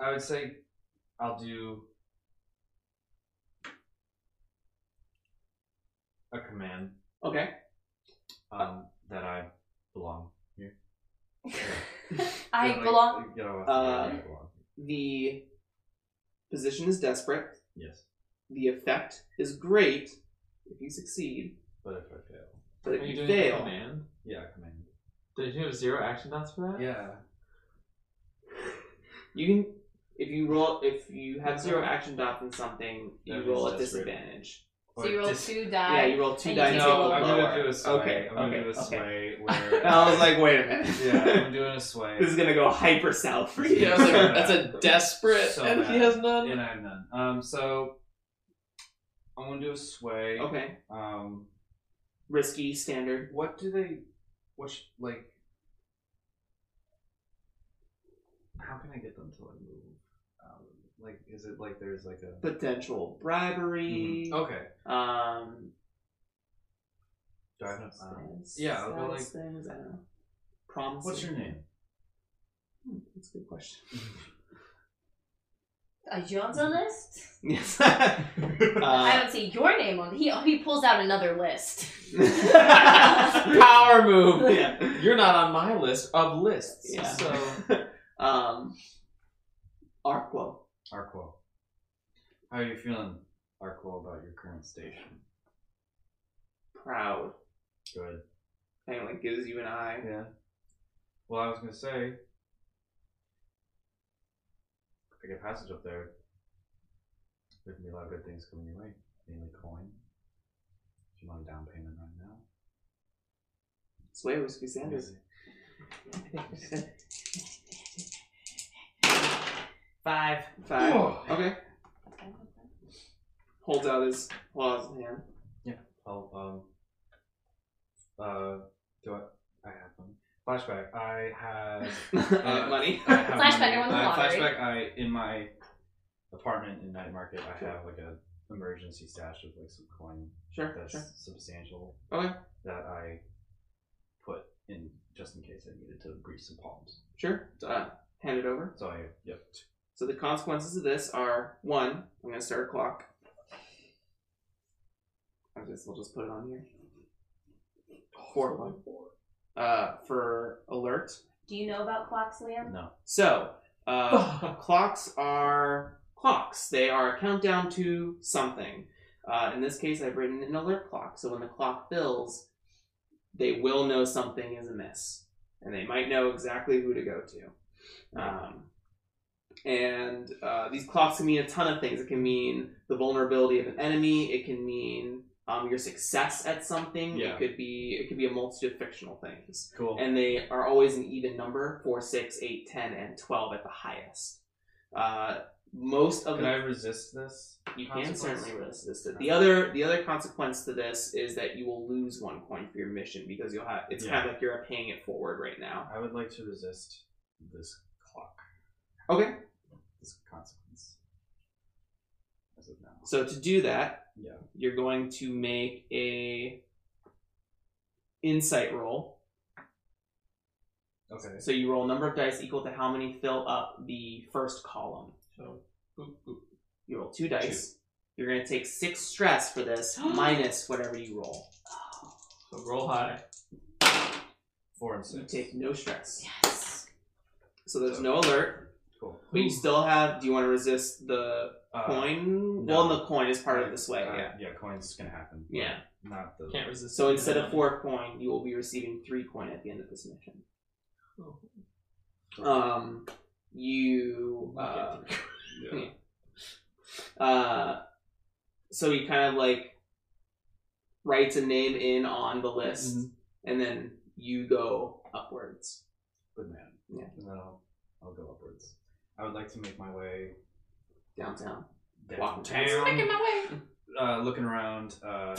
Speaker 4: I would say I'll do a command
Speaker 5: Okay.
Speaker 4: um, that I belong.
Speaker 2: I
Speaker 4: Like,
Speaker 2: belong.
Speaker 4: you know,
Speaker 5: Uh,
Speaker 4: I belong.
Speaker 5: The position is desperate.
Speaker 4: Yes,
Speaker 5: The effect is great if you succeed,
Speaker 4: but if I fail,
Speaker 5: but if
Speaker 3: Are you
Speaker 5: you
Speaker 3: doing
Speaker 5: fail,
Speaker 3: command?
Speaker 4: yeah, command.
Speaker 3: Did you have zero action dots for that?
Speaker 4: Yeah,
Speaker 5: You can if you roll if you have zero
Speaker 3: Okay.
Speaker 5: action dots in something, you
Speaker 4: That
Speaker 5: roll
Speaker 4: means
Speaker 5: at
Speaker 4: desperate.
Speaker 5: disadvantage.
Speaker 2: So you
Speaker 4: Or
Speaker 2: roll
Speaker 4: dis-
Speaker 2: two
Speaker 5: yeah,
Speaker 2: die.
Speaker 5: you roll two
Speaker 2: and you
Speaker 5: dice.
Speaker 2: take
Speaker 4: No,
Speaker 2: a
Speaker 4: I'm
Speaker 2: little
Speaker 4: gonna do a sway.
Speaker 5: Okay,
Speaker 4: I'm gonna
Speaker 5: okay,
Speaker 4: do a
Speaker 5: okay.
Speaker 4: sway where
Speaker 5: I was like, wait a minute.
Speaker 4: yeah, I'm doing a sway.
Speaker 5: this is gonna go hyper south for you.
Speaker 4: Yeah, I was like, that's a
Speaker 3: desperate,
Speaker 4: So and he bad. has
Speaker 3: none.
Speaker 4: and I have none. Um, so I'm gonna do a sway.
Speaker 5: okay.
Speaker 4: Um,
Speaker 5: Risky standard.
Speaker 4: What do they? What sh- like? How can I get them to like move? Um, like, is it like there's like a?
Speaker 5: Potential bribery.
Speaker 4: Okay.
Speaker 5: Um
Speaker 4: Do I have, um,
Speaker 5: status-
Speaker 4: yeah, I'll go
Speaker 5: status things, I don't know. Promise.
Speaker 4: what's your name?
Speaker 5: Hmm, that's a good question.
Speaker 2: Are you Uh, on the list?
Speaker 5: Yes.
Speaker 2: I
Speaker 5: Uh,
Speaker 2: don't see your name on. He he pulls out another list.
Speaker 3: Power move.
Speaker 5: yeah.
Speaker 3: You're not on my list of lists.
Speaker 5: Yeah.
Speaker 3: So
Speaker 5: um Arquo.
Speaker 4: Arquo. How are you feeling, Arquo, about your current station?
Speaker 5: Proud.
Speaker 4: Good.
Speaker 5: Kind of like gives you an eye.
Speaker 4: Yeah. Well, I was gonna say, I get passage up there. There can be a lot of good things coming your way, mainly coin. If you want a down payment right now.
Speaker 5: Sway Whiskey Sanders.
Speaker 3: five.
Speaker 5: Five.
Speaker 4: Oh.
Speaker 5: Okay. Holds out his claws in hand.
Speaker 4: Oh, um, uh, do I? I have one. Flashback. I have.
Speaker 5: I
Speaker 4: Uh,
Speaker 5: have money.
Speaker 4: I have
Speaker 2: Flashback,
Speaker 4: money.
Speaker 2: I won the
Speaker 4: Uh,
Speaker 2: lottery.
Speaker 4: Flashback. I in my apartment in night market. I have like a emergency stash of like some coin
Speaker 5: Sure,
Speaker 4: that's
Speaker 5: sure.
Speaker 4: substantial.
Speaker 5: Okay.
Speaker 4: That I put in just in case I needed to grease some palms.
Speaker 5: Sure. Uh, hand it over.
Speaker 4: So I yep.
Speaker 5: So the consequences of this are one, I'm going to start a clock. I guess we'll just put it on here. Four one. Uh, for alert.
Speaker 2: Do you know about clocks, Liam?
Speaker 4: No.
Speaker 5: So, uh, clocks are clocks. They are a countdown to something. Uh, in this case, I've written an alert clock. So when the clock fills, they will know something is amiss, and they might know exactly who to go to. Um, and uh, these clocks can mean a ton of things. It can mean the vulnerability of an enemy. It can mean um, your success at something.
Speaker 4: Yeah.
Speaker 5: It could be it could be a multitude of fictional things
Speaker 4: Cool.
Speaker 5: and they are always an even number 4 6 8 10 and 12 at the highest uh, most of
Speaker 4: Could
Speaker 5: the
Speaker 4: I resist this?
Speaker 5: you can
Speaker 4: consequence?
Speaker 5: certainly resist it the other the other consequence to this is that you will lose one coin for your mission because you'll have it's kind of like you're paying it forward right now
Speaker 4: I would like to resist this clock.
Speaker 5: okay
Speaker 4: This consequence. As of now.
Speaker 5: so to do that
Speaker 4: Yeah.
Speaker 5: you're going to make a insight roll
Speaker 4: Okay.
Speaker 5: so you roll a number of dice equal to how many fill up the first column
Speaker 3: so, boop, boop.
Speaker 5: You roll two dice. You're gonna take six stress for this, minus whatever you roll.
Speaker 3: so roll high.
Speaker 4: Four and
Speaker 5: So you
Speaker 4: six.
Speaker 5: take no stress.
Speaker 2: Yes.
Speaker 5: So there's no alert,
Speaker 4: Cool.
Speaker 5: but you still have. Do you want to resist the
Speaker 4: Uh,
Speaker 5: coin?
Speaker 4: no.
Speaker 5: Well, the coin is part of this way.
Speaker 4: uh,
Speaker 5: Yeah.
Speaker 4: Yeah, coins can happen. but
Speaker 5: Yeah.
Speaker 4: Not the
Speaker 3: Can't resist.
Speaker 5: So
Speaker 3: it.
Speaker 5: instead of four coin, you will be receiving three coin at the end of this mission.
Speaker 3: Oh.
Speaker 5: Um, you. Uh, uh, so he kind of like writes a name in on the list, and then you go upwards.
Speaker 4: Good man.
Speaker 5: Yeah.
Speaker 4: And then I'll, I'll go upwards. I would like to make my way
Speaker 5: downtown. Walking
Speaker 4: downtown,
Speaker 2: my way.
Speaker 4: uh, looking around. Uh,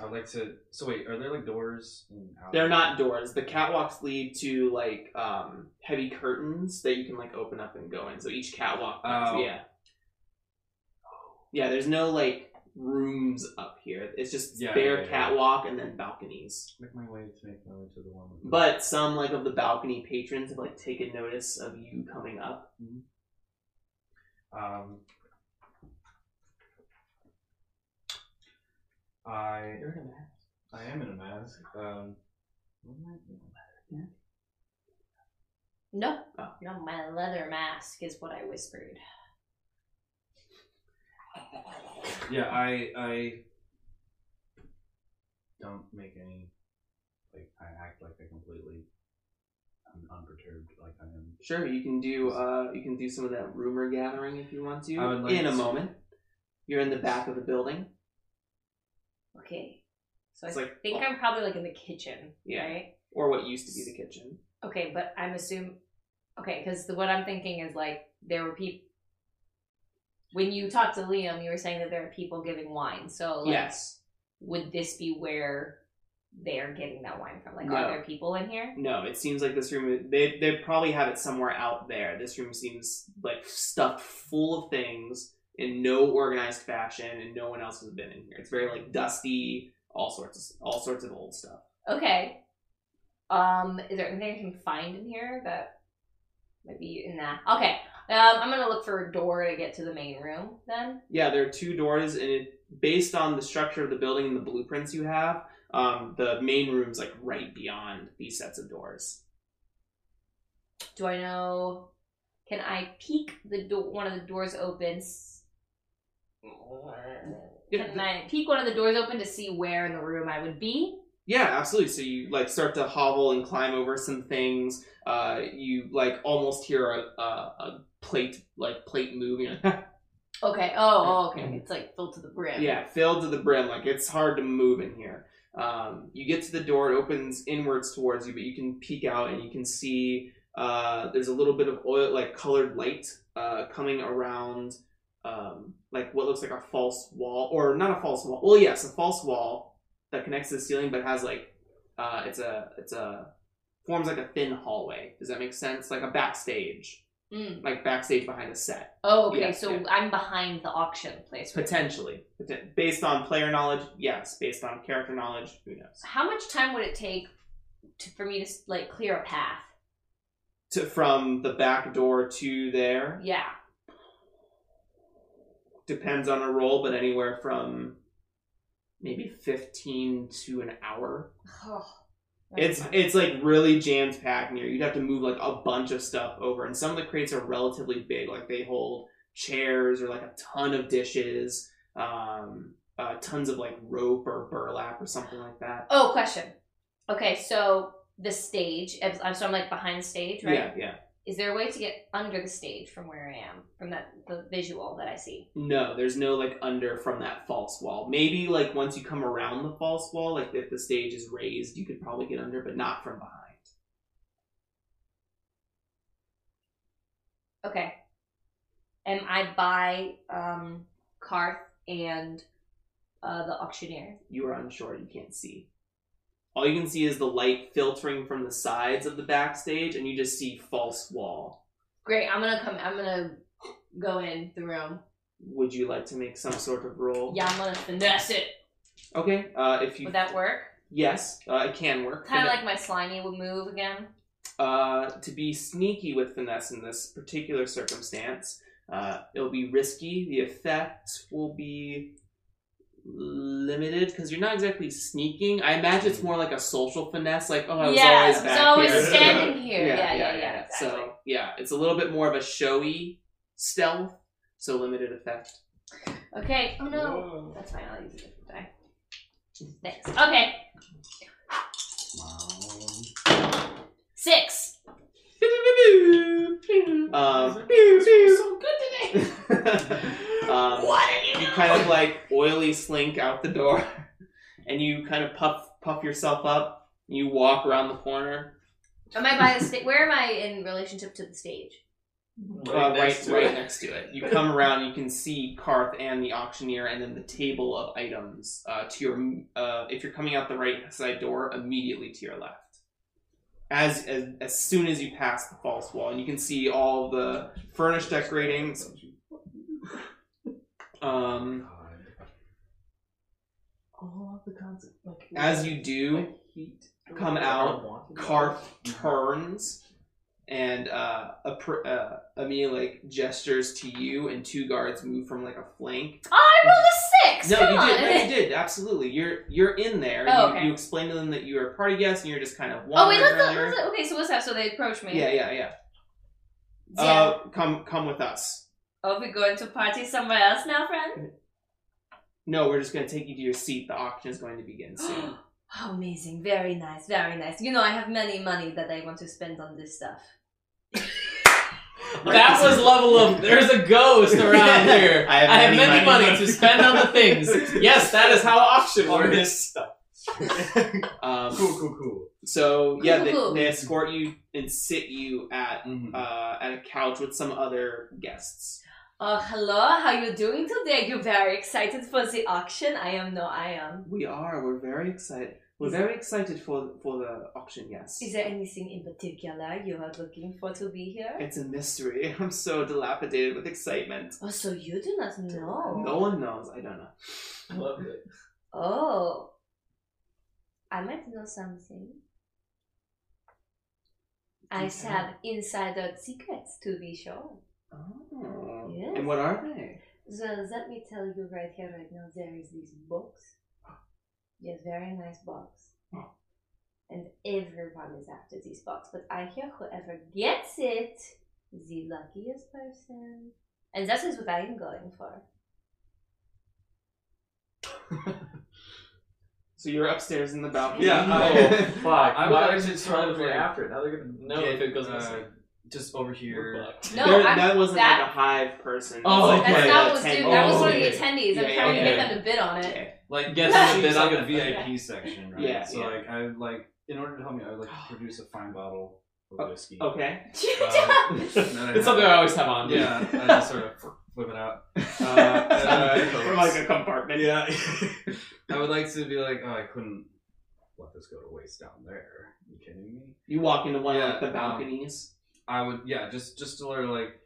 Speaker 4: I would like to. So wait, are there like doors? And out-
Speaker 5: They're not doors. The catwalks lead to like um, heavy curtains that you can like open up and go in. So each catwalk, leads-
Speaker 4: Oh.
Speaker 5: yeah, yeah. There's no like rooms up here. It's just
Speaker 4: Yeah,
Speaker 5: bare
Speaker 4: yeah, yeah.
Speaker 5: catwalk and then balconies.
Speaker 4: Make my way to make my way to the one. With the-
Speaker 5: But some like of the balcony patrons have like taken notice of you coming up.
Speaker 4: um, I
Speaker 5: You're gonna have
Speaker 4: I am in a mask. Um, what am I doing?
Speaker 2: No.
Speaker 5: Oh.
Speaker 2: No, my leather mask is what I whispered.
Speaker 4: yeah, I I don't make any like I act like I completely I'm unperturbed like I am.
Speaker 5: Sure, you can do uh, you can do some of that rumor gathering if you want to
Speaker 4: I would like
Speaker 5: in a
Speaker 4: to-
Speaker 5: moment. You're in the back of the building.
Speaker 2: Okay. So
Speaker 5: It's
Speaker 2: I
Speaker 5: like- oh.
Speaker 2: think I'm probably like in the kitchen,
Speaker 5: Yeah.
Speaker 2: right?
Speaker 5: or what used to be the kitchen.
Speaker 2: Okay, but I'm assuming. Okay, because what I'm thinking is like there were people. When you talked to Liam, you were saying that there are people giving wine. So like,
Speaker 5: Yes.
Speaker 2: would this be where they're getting that wine from? Like,
Speaker 5: No.
Speaker 2: are there people in here?
Speaker 5: No, it seems like this room. They they probably have it somewhere out there. This room seems like stuffed full of things in no organized fashion, and no one else has been in here. It's very like dusty, all sorts of all sorts of old stuff.
Speaker 2: Okay. Um, is there anything I can find in here that might be in that? Okay. Um, I'm gonna look for a door to get to the main room then.
Speaker 5: Yeah, there are two doors, and it based on the structure of the building and the blueprints you have. Um, the main room's like right beyond these sets of doors.
Speaker 2: Do I know? Can I peek the door? One of the doors opens.
Speaker 5: Yeah,
Speaker 2: Can I peek one of the doors open to see where in the room I would be?
Speaker 5: Yeah, absolutely. So you like start to hobble and climb over some things. Uh, you like almost hear a, a, a plate like plate move. You're like,
Speaker 2: Okay. Oh, oh, okay. It's like filled to the brim.
Speaker 5: yeah, filled to the brim. Like it's hard to move in here. Um, you get to the door. It opens inwards towards you, but you can peek out and you can see uh, there's a little bit of oil, like colored light, uh, coming around. Um, like what looks like a false wall, or not a false wall. Well, yes, a false wall that connects to the ceiling, but has like uh, it's a it's a forms like a thin hallway. Does that make sense? Like a backstage
Speaker 2: Mm.
Speaker 5: like backstage behind a set,
Speaker 2: Oh, okay.
Speaker 5: Yeah,
Speaker 2: so
Speaker 5: yeah.
Speaker 2: I'm behind the auction place. right
Speaker 5: potentially. Poten- Based on player knowledge, yes. Based on character knowledge, who knows?
Speaker 2: How much time would it take to, for me to like clear a path?
Speaker 5: To from the back door to there
Speaker 2: Yeah.
Speaker 5: depends on a role, but anywhere from maybe fifteen to an hour.
Speaker 2: Oh,
Speaker 5: It's it's like really jam packed in here. You'd have to move like a bunch of stuff over, and some of the crates are relatively big. Like they hold chairs or like a ton of dishes, um, uh, tons of like rope or burlap or something like that.
Speaker 2: oh, question. Okay, so the stage. I'm- So I'm like behind stage, right?
Speaker 5: Yeah, yeah.
Speaker 2: Is there a way to get under the stage from where I am, from that the visual that I see?
Speaker 5: No, there's no like under from that false wall. Maybe like once you come around the false wall, like if the stage is raised, you could probably get under, but not from behind.
Speaker 2: Okay. Am I by um, Karth and uh, the auctioneer?
Speaker 5: You are unsure. You can't see. All you can see is the light filtering from the sides of the backstage, and you just see false wall.
Speaker 2: Great. I'm gonna come. I'm gonna go in the room.
Speaker 5: Would you like to make some sort of roll?
Speaker 2: Yeah, I'm gonna finesse it.
Speaker 5: Okay. Uh, if you
Speaker 2: Would that work?
Speaker 5: yes, uh, it can work.
Speaker 2: Kind of like my slimy will move again.
Speaker 5: uh, to be sneaky with finesse in this particular circumstance. Uh, it'll be risky. The effect will be limited because you're not exactly sneaking. I imagine it's more like a social finesse, like oh, I was
Speaker 2: yeah,
Speaker 5: always
Speaker 2: so
Speaker 5: back
Speaker 2: I was
Speaker 5: here.
Speaker 2: standing here. Yeah, yeah, yeah. exactly.
Speaker 5: So yeah, it's a little bit more of a showy stealth, so limited effect.
Speaker 2: okay. Oh no, that's fine. I'll use a different die. Thanks. Okay, six.
Speaker 5: Um,
Speaker 2: so good today.
Speaker 5: um,
Speaker 2: what did you
Speaker 5: you
Speaker 2: do?
Speaker 5: kind of like oily slink out the door and you kind of puff puff yourself up you walk around the corner
Speaker 2: Am I by the stage? Where am I in relationship to the stage?
Speaker 5: right, uh, right,
Speaker 3: next to
Speaker 5: right
Speaker 3: it.
Speaker 5: next to it you come around you can see karth and the auctioneer and then the table of items uh, to your uh, if you're coming out the right side door immediately to your left as, as as soon as you pass the false wall and you can see all the furnished decoratings um
Speaker 3: All of the concept, like
Speaker 5: as you do
Speaker 3: like, heat
Speaker 5: come out,
Speaker 3: I wanted it.
Speaker 5: Karth turns and uh, appr- uh, Amelia like gestures to you, and two guards move from like a flank.
Speaker 2: Oh, I rolled a six.
Speaker 5: No,
Speaker 2: Come
Speaker 5: you
Speaker 2: on.
Speaker 5: did. No, you did. Absolutely, you're you're in there.
Speaker 2: Oh,
Speaker 5: you,
Speaker 2: okay.
Speaker 5: you explain to them that you were a party guest, and you're just kind of
Speaker 2: Oh
Speaker 5: wandering
Speaker 2: wait, let's,
Speaker 5: around
Speaker 2: let's,
Speaker 5: there.
Speaker 2: let's okay. So what's that? So they approach me.
Speaker 5: Yeah, yeah, yeah.
Speaker 2: Yeah.
Speaker 5: Uh, come, come with us.
Speaker 2: Are Oh, we going to party somewhere else now, friend?
Speaker 5: No, we're just going to take you to your seat. The auction is going to begin soon.
Speaker 2: How Oh, amazing. Very nice. Very nice. You know, I have many money that I want to spend on this stuff.
Speaker 3: That was level of there's a ghost around here.
Speaker 5: I have
Speaker 3: I have
Speaker 5: many
Speaker 3: many
Speaker 5: money.
Speaker 3: money, to spend on the things. Yes, that is how auction
Speaker 4: On
Speaker 3: works.
Speaker 4: this stuff.
Speaker 5: Um,
Speaker 4: cool, cool, cool.
Speaker 5: So yeah, they,
Speaker 2: Cool.
Speaker 5: they escort you and sit you at
Speaker 4: Mm-hmm.
Speaker 5: uh, at a couch with some other guests.
Speaker 2: Oh, hello. How you doing today? You very excited for the auction? I am. No, I am.
Speaker 5: We are. We're very excited. We're
Speaker 2: Is-
Speaker 5: very excited for for the auction. Yes.
Speaker 2: Is there anything in particular you are looking for to be here?
Speaker 5: It's a mystery. I'm so dilapidated with excitement.
Speaker 2: Oh, so you do not know.
Speaker 5: No one knows. I don't know.
Speaker 3: I love it.
Speaker 2: Oh. I might know something. I
Speaker 5: Okay.
Speaker 2: have insider secrets to be sure.
Speaker 5: Oh.
Speaker 2: Yes.
Speaker 5: And what are they?
Speaker 2: So let me tell you right here, right now, there is this box. Yes, very nice box.
Speaker 5: Oh.
Speaker 2: And everyone is after this box, but I hear whoever gets it, the luckiest person. And that is what I am going for.
Speaker 5: So you're upstairs in the balcony.
Speaker 4: Yeah.
Speaker 3: Oh
Speaker 4: I-
Speaker 3: fuck!
Speaker 4: I
Speaker 3: Why
Speaker 4: was
Speaker 3: would you
Speaker 4: actually
Speaker 3: try to
Speaker 4: probably-
Speaker 3: go after it? Now they're gonna know if it goes
Speaker 4: Uh,
Speaker 3: missing.
Speaker 4: just over
Speaker 3: We're
Speaker 4: here.
Speaker 3: fucked.
Speaker 2: No,
Speaker 5: There-
Speaker 2: I'm-
Speaker 5: that wasn't
Speaker 2: that-
Speaker 5: like a hive person.
Speaker 3: Oh,
Speaker 5: That's
Speaker 3: okay.
Speaker 2: That's not what was
Speaker 5: ten-
Speaker 2: due. That was
Speaker 5: oh,
Speaker 2: one of the
Speaker 5: okay.
Speaker 2: attendees. I'm
Speaker 5: Yeah,
Speaker 2: trying to
Speaker 3: yeah,
Speaker 2: get
Speaker 3: yeah.
Speaker 2: them to bid on it.
Speaker 5: Okay.
Speaker 4: Like,
Speaker 3: Get
Speaker 4: yeah,
Speaker 3: some
Speaker 4: she's like a
Speaker 3: bit of-
Speaker 4: VIP section, right?
Speaker 5: Yeah,
Speaker 4: So
Speaker 5: yeah.
Speaker 4: like, I would, like in order to help me, I would like produce a fine bottle of whiskey.
Speaker 5: Oh, Okay.
Speaker 4: Um,
Speaker 2: Good
Speaker 4: and then I
Speaker 3: It's something I
Speaker 4: have-
Speaker 3: always have on. me.
Speaker 4: Yeah, I just sort of flip it out. Uh, and, uh,
Speaker 5: From like a compartment.
Speaker 4: yeah, I would like to be like, oh, I couldn't let this go to waste down there. you kidding me?
Speaker 5: You walk into one of
Speaker 4: Yeah,
Speaker 5: like, the
Speaker 4: um,
Speaker 5: balconies.
Speaker 4: I would, yeah, just just to learn like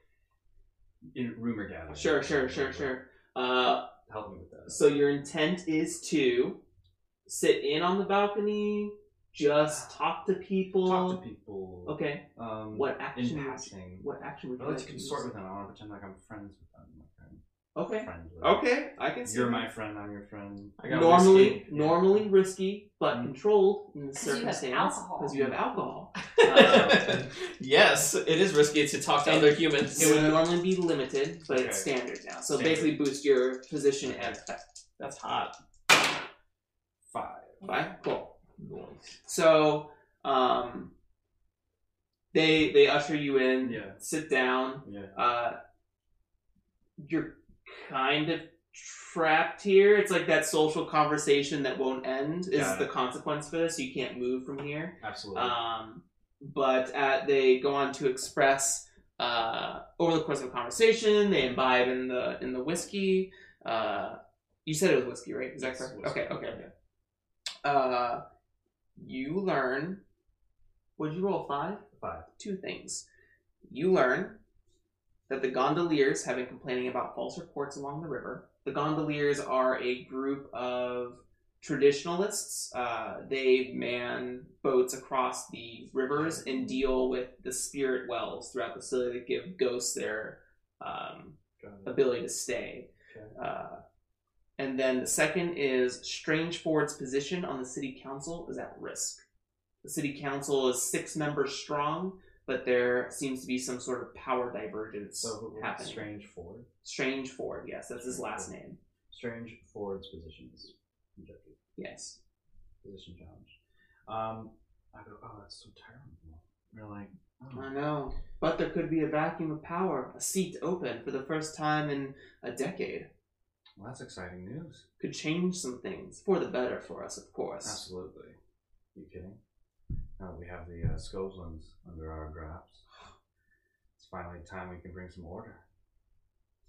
Speaker 4: in rumor gathering.
Speaker 5: Sure, sure, sure, sure. Uh,
Speaker 4: Help me with that.
Speaker 5: so your intent is to sit in on the balcony, just talk to people.
Speaker 4: Talk to people.
Speaker 5: Okay.
Speaker 4: Um,
Speaker 5: What
Speaker 4: in
Speaker 5: action?
Speaker 4: passing. Oh,
Speaker 5: What action would
Speaker 4: I
Speaker 5: you
Speaker 4: like
Speaker 5: like
Speaker 4: to consort with them. I want to pretend like I'm friends with them. Like I'm
Speaker 5: with? Okay.
Speaker 4: friends with them.
Speaker 5: Okay, I can see.
Speaker 4: You're
Speaker 5: that.
Speaker 4: my friend. I'm your friend.
Speaker 3: I got
Speaker 5: normally
Speaker 3: whiskey.
Speaker 5: normally risky, but
Speaker 4: Mhm.
Speaker 5: controlled in the
Speaker 2: 'Cause you have
Speaker 5: circumstance
Speaker 2: alcohol.
Speaker 5: you have alcohol.
Speaker 3: Uh, yes, it is risky to talk to other humans.
Speaker 5: It would normally be limited, but it's
Speaker 4: Okay.
Speaker 5: standard now. So
Speaker 4: Standard.
Speaker 5: basically, boost your position and effect.
Speaker 3: That's hot.
Speaker 4: Five.
Speaker 5: Fine, cool. So, um, they they usher you in.
Speaker 4: Yeah.
Speaker 5: Sit down.
Speaker 4: Yeah.
Speaker 5: Uh, you're kind of trapped here. It's like that social conversation that won't end is
Speaker 4: Got it.
Speaker 5: the consequence for this. You can't move from here.
Speaker 4: Absolutely.
Speaker 5: Um, but uh they go on to express uh, over the course of a conversation, they imbibe in the in the whiskey. Uh, you said it was whiskey, right? Is that
Speaker 4: Yes,
Speaker 5: correct?
Speaker 4: whiskey.
Speaker 5: Okay, okay, okay. Uh, you learn. What did you roll? Five.
Speaker 4: Five.
Speaker 5: Two things. You learn that the gondoliers have been complaining about false reports along the river. The gondoliers are a group of traditionalists. Uh, they man boats across the rivers and deal with the spirit wells throughout the city that give ghosts their um,
Speaker 4: Got it.
Speaker 5: ability to stay.
Speaker 4: Okay.
Speaker 5: Uh, and then the second is Strangeford's position on the city council is at risk. The city council is six members strong, but there seems to be some sort of power divergence
Speaker 4: So who was
Speaker 5: happening.
Speaker 4: strange Ford?
Speaker 5: Strangeford, yes, that's his last name.
Speaker 4: Strange Ford's positions. Objective.
Speaker 5: Yes.
Speaker 4: Position challenge. Um, I go. Oh, that's so terrible. We're like. oh.
Speaker 5: I know. But there could be a vacuum of power, a seat open for the first time in a decade.
Speaker 4: Well, that's exciting news.
Speaker 5: Could change some things for the better for us, of course.
Speaker 4: Absolutely. you kidding? Now that we have the uh, Scovlands under our grasp, it's finally time we can bring some order.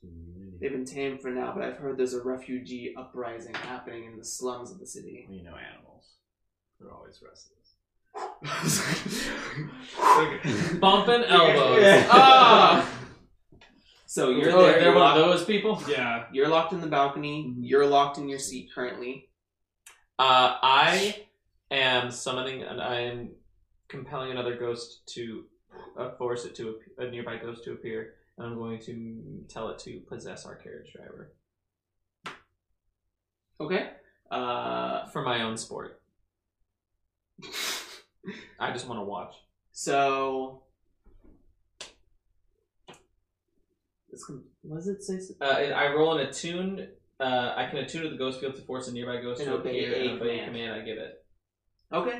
Speaker 4: Some unity.
Speaker 5: They've been tamed for now, but I've heard there's a refugee uprising happening in the slums of the city.
Speaker 4: you know, animals. They're always restless. okay.
Speaker 3: Bumping elbows.
Speaker 4: Yeah.
Speaker 5: Ah! So you're
Speaker 3: oh,
Speaker 5: there.
Speaker 3: they're
Speaker 5: You're
Speaker 3: one of
Speaker 5: locked,
Speaker 3: those people.
Speaker 4: Yeah.
Speaker 5: you're locked in the Mm-hmm. balcony.
Speaker 4: Mhm.
Speaker 5: You're locked in your seat currently.
Speaker 3: Uh, I am summoning and I am compelling another ghost to uh, force it to ap- a nearby ghost to appear, and I'm going to tell it to possess our carriage driver
Speaker 5: Okay. Uh,
Speaker 3: for my own sport. I just want to watch.
Speaker 5: so. It's com- what does it say?
Speaker 3: Uh, I roll an attune. Uh, I can attune to the ghost field to force a nearby ghost
Speaker 5: And
Speaker 3: to
Speaker 5: obey
Speaker 3: appear and
Speaker 5: a
Speaker 3: obey a
Speaker 5: command.
Speaker 3: command I give it.
Speaker 5: Okay.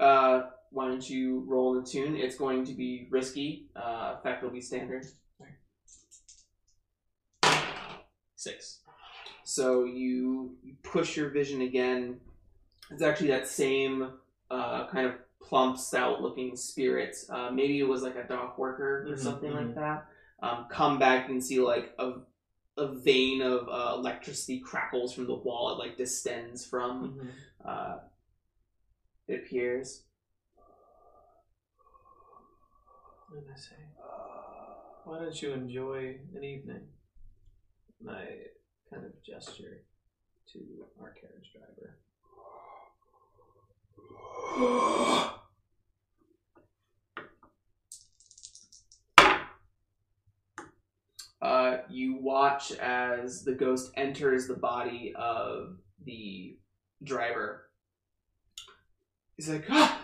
Speaker 5: Uh, why don't you roll the tune? It's going to be risky. Uh, effect will be standard.
Speaker 3: Six.
Speaker 5: So you you push your vision again. It's actually that same uh, kind of plump, stout-looking spirit. Uh, maybe it was like a dock worker or
Speaker 3: Mhm,
Speaker 5: something like that. Um, come back and see like a a vein of uh, electricity crackles from the wall. It like distends from.
Speaker 3: Mm-hmm.
Speaker 5: Uh, it appears.
Speaker 3: What did I say? Uh, Why don't you enjoy an evening? And I kind of gesture to our carriage driver.
Speaker 5: Uh, you watch as the ghost enters the body of the driver. He's like, ah,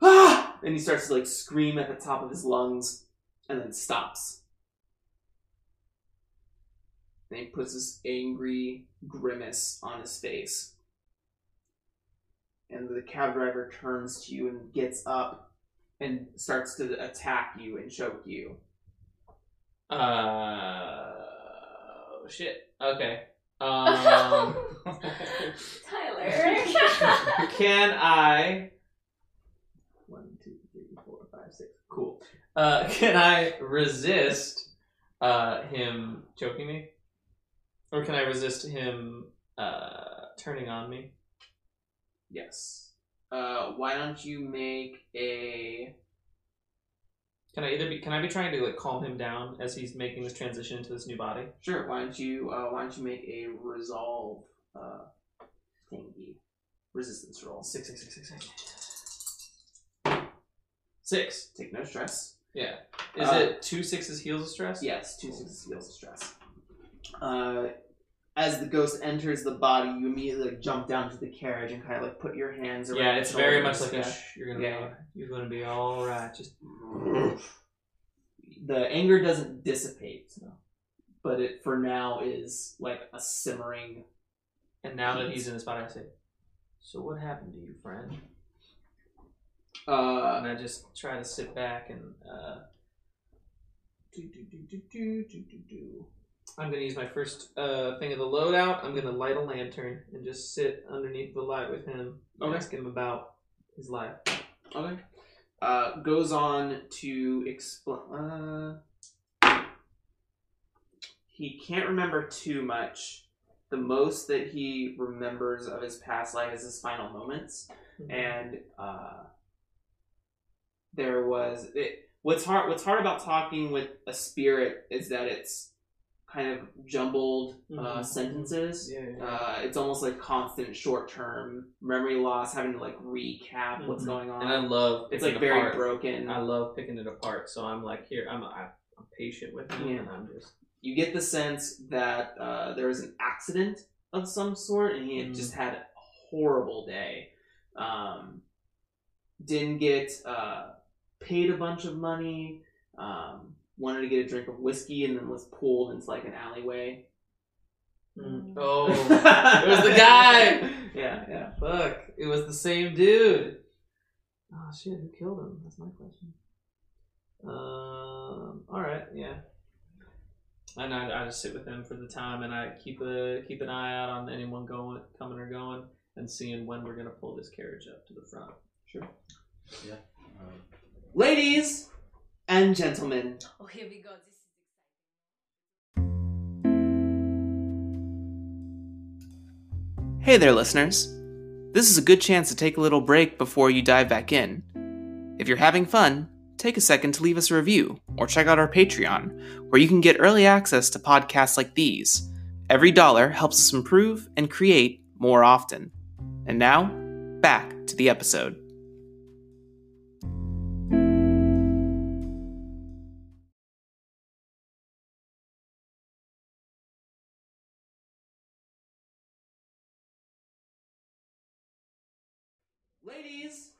Speaker 5: ah, and he starts to like scream at the top of his lungs, and then stops. And he puts this angry grimace on his face. And the cab driver turns to you and gets up and starts to attack you and choke you.
Speaker 3: Uh, shit. Okay. Um,
Speaker 2: Tyler.
Speaker 3: can I? One, two, three, four, five, six. Cool. Uh, can I resist uh, him choking me, or can I resist him uh, turning on me?
Speaker 5: Yes. Uh, why don't you make a
Speaker 3: Can I either be? Can I be trying to like calm him down as he's making this transition into this new body?
Speaker 5: Sure. Why don't you uh, Why don't you make a resolve uh, thingy resistance roll?
Speaker 3: Six, six, six, six, six. Six.
Speaker 5: Take no stress.
Speaker 3: Yeah. Is
Speaker 5: Uh,
Speaker 3: it two sixes heals of stress?
Speaker 5: Yes, two sixes heals of stress. Uh, as the ghost enters the body, you immediately like jump down to the carriage and kind of like put your hands around.
Speaker 3: Yeah, it's very much like
Speaker 5: a.
Speaker 3: a shh. You're gonna
Speaker 5: Yeah.
Speaker 3: be, you're gonna be all right. Just
Speaker 5: the anger doesn't dissipate, but it for now is like a simmering.
Speaker 3: and now that he's in his body, I say, so what happened to you, friend?
Speaker 5: Uh,
Speaker 3: And I just try to sit back and uh, do, do, do, do, do, do, do, do. I'm gonna use my first uh, thing of the loadout. I'm gonna light a lantern and just sit underneath the light with him. and
Speaker 5: Okay.
Speaker 3: Ask him about his life.
Speaker 5: okay. Uh, goes on to explain. Uh, he can't remember too much. The most that he remembers of his past life is his final moments.
Speaker 3: Mm-hmm.
Speaker 5: and uh, there was it, what's hard what's hard about talking with a spirit is that it's kind of jumbled uh,
Speaker 3: Mhm.
Speaker 5: sentences
Speaker 3: yeah, yeah.
Speaker 5: uh, it's almost like constant short-term memory loss having to like recap what's
Speaker 3: Mhm.
Speaker 5: going
Speaker 3: and I
Speaker 5: on
Speaker 3: love
Speaker 5: it's
Speaker 3: picking
Speaker 5: like very
Speaker 3: apart.
Speaker 5: broken
Speaker 3: I love picking it apart. So I'm like, here, I'm I, I'm patient with him,
Speaker 5: Yeah.
Speaker 3: and I'm just
Speaker 5: you get the sense that uh, there was an accident of some sort and he had
Speaker 3: Mm.
Speaker 5: just had a horrible day um, didn't get uh, paid a bunch of money um, wanted to get a drink of whiskey and then was pulled into like an alleyway
Speaker 2: Mm.
Speaker 3: oh,
Speaker 5: it
Speaker 3: was the guy!
Speaker 5: yeah yeah
Speaker 3: fuck! It was the same dude. Oh shit! Who killed him? That's my question. Um. All right. Yeah. And I, I just sit with him for the time, and I keep a keep an eye out on anyone going, coming or going, and seeing when we're gonna pull this carriage up to the front.
Speaker 5: sure
Speaker 4: Um,
Speaker 5: ladies and gentlemen
Speaker 2: Oh, here we go. This is
Speaker 5: Hey there, listeners. This is a good chance to take a little break before you dive back in. If you're having fun, take a second to leave us a review or check out our Patreon, where you can get early access to podcasts like these. Every dollar helps us improve and create more often. And now, back to the episode. Ladies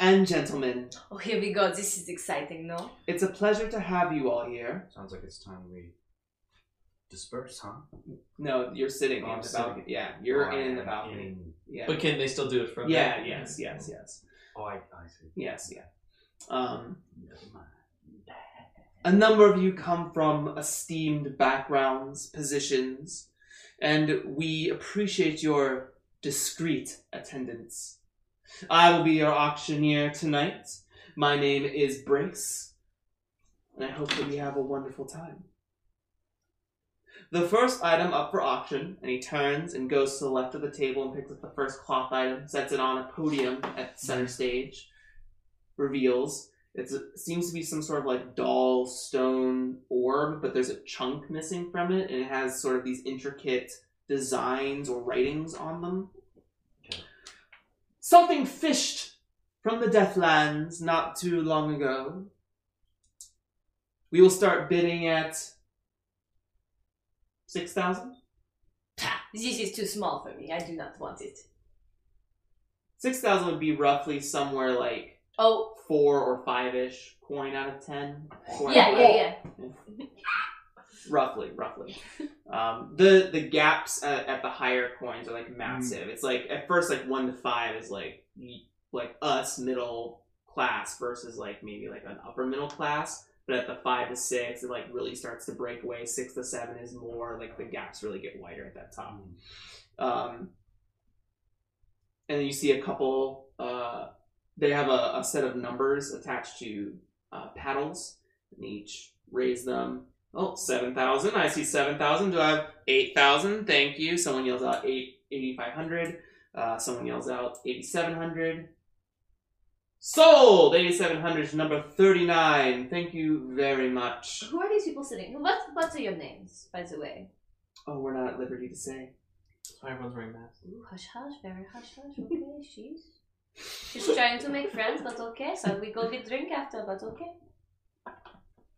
Speaker 5: and gentlemen,
Speaker 2: Oh, here we go. This is exciting, no?
Speaker 5: it's a pleasure to have you all here.
Speaker 4: sounds like it's time we disperse, huh?
Speaker 5: No, you're sitting
Speaker 4: Oh,
Speaker 5: on
Speaker 4: I'm
Speaker 5: the
Speaker 4: sitting.
Speaker 5: balcony. Yeah, you're
Speaker 4: Oh, I
Speaker 5: in the
Speaker 4: am
Speaker 5: balcony.
Speaker 4: in-
Speaker 5: Yeah.
Speaker 3: But can they still do it from?
Speaker 5: yeah,
Speaker 3: there?
Speaker 5: yes, yes, yes.
Speaker 4: oh, I, I see.
Speaker 5: Yes, yeah. Um,
Speaker 4: Never mind.
Speaker 5: a number of you come from esteemed backgrounds, positions, and we appreciate your discreet attendance. I will be your auctioneer tonight. My name is Brace, and I hope that we have a wonderful time. The first item up for auction, and he turns and goes to the left of the table and picks up the first cloth item, sets it on a podium at center stage, reveals it's it seems to be some sort of like doll stone orb, but there's a chunk missing from it, and it has sort of these intricate designs or writings on them.
Speaker 4: Okay.
Speaker 5: Something fished from the Deathlands not too long ago. We will start bidding at six thousand.
Speaker 2: Pah, This is too small for me. I do not want it.
Speaker 5: Six thousand would be roughly somewhere like
Speaker 2: Oh,
Speaker 5: four or five ish coin out of ten. Four out
Speaker 2: yeah,
Speaker 5: of
Speaker 2: yeah,
Speaker 5: five.
Speaker 2: yeah.
Speaker 5: roughly roughly um, the the gaps at, at the higher coins are like massive it's like at first like one to five is like y- like us middle class versus like maybe like an upper middle class but at the five to six it like really starts to break away six to seven is more like the gaps really get wider at that top
Speaker 4: Um,
Speaker 5: um, and then you see a couple. Uh, they have a, a set of numbers attached to uh, paddles, and each raise them. Oh, 7,000. I see 7,000. Do I have 8,000? Thank you. Someone yells out eight- 8,500. uh, someone yells out 8,700. Sold! 8700 is number 39. Thank you very much.
Speaker 2: Who are these people sitting? What's what's your names, by the way?
Speaker 5: Oh, we're not at liberty to say.
Speaker 3: That's why everyone's wearing masks.
Speaker 2: Ooh, hush hush, very hush hush. Okay, she's she's trying to make friends, but okay. So we go get drink after, but okay.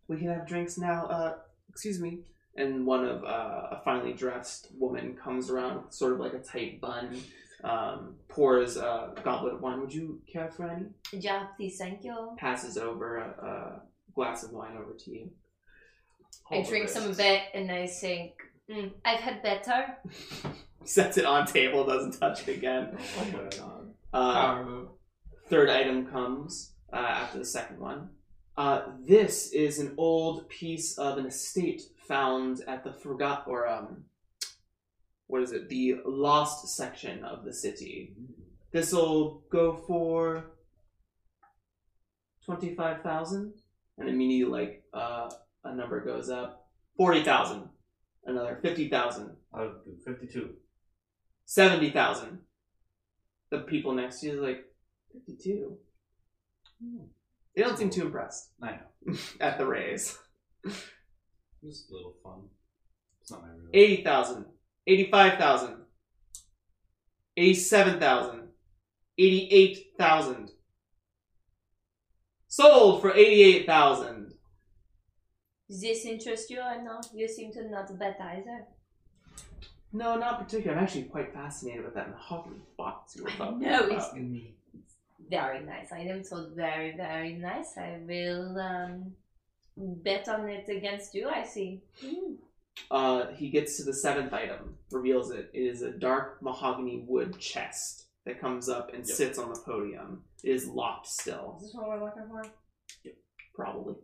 Speaker 5: We can have drinks now. Uh, excuse me. And one of uh, a finely dressed woman comes around, sort of like a tight bun, um, pours a goblet of wine. Would you care for any?
Speaker 2: Yeah, please, thank you.
Speaker 5: Passes over a, a glass of wine over to you.
Speaker 2: I drink some of it and I think mm, I've had better.
Speaker 5: Sets it on table, doesn't touch it again.
Speaker 3: Oh my god.
Speaker 5: Uh,
Speaker 3: Power move.
Speaker 5: third item comes uh, after the second one. Uh, this is an old piece of an estate found at the forgot or um, what is it? The lost section of the city. This'll go for twenty five thousand, and immediately like uh, a number goes up forty thousand, another fifty thousand,
Speaker 4: Uh, 52.
Speaker 5: seventy thousand. The people next to you is like fifty two. They don't seem too impressed
Speaker 4: Hmm. I know.
Speaker 5: at the raise.
Speaker 4: Just a little fun. It's not my real.
Speaker 5: 80,000, 85,000, 87,000, 88,000. Sold for 88,000.
Speaker 2: This interests you or no? You seem to not bet either.
Speaker 5: No, not particular. I'm actually quite fascinated with that mahogany box you were
Speaker 2: I
Speaker 5: talking
Speaker 2: know,
Speaker 5: about.
Speaker 2: it's- Very nice item, so very very nice. I will um, bet on it against you. I see. Mm.
Speaker 5: Uh, he gets to the seventh item, reveals it. It is a dark mahogany wood chest that comes up and
Speaker 4: Yep.
Speaker 5: sits on the podium. It is locked still,
Speaker 2: Is this what we're looking for?
Speaker 5: probably.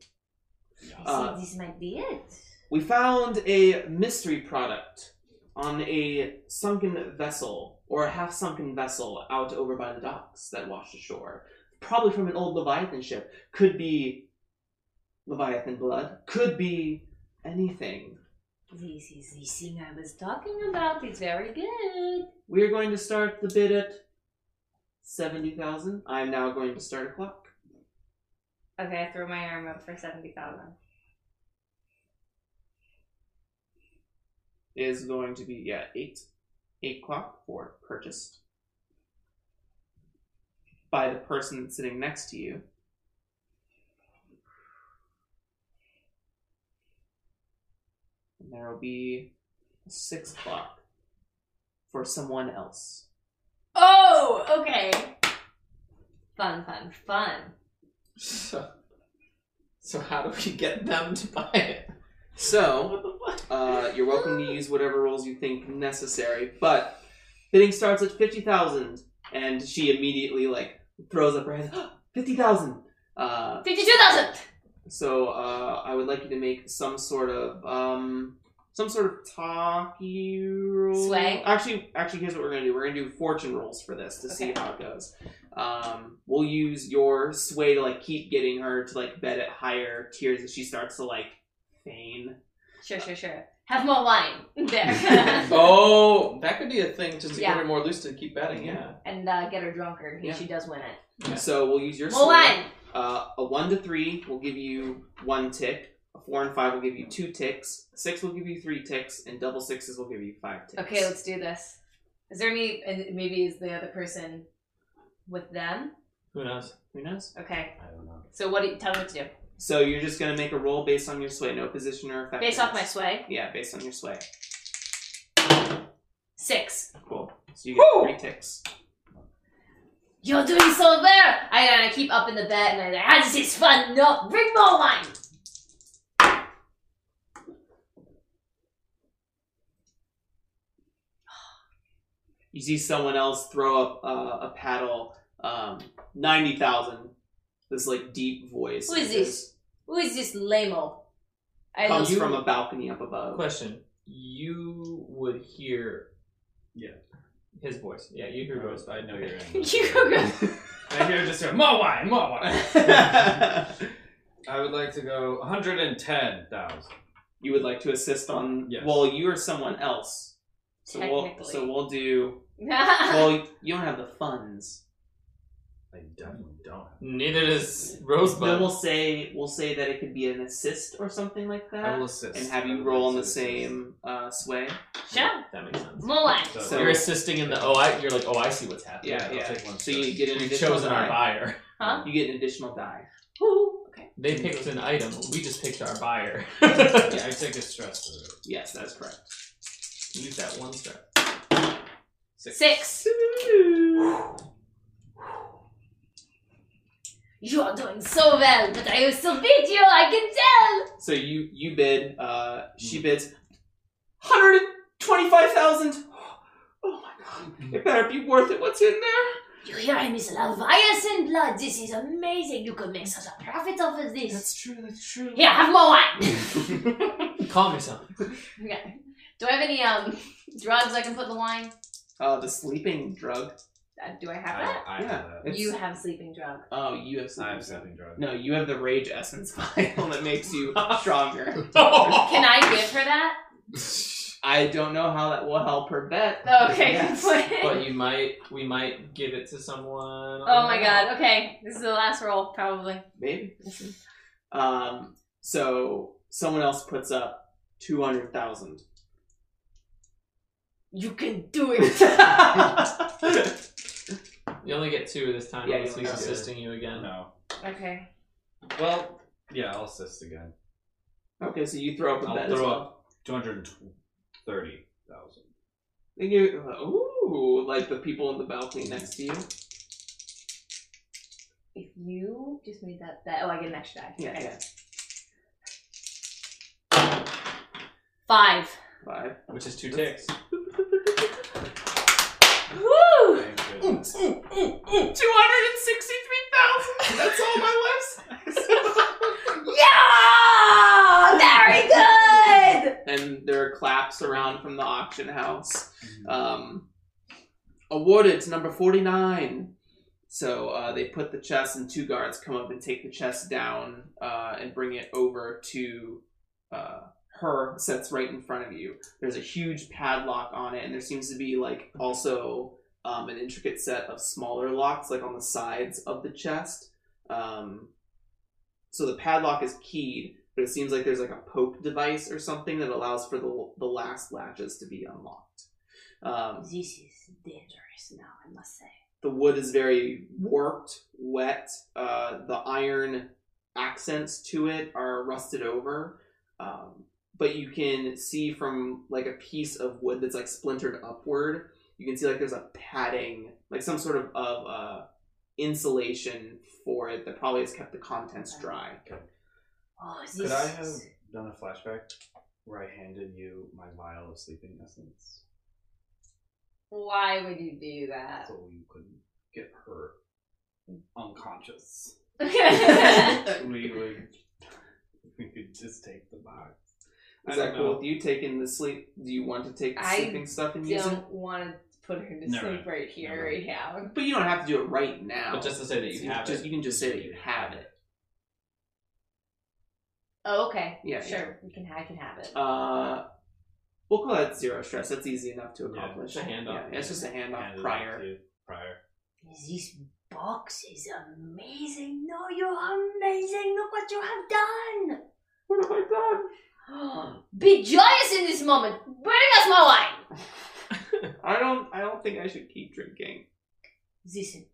Speaker 2: I
Speaker 5: Uh,
Speaker 2: see. This might be it.
Speaker 5: We found a mystery product on a sunken vessel or a half sunken vessel out over by the docks that washed ashore. Probably from an old Leviathan ship. Could be Leviathan blood. Could be anything.
Speaker 2: This is the thing I was talking about. It's very good.
Speaker 5: We are going to start the bid at 70,000. I am now going to start a clock.
Speaker 2: Okay, I threw my arm up for 70,000.
Speaker 5: It is going to be, yeah, 8. 8 clock for purchased by the person sitting next to you. And there will be a 6 clock for someone else.
Speaker 2: Oh, okay. Fun, fun, fun.
Speaker 3: So, so how do we get them to buy it?
Speaker 5: So,
Speaker 3: What the fuck?
Speaker 5: Uh, you're welcome to use whatever rules you think necessary, but bidding starts at fifty thousand, and she immediately like throws up her hands. "Ah, fifty thousand. Uh,
Speaker 2: 52,000!
Speaker 5: so uh, I would like you to make some sort of um, some sort of talky roll.
Speaker 2: Sway?
Speaker 5: Actually, actually, here's what we're gonna do. We're gonna do fortune rolls for this to see
Speaker 2: Okay.
Speaker 5: how it goes. Um, we'll use your sway to like keep getting her to like bet at higher tiers as she starts to like feign.
Speaker 2: Sure, sure, sure. Have more wine.
Speaker 5: Uh,
Speaker 2: There.
Speaker 3: oh, that could be a thing just to
Speaker 2: Yeah.
Speaker 3: get her more loose to keep betting. Yeah.
Speaker 2: and uh, get her drunker in case
Speaker 5: Yeah.
Speaker 2: she does win it.
Speaker 5: So we'll use your
Speaker 2: More
Speaker 5: sway.
Speaker 2: wine!
Speaker 5: Uh, a one to three will give you one tick. A four and five will give you two ticks. Six will give you three ticks, and double sixes will give you five ticks.
Speaker 2: Okay, let's do this. Is there any, and maybe is the other person with them?
Speaker 3: Who knows?
Speaker 5: Who knows?
Speaker 2: Okay,
Speaker 4: I don't know.
Speaker 2: so what do you, tell me what to do.
Speaker 5: So you're just gonna make a roll based on your sway, no position or effect.
Speaker 2: Based off my sway,
Speaker 5: Yeah, based on your sway.
Speaker 2: six.
Speaker 5: Cool. So you get
Speaker 3: Woo!
Speaker 5: three ticks.
Speaker 2: You're doing so there. I, and I keep up in the bed and I'm like, ah, this is fun. No, bring more wine.
Speaker 5: You see someone else throw up uh, a paddle. Um, Ninety thousand. This like deep voice.
Speaker 2: Who is
Speaker 5: that
Speaker 2: this? Who is this lame-o? I
Speaker 5: Comes
Speaker 2: look-
Speaker 5: from a balcony up above.
Speaker 3: Question: You would hear.
Speaker 4: Yeah.
Speaker 3: His voice. Yeah, you hear voice.
Speaker 4: I know you're in.
Speaker 2: You go-
Speaker 4: I hear just a more wine, more wine. I would like to go 110,000.
Speaker 5: you would like to assist on
Speaker 4: Yes.
Speaker 5: well you or someone else so we'll
Speaker 2: Technically.
Speaker 5: so we'll do well you don't have the funds
Speaker 4: I definitely don't have.
Speaker 3: Neither does Rosebud.
Speaker 5: Then we'll say we'll say that it could be an assist or something like that,
Speaker 4: I will assist.
Speaker 5: and have
Speaker 4: I
Speaker 5: you
Speaker 4: will
Speaker 5: roll on the
Speaker 4: assist.
Speaker 5: same uh, sway.
Speaker 2: Sure.
Speaker 3: That makes sense.
Speaker 2: More lines.
Speaker 4: So,
Speaker 5: So-
Speaker 3: you're assisting in the oh, I, you're like oh, I see what's happening.
Speaker 5: Yeah,
Speaker 4: I'll
Speaker 5: yeah.
Speaker 4: take one
Speaker 5: So you get an
Speaker 3: We've
Speaker 5: additional
Speaker 3: chosen
Speaker 5: die.
Speaker 3: our buyer.
Speaker 2: Huh?
Speaker 5: You get an additional die.
Speaker 2: Woo. Okay.
Speaker 3: They picked an item. We just picked our buyer.
Speaker 4: yeah, I take a stress for it.
Speaker 5: Yes, that's correct.
Speaker 3: Use that one star.
Speaker 2: Six. You are doing so well, but I will still beat you. I can tell.
Speaker 5: So you you bid. Uh,
Speaker 4: Hmm.
Speaker 5: she bids. Hundred twenty-five thousand. Oh my god! It better be worth it. What's in there?
Speaker 2: You hear I miss Leviathan blood. This is amazing. You could make such a profit off of this.
Speaker 5: true. That's true.
Speaker 2: Here, have more wine.
Speaker 3: Calm yourself.
Speaker 2: Okay. Do I have any um drugs I can put in the wine?
Speaker 5: Uh, the sleeping drug.
Speaker 2: Uh, do I have
Speaker 4: I,
Speaker 2: that?
Speaker 4: I
Speaker 5: yeah.
Speaker 4: have that.
Speaker 5: it's-
Speaker 2: You have sleeping drug.
Speaker 5: Oh, you have
Speaker 4: I
Speaker 5: sleeping.
Speaker 4: have
Speaker 5: drug.
Speaker 4: sleeping drug.
Speaker 5: No, you have the rage essence vial that makes you stronger. Oh.
Speaker 2: Can I give her that?
Speaker 5: I don't know how that will help her bet.
Speaker 2: Okay.
Speaker 5: Yes.
Speaker 3: But you might, we might give it to someone.
Speaker 2: oh my god. Okay, this is the last roll probably.
Speaker 5: Maybe. Um. So someone else puts up two hundred thousand.
Speaker 2: You can do
Speaker 5: yeah.
Speaker 3: You only get two this time.
Speaker 5: Yeah,
Speaker 3: unless
Speaker 5: you
Speaker 3: he's
Speaker 5: only
Speaker 4: get two.
Speaker 3: assisting you again.
Speaker 4: No.
Speaker 2: okay.
Speaker 4: Well, yeah, I'll assist again.
Speaker 5: Okay, so you throw up a
Speaker 4: I'll
Speaker 5: bet as
Speaker 4: throw
Speaker 5: well.
Speaker 4: up two hundred thirty thousand.
Speaker 5: They give ooh, like the people in the balcony next to you.
Speaker 2: If you just made that that oh I get an extra die.
Speaker 5: Yeah,
Speaker 2: okay.
Speaker 5: yeah.
Speaker 2: Five.
Speaker 5: Five.
Speaker 3: Which is two ticks.
Speaker 2: Woo!
Speaker 4: Thank
Speaker 5: Two
Speaker 4: goodness.
Speaker 5: hundred and sixty-three thousand. That's all my life's.
Speaker 2: Yeah! Very good!
Speaker 5: and there are claps around from the auction house.
Speaker 4: Mm-hmm.
Speaker 5: Um, awarded to number forty-nine. So uh, they put the chest, and two guards come up and take the chest down uh, and bring it over to uh, her. Sets right in front of you. There's a huge padlock on it, and there seems to be like also um, an intricate set of smaller locks, like on the sides of the chest. Um, so the padlock is keyed, but it seems like there's like a poke device or something that allows for the the last latches to be unlocked. Um,
Speaker 2: This is dangerous now, I must say.
Speaker 5: the wood is very warped, wet. Uh, the iron accents to it are rusted over. Um, but you can see from like a piece of wood that's like splintered upward, you can see like there's a padding, like some sort of, of uh, insulation for it that probably has kept the contents dry.
Speaker 2: Oh, this
Speaker 4: Could I have
Speaker 2: is
Speaker 4: done a flashback where I handed you my vial of sleeping essence
Speaker 2: why would you do that?
Speaker 4: so you could get her unconscious? we would. We could just take the box. I
Speaker 5: Is that
Speaker 4: don't
Speaker 5: cool
Speaker 4: know.
Speaker 5: with you taking the sleep? Do you want to take the
Speaker 2: I
Speaker 5: sleeping stuff and use it?
Speaker 2: don't want to put her to
Speaker 4: Never.
Speaker 2: sleep right here,
Speaker 4: Never.
Speaker 2: right now.
Speaker 5: But you don't have to do it right now.
Speaker 3: But just to say that you
Speaker 5: You
Speaker 3: have
Speaker 5: just-
Speaker 3: it.
Speaker 5: you can just say that you have it.
Speaker 2: Oh, okay.
Speaker 5: Yeah,
Speaker 2: Sure, we can. I can have it.
Speaker 5: Uh, we'll call that zero stress. That's easy enough to
Speaker 4: Yeah,
Speaker 5: accomplish.
Speaker 3: it's a handoff.
Speaker 5: Yeah, it's just a handoff
Speaker 4: Handed it to
Speaker 5: prior.
Speaker 4: you Prior.
Speaker 2: this box is amazing. No, you're amazing. Look what you have done.
Speaker 3: Oh
Speaker 5: What have I
Speaker 2: Be joyous in this moment. Bring us more wine.
Speaker 5: done? I don't. I don't think I should keep drinking.
Speaker 2: Listen,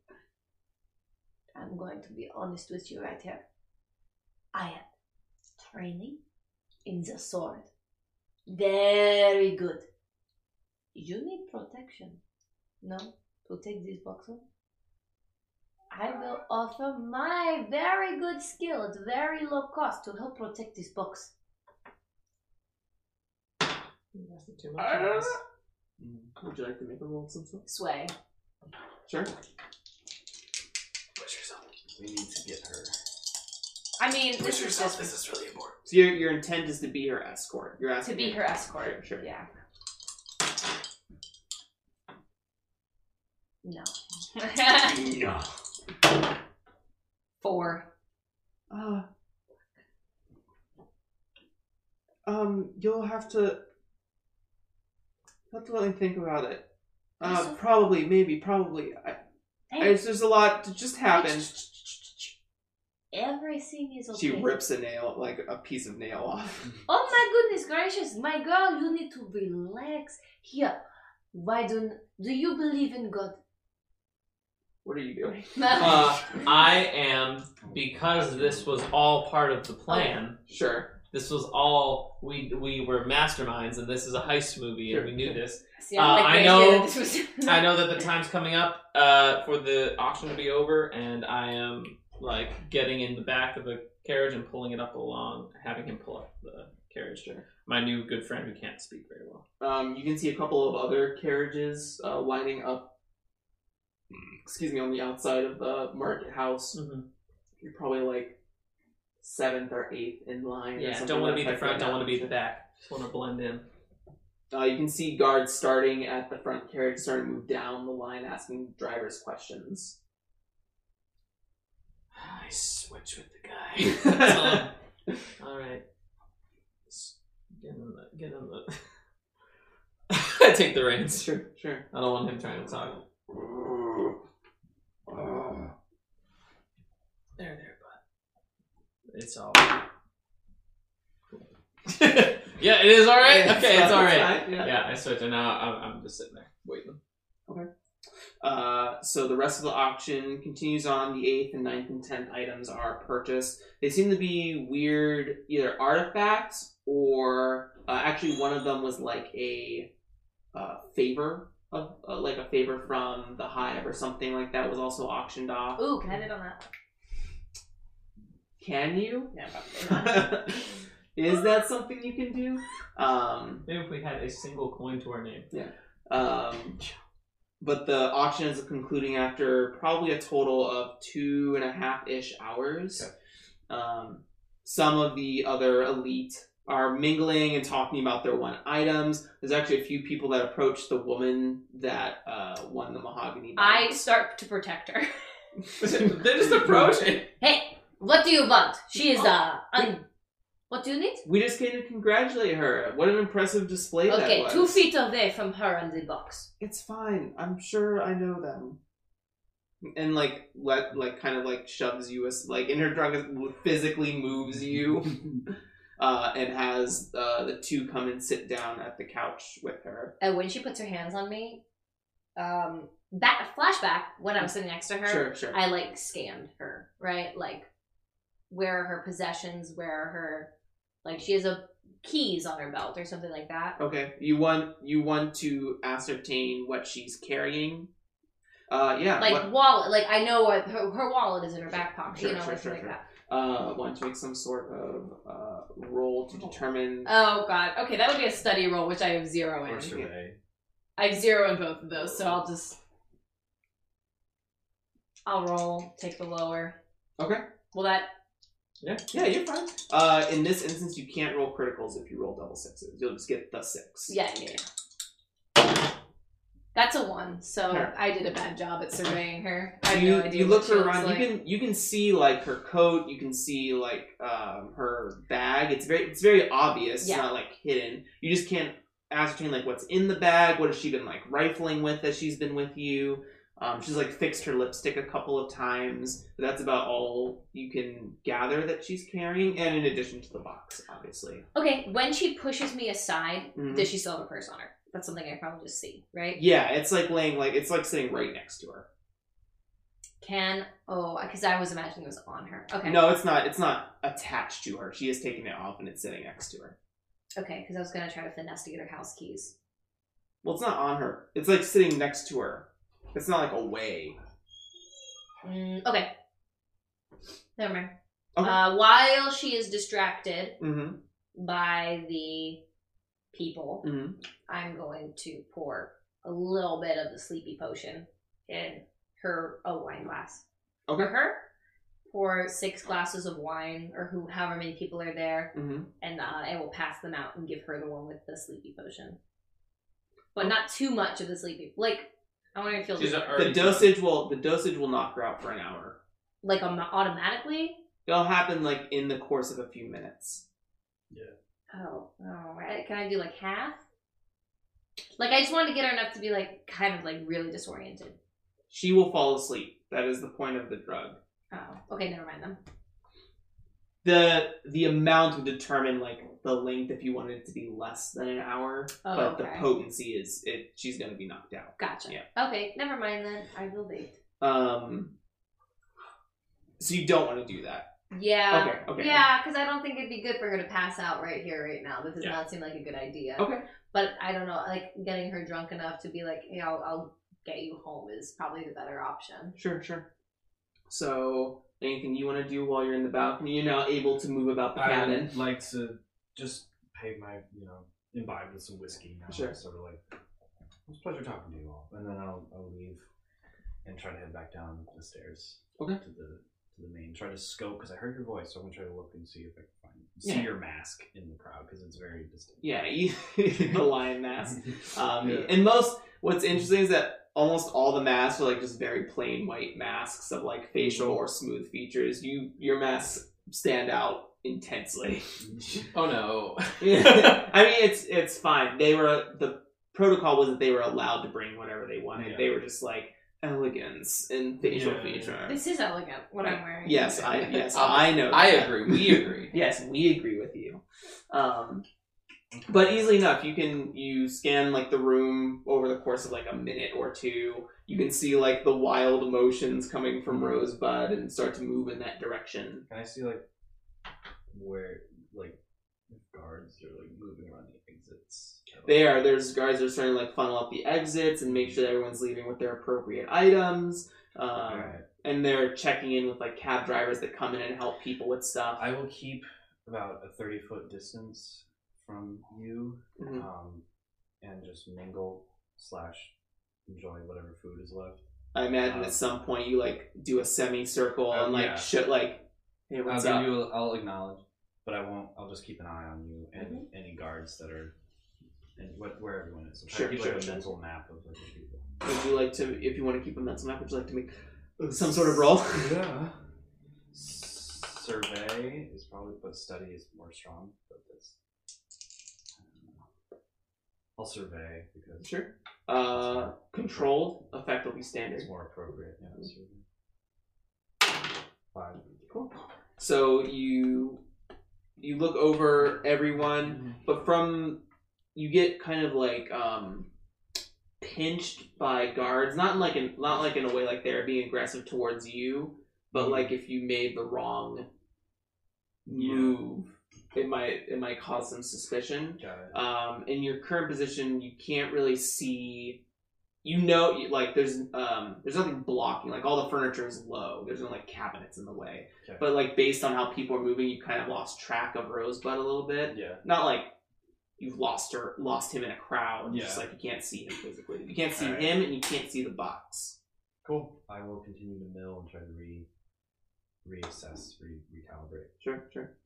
Speaker 2: I'm going to be honest with you right here. I am training in the sword. Very good. You need protection. No, to take this box on. I will offer my very good skill at very low cost to help protect this box.
Speaker 3: Nothing too much.
Speaker 5: I don't
Speaker 3: else.
Speaker 5: know. Uh, Would you like to make a roll of some sort?
Speaker 2: Sway.
Speaker 5: Sure.
Speaker 4: Push yourself. We need to get her.
Speaker 2: I mean, this is just
Speaker 4: is really important.
Speaker 5: So your your intent is to be her escort. You're asking
Speaker 2: to be her escort.
Speaker 5: Sure, sure.
Speaker 2: Yeah. No.
Speaker 5: No.
Speaker 2: Four.
Speaker 5: Uh, um, you'll have to have to let me think about it.
Speaker 2: Yes,
Speaker 5: Uh,
Speaker 2: of-
Speaker 5: probably, maybe, probably. I, It's, there's a lot that just happened.
Speaker 2: Everything is okay.
Speaker 5: She rips a nail, like a piece of nail off.
Speaker 2: Oh my goodness gracious, my girl, you need to relax. Here, why don't do you believe in God?
Speaker 5: What are you doing?
Speaker 3: Uh, I am because this was all part of the plan.
Speaker 5: Sure.
Speaker 3: This was all we we were masterminds, and this is a heist movie, and we knew this.
Speaker 2: See, I,
Speaker 3: uh,
Speaker 2: like
Speaker 3: I
Speaker 2: the
Speaker 3: know-
Speaker 2: idea that this was-
Speaker 3: I know that the time's coming up uh, for the auction to be over, and I am like getting in the back of the carriage and pulling it up along, having him pull up the carriage. My new good friend who can't speak very well.
Speaker 5: Um, you can see a couple of other carriages uh, lining up. Excuse me, on the outside of the market house.
Speaker 3: Mm-hmm.
Speaker 5: You're probably like seventh or eighth in line. or
Speaker 3: Yeah,
Speaker 5: something
Speaker 3: don't want
Speaker 5: like
Speaker 3: to be the
Speaker 5: that.
Speaker 3: front, don't want to be the back. Just want to blend in.
Speaker 5: Uh, you can see guards starting at the front carriage, starting to move down the line, asking drivers questions.
Speaker 3: I switch with the guy. That's all. All right. S- Get in the. Get in the. I take the reins.
Speaker 5: Sure, sure.
Speaker 3: I don't want him trying to talk. There, there, bud. It's all. yeah, it is all right. okay, it's all right.
Speaker 5: Yeah.
Speaker 3: Yeah, I switch, and now I'm, I'm just sitting there waiting.
Speaker 5: Uh, so the rest of the auction continues on. The eighth and ninth and tenth items are purchased. They seem to be weird, either artifacts or uh, actually one of them was like a uh, favor of uh, like a favor from the hive or something like that was also auctioned off.
Speaker 2: Ooh, can I bid on that?
Speaker 5: Can you?
Speaker 2: No, probably not.
Speaker 5: Is that something you can do? Um,
Speaker 3: Maybe if we had a single coin to our name.
Speaker 5: Um, but the auction is concluding after probably a total of two and a half ish hours. Um, some of the other elite are mingling and talking about their one items. There's actually a few people that approach the woman that uh, won the mahogany.
Speaker 2: I
Speaker 5: box.
Speaker 2: start to protect her.
Speaker 3: They're just approaching.
Speaker 2: Hey, what do you want? She is uh,
Speaker 3: Oh.
Speaker 2: un- what do you need?
Speaker 5: We just came to congratulate her. What an impressive display that
Speaker 2: Okay,
Speaker 5: was.
Speaker 2: two feet away from her and the box.
Speaker 5: It's fine. I'm sure I know them. And like let like kind of like shoves you as like inner drug is- physically moves you, uh, and has uh, the two come and sit down at the couch with her.
Speaker 2: And when she puts her hands on me, um, that flashback when I'm sitting next to her,
Speaker 5: Sure, sure.
Speaker 2: I like scanned her, right? Like where are her possessions, where are her like she has a keys on her belt or something like that.
Speaker 5: okay, you want you want to ascertain what she's carrying. Uh, yeah.
Speaker 2: Like
Speaker 5: what-
Speaker 2: wallet, like I know what her, her wallet is in her back pocket,
Speaker 5: Sure,
Speaker 2: you know,
Speaker 5: sure,
Speaker 2: like
Speaker 5: sure,
Speaker 2: something
Speaker 5: sure.
Speaker 2: like that.
Speaker 5: uh, want to make some sort of uh roll to determine.
Speaker 2: Oh god, okay, that would be a study roll, which I have zero in.
Speaker 4: Or survey.
Speaker 2: I have zero in both of those, so I'll just I'll roll, take the lower.
Speaker 5: Okay.
Speaker 2: Well, that
Speaker 3: Yeah.
Speaker 5: Yeah, you're fine. Uh, in this instance, you can't roll criticals if you roll double sixes. You'll just get the six.
Speaker 2: Yeah, yeah, yeah. That's a one, so
Speaker 5: Sure.
Speaker 2: I did a bad job at surveying her. I have
Speaker 5: you,
Speaker 2: no idea
Speaker 5: you
Speaker 2: what
Speaker 5: look
Speaker 2: she
Speaker 5: her
Speaker 2: looks
Speaker 5: around.
Speaker 2: like.
Speaker 5: You can you can see like her coat. You can see like um, her bag. It's very it's very obvious.
Speaker 2: Yeah.
Speaker 5: It's not like hidden. You just can't ascertain like what's in the bag. What has she been like rifling with as she's been with you? Um, she's like fixed her lipstick a couple of times. But that's about all you can gather that she's carrying. And in addition to the box, obviously.
Speaker 2: Okay, when she pushes me aside,
Speaker 5: Mhm.
Speaker 2: does she still have a purse on her? That's something I probably just see, right?
Speaker 5: Yeah, it's like laying like it's like sitting right next to her.
Speaker 2: Can oh, because I was imagining it was on her. Okay,
Speaker 5: No, it's not. It's not attached to her. She is taking it off and it's sitting next to her.
Speaker 2: okay, because I was gonna try to finesse to get her house keys.
Speaker 5: Well, it's not on her. It's like sitting next to her. It's not like away.
Speaker 2: Mm, okay, never mind.
Speaker 5: Okay.
Speaker 2: Uh, while she is distracted
Speaker 5: Mm-hmm.
Speaker 2: by the people,
Speaker 5: Mm-hmm.
Speaker 2: I'm going to pour a little bit of the sleepy potion in her a wine glass.
Speaker 5: Okay.
Speaker 2: For her, pour six glasses of wine, or who, however many people are there,
Speaker 5: Mm-hmm.
Speaker 2: and uh, I will pass them out and give her the one with the sleepy potion, but not too much of the sleepy. Like I want her to feel
Speaker 3: She's
Speaker 5: The
Speaker 3: already
Speaker 5: dosage will the dosage will knock her out for an hour.
Speaker 2: like um, automatically.
Speaker 5: It'll happen like in the course of a few minutes.
Speaker 2: Oh, all right. Can I do like half? Like I just wanted to get her enough to be like kind of like really disoriented.
Speaker 5: She will fall asleep. That is the point of the drug.
Speaker 2: Oh, okay, never mind them.
Speaker 5: The the amount would determine like the length if you wanted it to be less than an hour,
Speaker 2: Oh,
Speaker 5: but
Speaker 2: okay.
Speaker 5: the potency is it. She's gonna be knocked out.
Speaker 2: Gotcha. Okay, never mind then. I will wait.
Speaker 5: Um. So you don't want to do that.
Speaker 2: Yeah.
Speaker 5: Okay. Okay.
Speaker 2: Yeah, because I don't think it'd be good for her to pass out right here, right now. That does
Speaker 5: Yeah.
Speaker 2: not seem like a good idea.
Speaker 5: Okay.
Speaker 2: But I don't know, like getting her drunk enough to be like, hey, I'll, I'll get you home is probably the better option.
Speaker 5: Sure. Sure. So anything you want to do while you're in the balcony? You're now able to move about the
Speaker 4: I
Speaker 5: cabin.
Speaker 4: would like to just pay my, you know, imbibe with some whiskey now.
Speaker 5: Sure.
Speaker 4: Sort of like, it was a pleasure talking to you all. And then I'll, I'll leave and try to head back down the stairs
Speaker 5: Okay.
Speaker 4: to the to the main. Try to scope because I heard your voice, so I'm gonna try to look and see if I can find
Speaker 5: Yeah.
Speaker 4: see your mask in the crowd because it's very distinct.
Speaker 5: Yeah, you, the lion mask. Um,
Speaker 4: Yeah.
Speaker 5: And most, what's interesting is that almost all the masks are like just very plain white masks of like facial or smooth features. You your masks stand out intensely.
Speaker 3: Oh no.
Speaker 5: I mean, it's it's fine. They were the protocol was that they were allowed to bring whatever they wanted.
Speaker 4: Yeah.
Speaker 5: They were just like elegance and facial
Speaker 3: Yeah.
Speaker 5: feature.
Speaker 2: This is elegant, what I'm wearing.
Speaker 5: Yes, I yes
Speaker 4: Um,
Speaker 5: I know.
Speaker 3: I
Speaker 5: that.
Speaker 3: agree. We agree.
Speaker 5: Yes, we agree with you. Um, but easily enough, you can you scan like the room over the course of like a minute or two. You can see like the wild emotions coming from Rosebud and start to move in that direction.
Speaker 4: Can I see like where like if guards are like moving around the exits?
Speaker 5: There, there's guys are starting to like funnel up the exits and make sure that everyone's leaving with their appropriate items. Um,
Speaker 4: Alright.
Speaker 5: And they're checking in with like cab drivers that come in and help people with stuff.
Speaker 4: I will keep about a thirty foot distance from you,
Speaker 5: Mhm.
Speaker 4: um, and just mingle slash enjoy whatever food is left.
Speaker 5: I imagine
Speaker 4: Um,
Speaker 5: at some point you like do a semicircle
Speaker 4: Oh,
Speaker 5: and like
Speaker 4: yeah.
Speaker 5: shit like, hey, what's
Speaker 4: I'll
Speaker 5: up?
Speaker 4: give you. A, I'll acknowledge, but I won't. I'll just keep an eye on you and
Speaker 5: Mm-hmm.
Speaker 4: any guards that are and what where everyone is. I'm trying
Speaker 5: Sure,
Speaker 4: to keep
Speaker 5: sure,
Speaker 4: like a
Speaker 5: sure.
Speaker 4: mental map of like, the people.
Speaker 5: Would you like to, if you want to keep a mental map, would you like to make some sort of roll?
Speaker 4: Yeah. Survey is probably, but study is more strong. But that's. I'll survey because
Speaker 5: Sure. Uh, controlled, effect will be
Speaker 4: it's
Speaker 5: standard.
Speaker 4: more appropriate. Yeah, survey. Five.
Speaker 5: Mm-hmm. Cool. So you you look over everyone, but from you get kind of like um pinched by guards, not in like in not like in a way like they're being aggressive towards you, but like if you made the wrong
Speaker 4: Yeah.
Speaker 5: move, it might it might cause some suspicion.
Speaker 4: Got it.
Speaker 5: um, in your current position, you can't really see. You know, you- like there's um, there's nothing blocking. Like all the furniture is low. There's no like cabinets in the way.
Speaker 4: Okay.
Speaker 5: But like based on how people are moving, you kind of lost track of Rosebud a little bit.
Speaker 4: yeah.
Speaker 5: Not like you've lost her, lost him in a crowd. It's
Speaker 4: Yeah.
Speaker 5: Just like you can't see him physically. You can't see
Speaker 4: Alright.
Speaker 5: him, and you can't see the box.
Speaker 4: Cool. I will continue to mill and try to re reassess, re recalibrate.
Speaker 5: Sure, sure.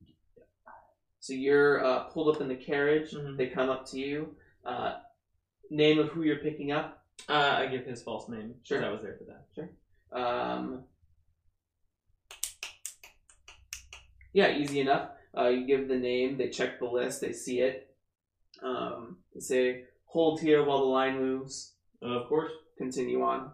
Speaker 5: So you're uh, pulled up in the carriage.
Speaker 4: Mm-hmm.
Speaker 3: Mhm.
Speaker 5: They come up to you. Uh, name of who you're picking up.
Speaker 3: Uh, I give his false name. 'cause
Speaker 5: Sure.
Speaker 3: I was there for that.
Speaker 5: Um, yeah, easy enough. Uh, you give the name, they check the list, they see it. Um, they say, hold here while the line moves,
Speaker 3: of course.
Speaker 5: continue on.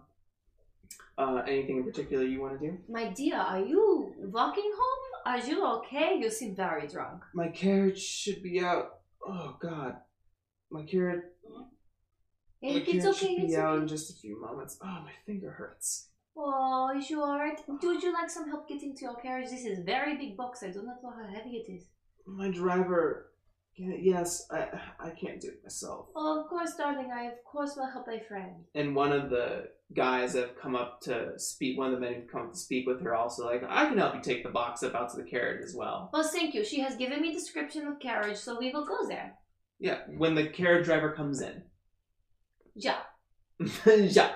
Speaker 5: Uh, anything in particular you want to do?
Speaker 2: My dear, are you walking home? Are you okay? You seem very drunk.
Speaker 5: My carriage should be out. Oh, God. My carriage,
Speaker 2: It- it's okay. It's okay.
Speaker 5: just a few moments. Oh, my finger hurts.
Speaker 2: Oh, is you alright? Would you like some help getting to your carriage? This is very big box. I do not know how heavy it is.
Speaker 5: My driver. Yes, I, I can't do it myself.
Speaker 2: Oh, of course, darling. I of course will help my friend.
Speaker 5: and one of the guys that have come up to speak one of the men who've come up to speak with her also like i can help you take the box up out to the carriage as well
Speaker 2: Well, thank you. She has given me description of carriage, so we will go there.
Speaker 5: yeah when the carriage driver comes in
Speaker 2: Yeah.
Speaker 5: yeah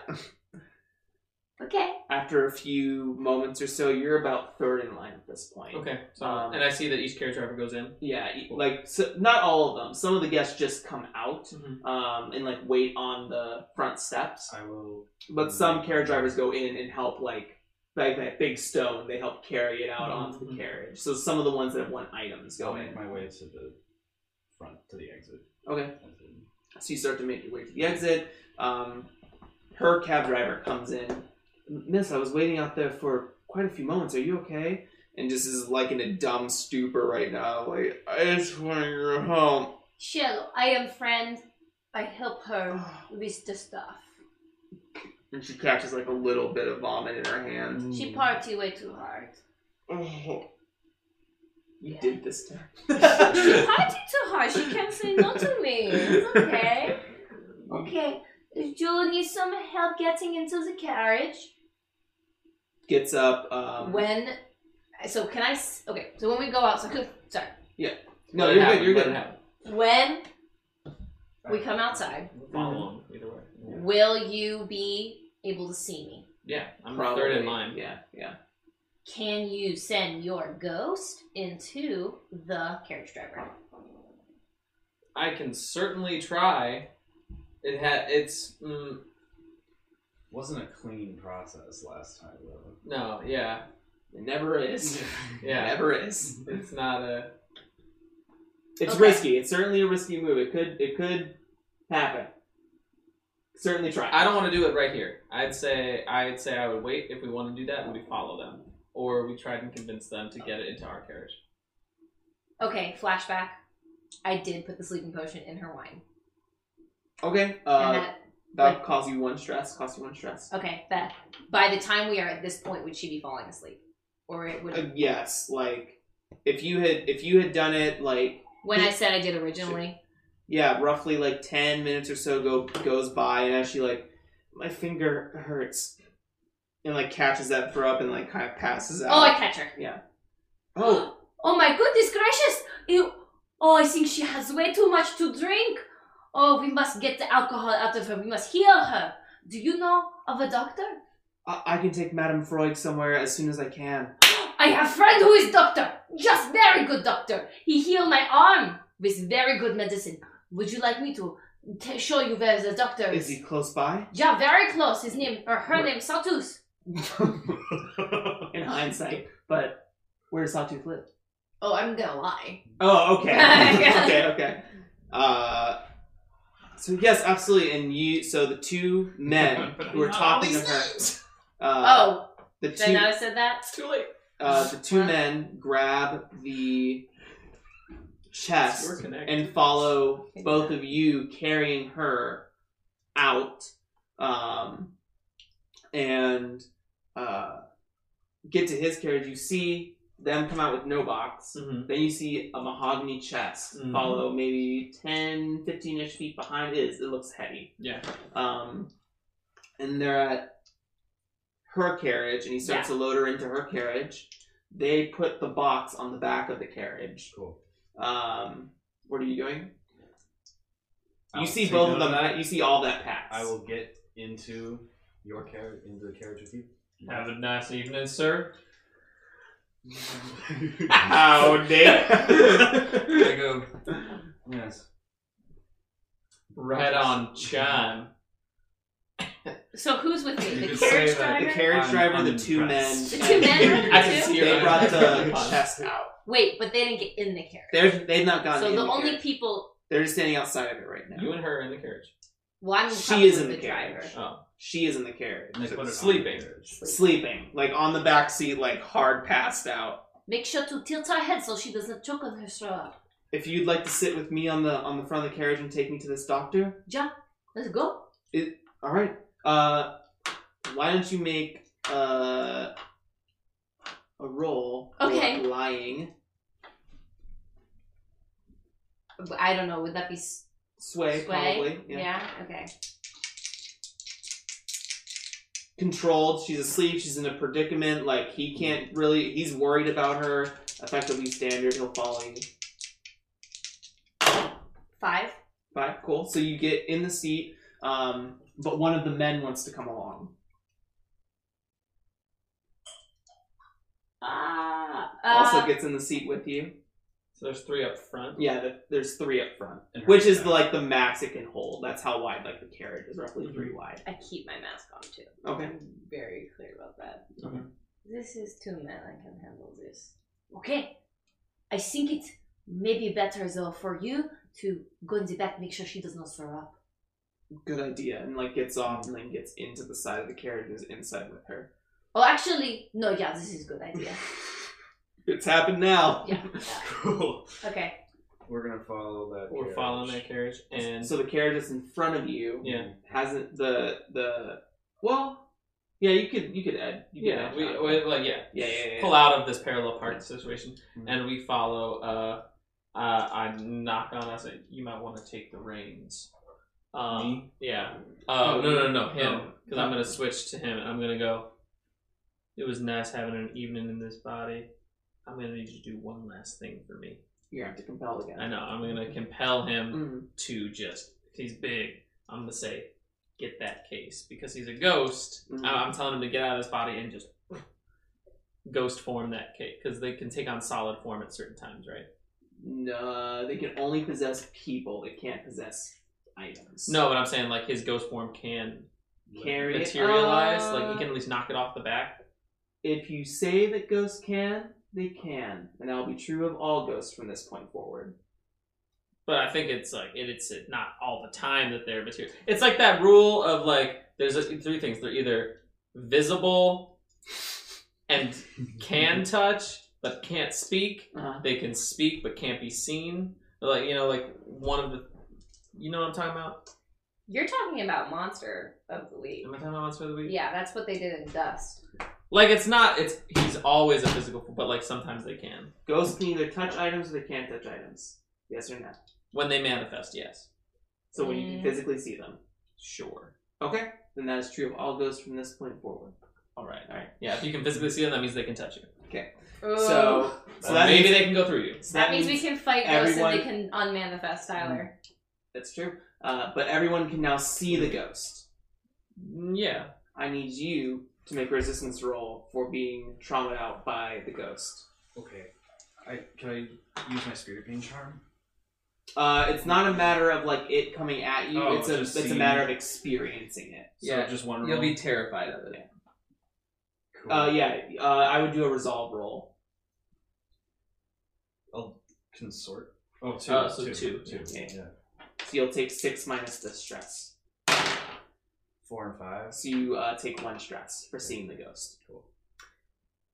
Speaker 2: Okay.
Speaker 5: after a few moments or so you're about third in line at this point
Speaker 3: Okay. So,
Speaker 5: Um,
Speaker 3: and I see that each carriage driver goes in.
Speaker 5: yeah y- like so, not all of them some of the guests just come out
Speaker 3: Mm-hmm.
Speaker 5: um, and like wait on the front steps
Speaker 4: I will.
Speaker 5: but some carriage drivers go in and help like like that big stone they help carry it out onto the
Speaker 3: Mhm.
Speaker 5: carriage so some of the ones that have one items
Speaker 4: I'll
Speaker 5: go in
Speaker 4: make my way to the front to the exit.
Speaker 5: okay So you start to make your way to the exit. Um, her cab driver comes in. Miss, I was waiting out there for quite a few moments. Are you okay? And just is like in a dumb stupor right now. Like, I just want to go home.
Speaker 2: Shell, I am friend. I help her with the stuff.
Speaker 5: And she catches like a little bit of vomit in her hand.
Speaker 2: She party way too hard.
Speaker 5: You
Speaker 2: Oh. Yeah.
Speaker 5: did this time.
Speaker 2: She party too hard. She can't say no to me. It's okay. Okay. Jewel needs some help getting into the carriage.
Speaker 5: Gets up. Um,
Speaker 2: When? So can I? s- Okay. So when we go outside. Sorry.
Speaker 5: no,
Speaker 3: Let it
Speaker 5: you're
Speaker 3: happen,
Speaker 5: good. You're
Speaker 3: let
Speaker 5: good.
Speaker 3: it happen.
Speaker 2: When we come outside,
Speaker 3: Follow him either way.
Speaker 2: will you be able to see me?
Speaker 3: Yeah, I'm
Speaker 5: Probably.
Speaker 3: third in line.
Speaker 5: Yeah, yeah.
Speaker 2: Can you send your ghost into the carriage driver?
Speaker 3: I can certainly try. It had it's mm,
Speaker 1: Wasn't a clean process last time, though.
Speaker 3: no, yeah,
Speaker 5: It never is.
Speaker 3: yeah.
Speaker 5: It never is.
Speaker 3: It's not a
Speaker 5: It's
Speaker 2: Okay.
Speaker 5: risky. It's certainly a risky move. It could. It could happen. Certainly try.
Speaker 3: I don't want to do it right here. I'd say I'd say I would wait if we want to do that. We follow them, or we try and convince them to get it into our carriage.
Speaker 2: Okay, flashback. I did put the sleeping potion in her wine.
Speaker 5: Okay.
Speaker 2: And
Speaker 5: Uh,
Speaker 2: that,
Speaker 5: that will costs you one stress. Costs you one stress.
Speaker 2: okay, that by the time we are at this point, would she be falling asleep? Or it would
Speaker 5: Uh, yes. Like if you had if you had done it like
Speaker 2: when I said I did originally.
Speaker 5: yeah, roughly like ten minutes or so go goes by, and as she like, my finger hurts, and like catches that throw up and like kind of passes out.
Speaker 2: Oh, I catch her.
Speaker 5: oh,
Speaker 2: Oh my goodness gracious! Ew. Oh, I think she has way too much to drink. Oh, we must get the alcohol out of her. We must heal her. Do you know of a doctor?
Speaker 5: I-, I can take Madame Freud somewhere as soon as I can.
Speaker 2: I have friend who is doctor, just very good doctor. He healed my arm with very good medicine. Would you like me to t- show you where the doctor
Speaker 5: Is
Speaker 2: is?
Speaker 5: he close by?
Speaker 2: Yeah, very close. His name or her name Satus.
Speaker 5: In hindsight, but where does Sawtooth live?
Speaker 2: Oh, I'm gonna lie.
Speaker 5: Oh, okay, okay, okay. Uh, so yes, absolutely. And you, so the two men who were talking to her. Uh,
Speaker 2: oh,
Speaker 5: the
Speaker 2: did I
Speaker 5: two
Speaker 2: know I said that?
Speaker 3: It's too late.
Speaker 5: Uh, the two
Speaker 2: Wow.
Speaker 5: men grab the
Speaker 3: It's your
Speaker 5: chest
Speaker 3: connection.
Speaker 5: and follow both of you carrying her out um, and uh, get to his carriage. You see them come out with no box.
Speaker 3: Mhm.
Speaker 5: Then you see a mahogany chest
Speaker 3: Mhm.
Speaker 5: follow maybe 10, 15 ish feet behind. It is. It looks heavy.
Speaker 3: Yeah,
Speaker 5: Um, and they're at her carriage, and he starts to load her into her carriage. They put the box on the back of the carriage.
Speaker 4: Cool.
Speaker 5: Um, what are you doing?
Speaker 4: I'll
Speaker 5: you see
Speaker 4: take
Speaker 5: both of
Speaker 4: note
Speaker 5: them. You see all that pass.
Speaker 4: I will get into your carriage, into the carriage with you.
Speaker 3: have a nice evening, sir.
Speaker 5: Howdy.
Speaker 4: I go. Yes.
Speaker 3: Right on, chime.
Speaker 2: So who's with me?
Speaker 4: You
Speaker 2: The
Speaker 4: could
Speaker 2: carriage
Speaker 4: say that
Speaker 5: the
Speaker 2: driver.
Speaker 5: carriage
Speaker 4: I'm
Speaker 5: driver, the two men,
Speaker 4: unimpressed.
Speaker 2: The two men.
Speaker 5: I can
Speaker 2: Two?
Speaker 5: see they brought the
Speaker 3: Pause.
Speaker 5: chest out.
Speaker 2: Wait, but they didn't get in the carriage.
Speaker 5: They're, they've not gone.
Speaker 2: so
Speaker 5: in
Speaker 2: the only
Speaker 5: carriage.
Speaker 2: people.
Speaker 5: they're just standing outside of it right now.
Speaker 3: You and her in the carriage.
Speaker 2: Well, I'm
Speaker 5: she
Speaker 2: probably
Speaker 5: is in the,
Speaker 2: the,
Speaker 5: carriage.
Speaker 2: driver.
Speaker 3: Oh,
Speaker 5: She is in the carriage.
Speaker 4: And they put it on
Speaker 3: Sleeping.
Speaker 4: the carriage.
Speaker 5: sleeping, like on the back seat, like hard passed out.
Speaker 2: Make sure to tilt her head so she doesn't choke on her straw.
Speaker 5: If you'd like to sit with me on the on the front of the carriage and take me to this doctor,
Speaker 2: Ja, let's go.
Speaker 5: all right. Uh, why don't you make uh, a roll for
Speaker 2: Okay.
Speaker 5: lying
Speaker 2: But I don't know. Would that be s-
Speaker 5: sway,
Speaker 2: sway?
Speaker 5: probably
Speaker 2: Yeah. Okay.
Speaker 5: controlled. She's asleep. She's in a predicament. Like he can't really. He's worried about her. Effectively standard. He'll follow you.
Speaker 2: Five.
Speaker 5: Five. Cool. So you get in the seat. Um, but one of the men wants to come along.
Speaker 2: Ah.
Speaker 5: also
Speaker 2: uh,
Speaker 5: gets in the seat with you.
Speaker 3: so there's three up front.
Speaker 5: Yeah, the, there's three up front,
Speaker 4: And her
Speaker 5: which is
Speaker 4: back.
Speaker 5: like the max it can hold. That's how wide like the carriage is, roughly
Speaker 3: Mhm.
Speaker 5: three wide.
Speaker 2: I keep my mask on too.
Speaker 5: Okay.
Speaker 2: I'm very clear about that.
Speaker 5: Okay.
Speaker 2: This is two men. I can handle this. Okay. I think it may be better though for you to go in the back, make sure she does not throw up.
Speaker 5: good idea, and like gets off and then gets into the side of the carriage and is inside with her.
Speaker 2: Oh, actually, no. Yeah, this is a good idea.
Speaker 5: It's happened now.
Speaker 2: Yeah.
Speaker 4: cool.
Speaker 2: Okay.
Speaker 4: We're gonna follow that.
Speaker 3: We're
Speaker 4: carriage.
Speaker 3: following that carriage, and
Speaker 5: so the carriage that's in front of you
Speaker 3: yeah,
Speaker 5: hasn't the the well, yeah. You could you could add you could
Speaker 3: yeah,
Speaker 5: add
Speaker 3: we,
Speaker 5: time.
Speaker 3: we like yeah, Mm-hmm.
Speaker 5: Yeah, yeah, yeah,
Speaker 3: pull out of this parallel park situation,
Speaker 4: Mhm.
Speaker 3: and we follow. Uh, uh, I knock on us. You might want to take the reins. Um, yeah. Oh no no no him because I'm gonna switch to him. and I'm gonna go. It was nice having an evening in this body. I'm gonna need you to do one last thing for me.
Speaker 5: you're gonna have to compel again.
Speaker 3: I know. I'm gonna compel him
Speaker 5: Mm.
Speaker 3: to just he's big. I'm gonna say get that case because he's a ghost.
Speaker 5: Mhm.
Speaker 3: I- I'm telling him to get out of his body and just ghost form that case because they can take on solid form at certain times, right?
Speaker 5: No, they can only possess people. They can't possess items.
Speaker 3: No, but I'm saying like his ghost form can
Speaker 5: carry it.
Speaker 3: materialize.
Speaker 5: Uh,
Speaker 3: Like he can at least knock it off the back.
Speaker 5: If you say that ghosts can, they can, and that'll be true of all ghosts from this point forward.
Speaker 3: But I think it's like it, it's not all the time that they're material. It's like that rule of like there's a, three things. They're either visible and can touch but can't speak
Speaker 5: Uh,
Speaker 3: they can speak but can't be seen. Like you know, like one of the, you know what I'm talking about?
Speaker 2: You're talking about monster of the week.
Speaker 3: Am I talking about Monster of the Week?
Speaker 2: Yeah, that's what they did in Dust.
Speaker 3: Like it's not. It's he's always a physical, but like sometimes they can
Speaker 5: ghosts can either touch items or they can't touch items. Yes or no?
Speaker 3: when they manifest. Yes,
Speaker 5: So when you can
Speaker 2: Mm.
Speaker 5: physically see them.
Speaker 3: sure.
Speaker 5: Okay. Then that is true of all ghosts from this point forward.
Speaker 3: All right, all right. Yeah, if you can physically see them, that means they can touch you.
Speaker 5: So, so that
Speaker 3: maybe
Speaker 5: means,
Speaker 3: they can go through you.
Speaker 5: so
Speaker 2: that means we can fight ghosts
Speaker 5: everyone-
Speaker 2: and they can unmanifest Tyler.
Speaker 5: That's true. Uh, but everyone can now see the ghost.
Speaker 3: Mm, Yeah.
Speaker 5: I need you to make a resistance roll for being traumatized out by the ghost.
Speaker 1: Okay. I can I use my spirit beam charm?
Speaker 5: Uh, it's not a matter of like it coming at you.
Speaker 1: Oh,
Speaker 5: it's a
Speaker 1: just
Speaker 5: it's a
Speaker 1: seeing-
Speaker 5: matter of experiencing it.
Speaker 1: So
Speaker 3: Yeah,
Speaker 1: just one roll.
Speaker 3: You'll be terrified of it.
Speaker 1: cool.
Speaker 5: Uh, yeah. Uh, I would do a resolve roll.
Speaker 1: Consort. Oh, two.
Speaker 3: Oh, so two,
Speaker 1: two.
Speaker 5: yeah.
Speaker 1: Yeah.
Speaker 5: So you'll take six minus the stress.
Speaker 1: Four and five.
Speaker 5: So you uh, take one stress for seeing the ghost.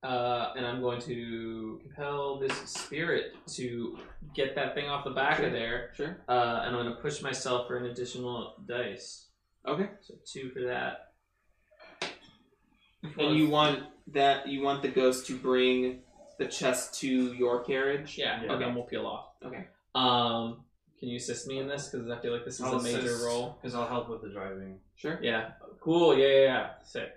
Speaker 3: Uh, and I'm going to compel this spirit to get that thing off the back
Speaker 5: Sure.
Speaker 3: of there,
Speaker 5: Sure.
Speaker 3: uh, and I'm going to push myself for an additional dice.
Speaker 5: Okay.
Speaker 3: So two for that.
Speaker 5: And you want that you want the ghost to bring the chest to your carriage.
Speaker 3: yeah,
Speaker 1: Yeah.
Speaker 3: and then we'll peel off.
Speaker 5: Okay.
Speaker 3: Um, can you assist me in this? Because I feel like this is a major role.
Speaker 1: Because I'll help with the driving.
Speaker 5: Sure.
Speaker 3: Yeah. Cool. Yeah. Yeah. yeah. Sick.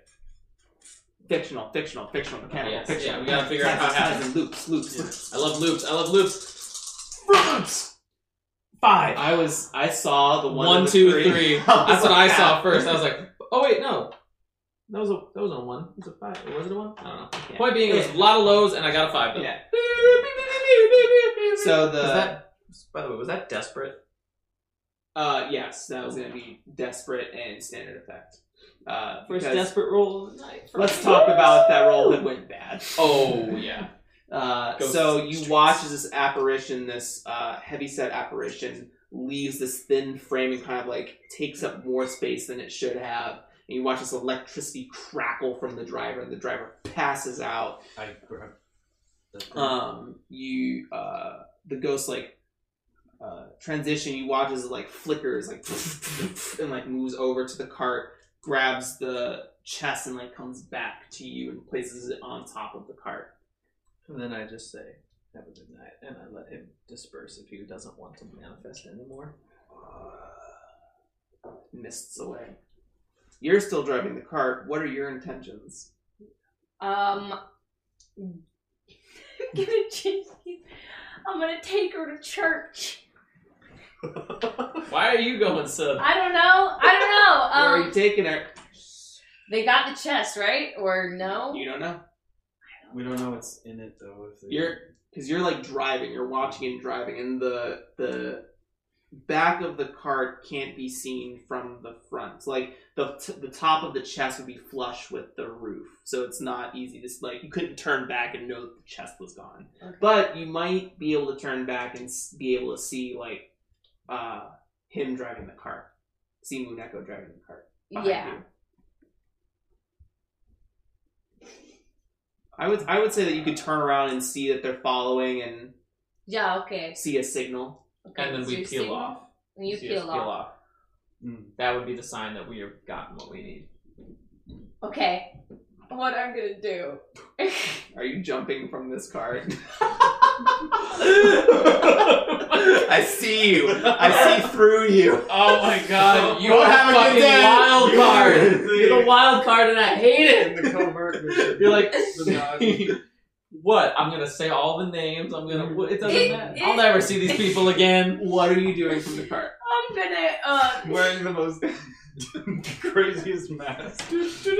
Speaker 5: Fictional, fictional, fictional, mechanical,
Speaker 3: Yes,
Speaker 5: fictional.
Speaker 3: yeah, we gotta figure out how it
Speaker 5: Sides,
Speaker 3: happens.
Speaker 5: sides, and loops, loops, loops.
Speaker 3: I love loops. I love loops.
Speaker 5: Loops!
Speaker 3: Five.
Speaker 5: I was I saw the one,
Speaker 3: One,
Speaker 5: and the
Speaker 3: two,
Speaker 5: three.
Speaker 3: three. That's what I saw first. I was like, oh wait, no. That was a that was a one. It was a five. Or was it a one? I don't know.
Speaker 5: Yeah.
Speaker 3: Point being, it was a lot of lows, and I got a five. Though.
Speaker 5: Yeah.
Speaker 3: So
Speaker 5: So the
Speaker 3: was that? By the way, was that desperate?
Speaker 5: uh yes, that was gonna be desperate and standard effect. Uh,
Speaker 3: First
Speaker 5: because-
Speaker 3: desperate roll of the night. for
Speaker 5: let's
Speaker 3: me.
Speaker 5: talk about if that roll that went bad.
Speaker 3: Oh yeah.
Speaker 5: Uh,
Speaker 3: Ghost
Speaker 5: so you
Speaker 3: streets.
Speaker 5: watch as this apparition, this uh, heavyset apparition, leaves this thin frame and kind of like takes up more space than it should have. And you watch this electricity crackle from the driver, and the driver passes out.
Speaker 1: I grab.
Speaker 3: Mm-hmm.
Speaker 1: The
Speaker 3: Uh,
Speaker 5: Um, you, uh, the ghost, like uh, transition. You watch as it like flickers, like and like moves over to the cart, grabs the chest, and like comes back to you and places it on top of the cart.
Speaker 3: And then I just say, have a good night, and I let him disperse if he doesn't want to manifest anymore.
Speaker 5: mists away. You're still driving the cart. What are your intentions?
Speaker 3: Mm.
Speaker 2: Um, I'm gonna change these. I'm gonna take her to church.
Speaker 3: Why are you going sub?
Speaker 2: I don't know. I
Speaker 5: Where
Speaker 2: don't
Speaker 5: are
Speaker 2: know.
Speaker 5: you
Speaker 2: Um,
Speaker 5: taking her?
Speaker 2: they got the chest right or no?
Speaker 5: You don't know.
Speaker 1: we don't know what's in it though. If they,
Speaker 5: You're because you're like driving. You're watching and driving, and the the back of the cart can't be seen from the front. Like the t- the top of the chest would be flush with the roof, so it's not easy to s- like you couldn't turn back and know that the chest was gone.
Speaker 2: Okay.
Speaker 5: But you might be able to turn back and s- be able to see like uh him driving the cart. see Moon Echo driving the cart. behind
Speaker 2: Yeah.
Speaker 5: you. I would I would say that you could turn around and see that they're following and
Speaker 2: Yeah. Okay.
Speaker 5: see a signal.
Speaker 2: okay.
Speaker 3: And then
Speaker 2: so
Speaker 3: we
Speaker 2: you
Speaker 3: peel
Speaker 2: signal,
Speaker 3: off.
Speaker 2: and You
Speaker 3: See
Speaker 2: peel
Speaker 3: us
Speaker 2: off.
Speaker 1: Mm.
Speaker 3: That would be the sign that we have gotten what we need.
Speaker 2: Okay. What I'm gonna do?
Speaker 5: Are you jumping from this cart? I see you. I see through you.
Speaker 3: Oh my
Speaker 5: God, you are
Speaker 3: have
Speaker 5: fucking wild card.
Speaker 3: You're the wild card, and I hate it.
Speaker 4: the covert mission.
Speaker 3: You're like,
Speaker 4: The
Speaker 3: what? I'm gonna say all the names. I'm gonna. It doesn't
Speaker 2: It-
Speaker 3: matter.
Speaker 2: it-
Speaker 3: I'll never see these people again.
Speaker 5: What are you doing from the cart?
Speaker 2: I'm gonna. Uh,
Speaker 4: dog wearing the most craziest mask.
Speaker 2: let me see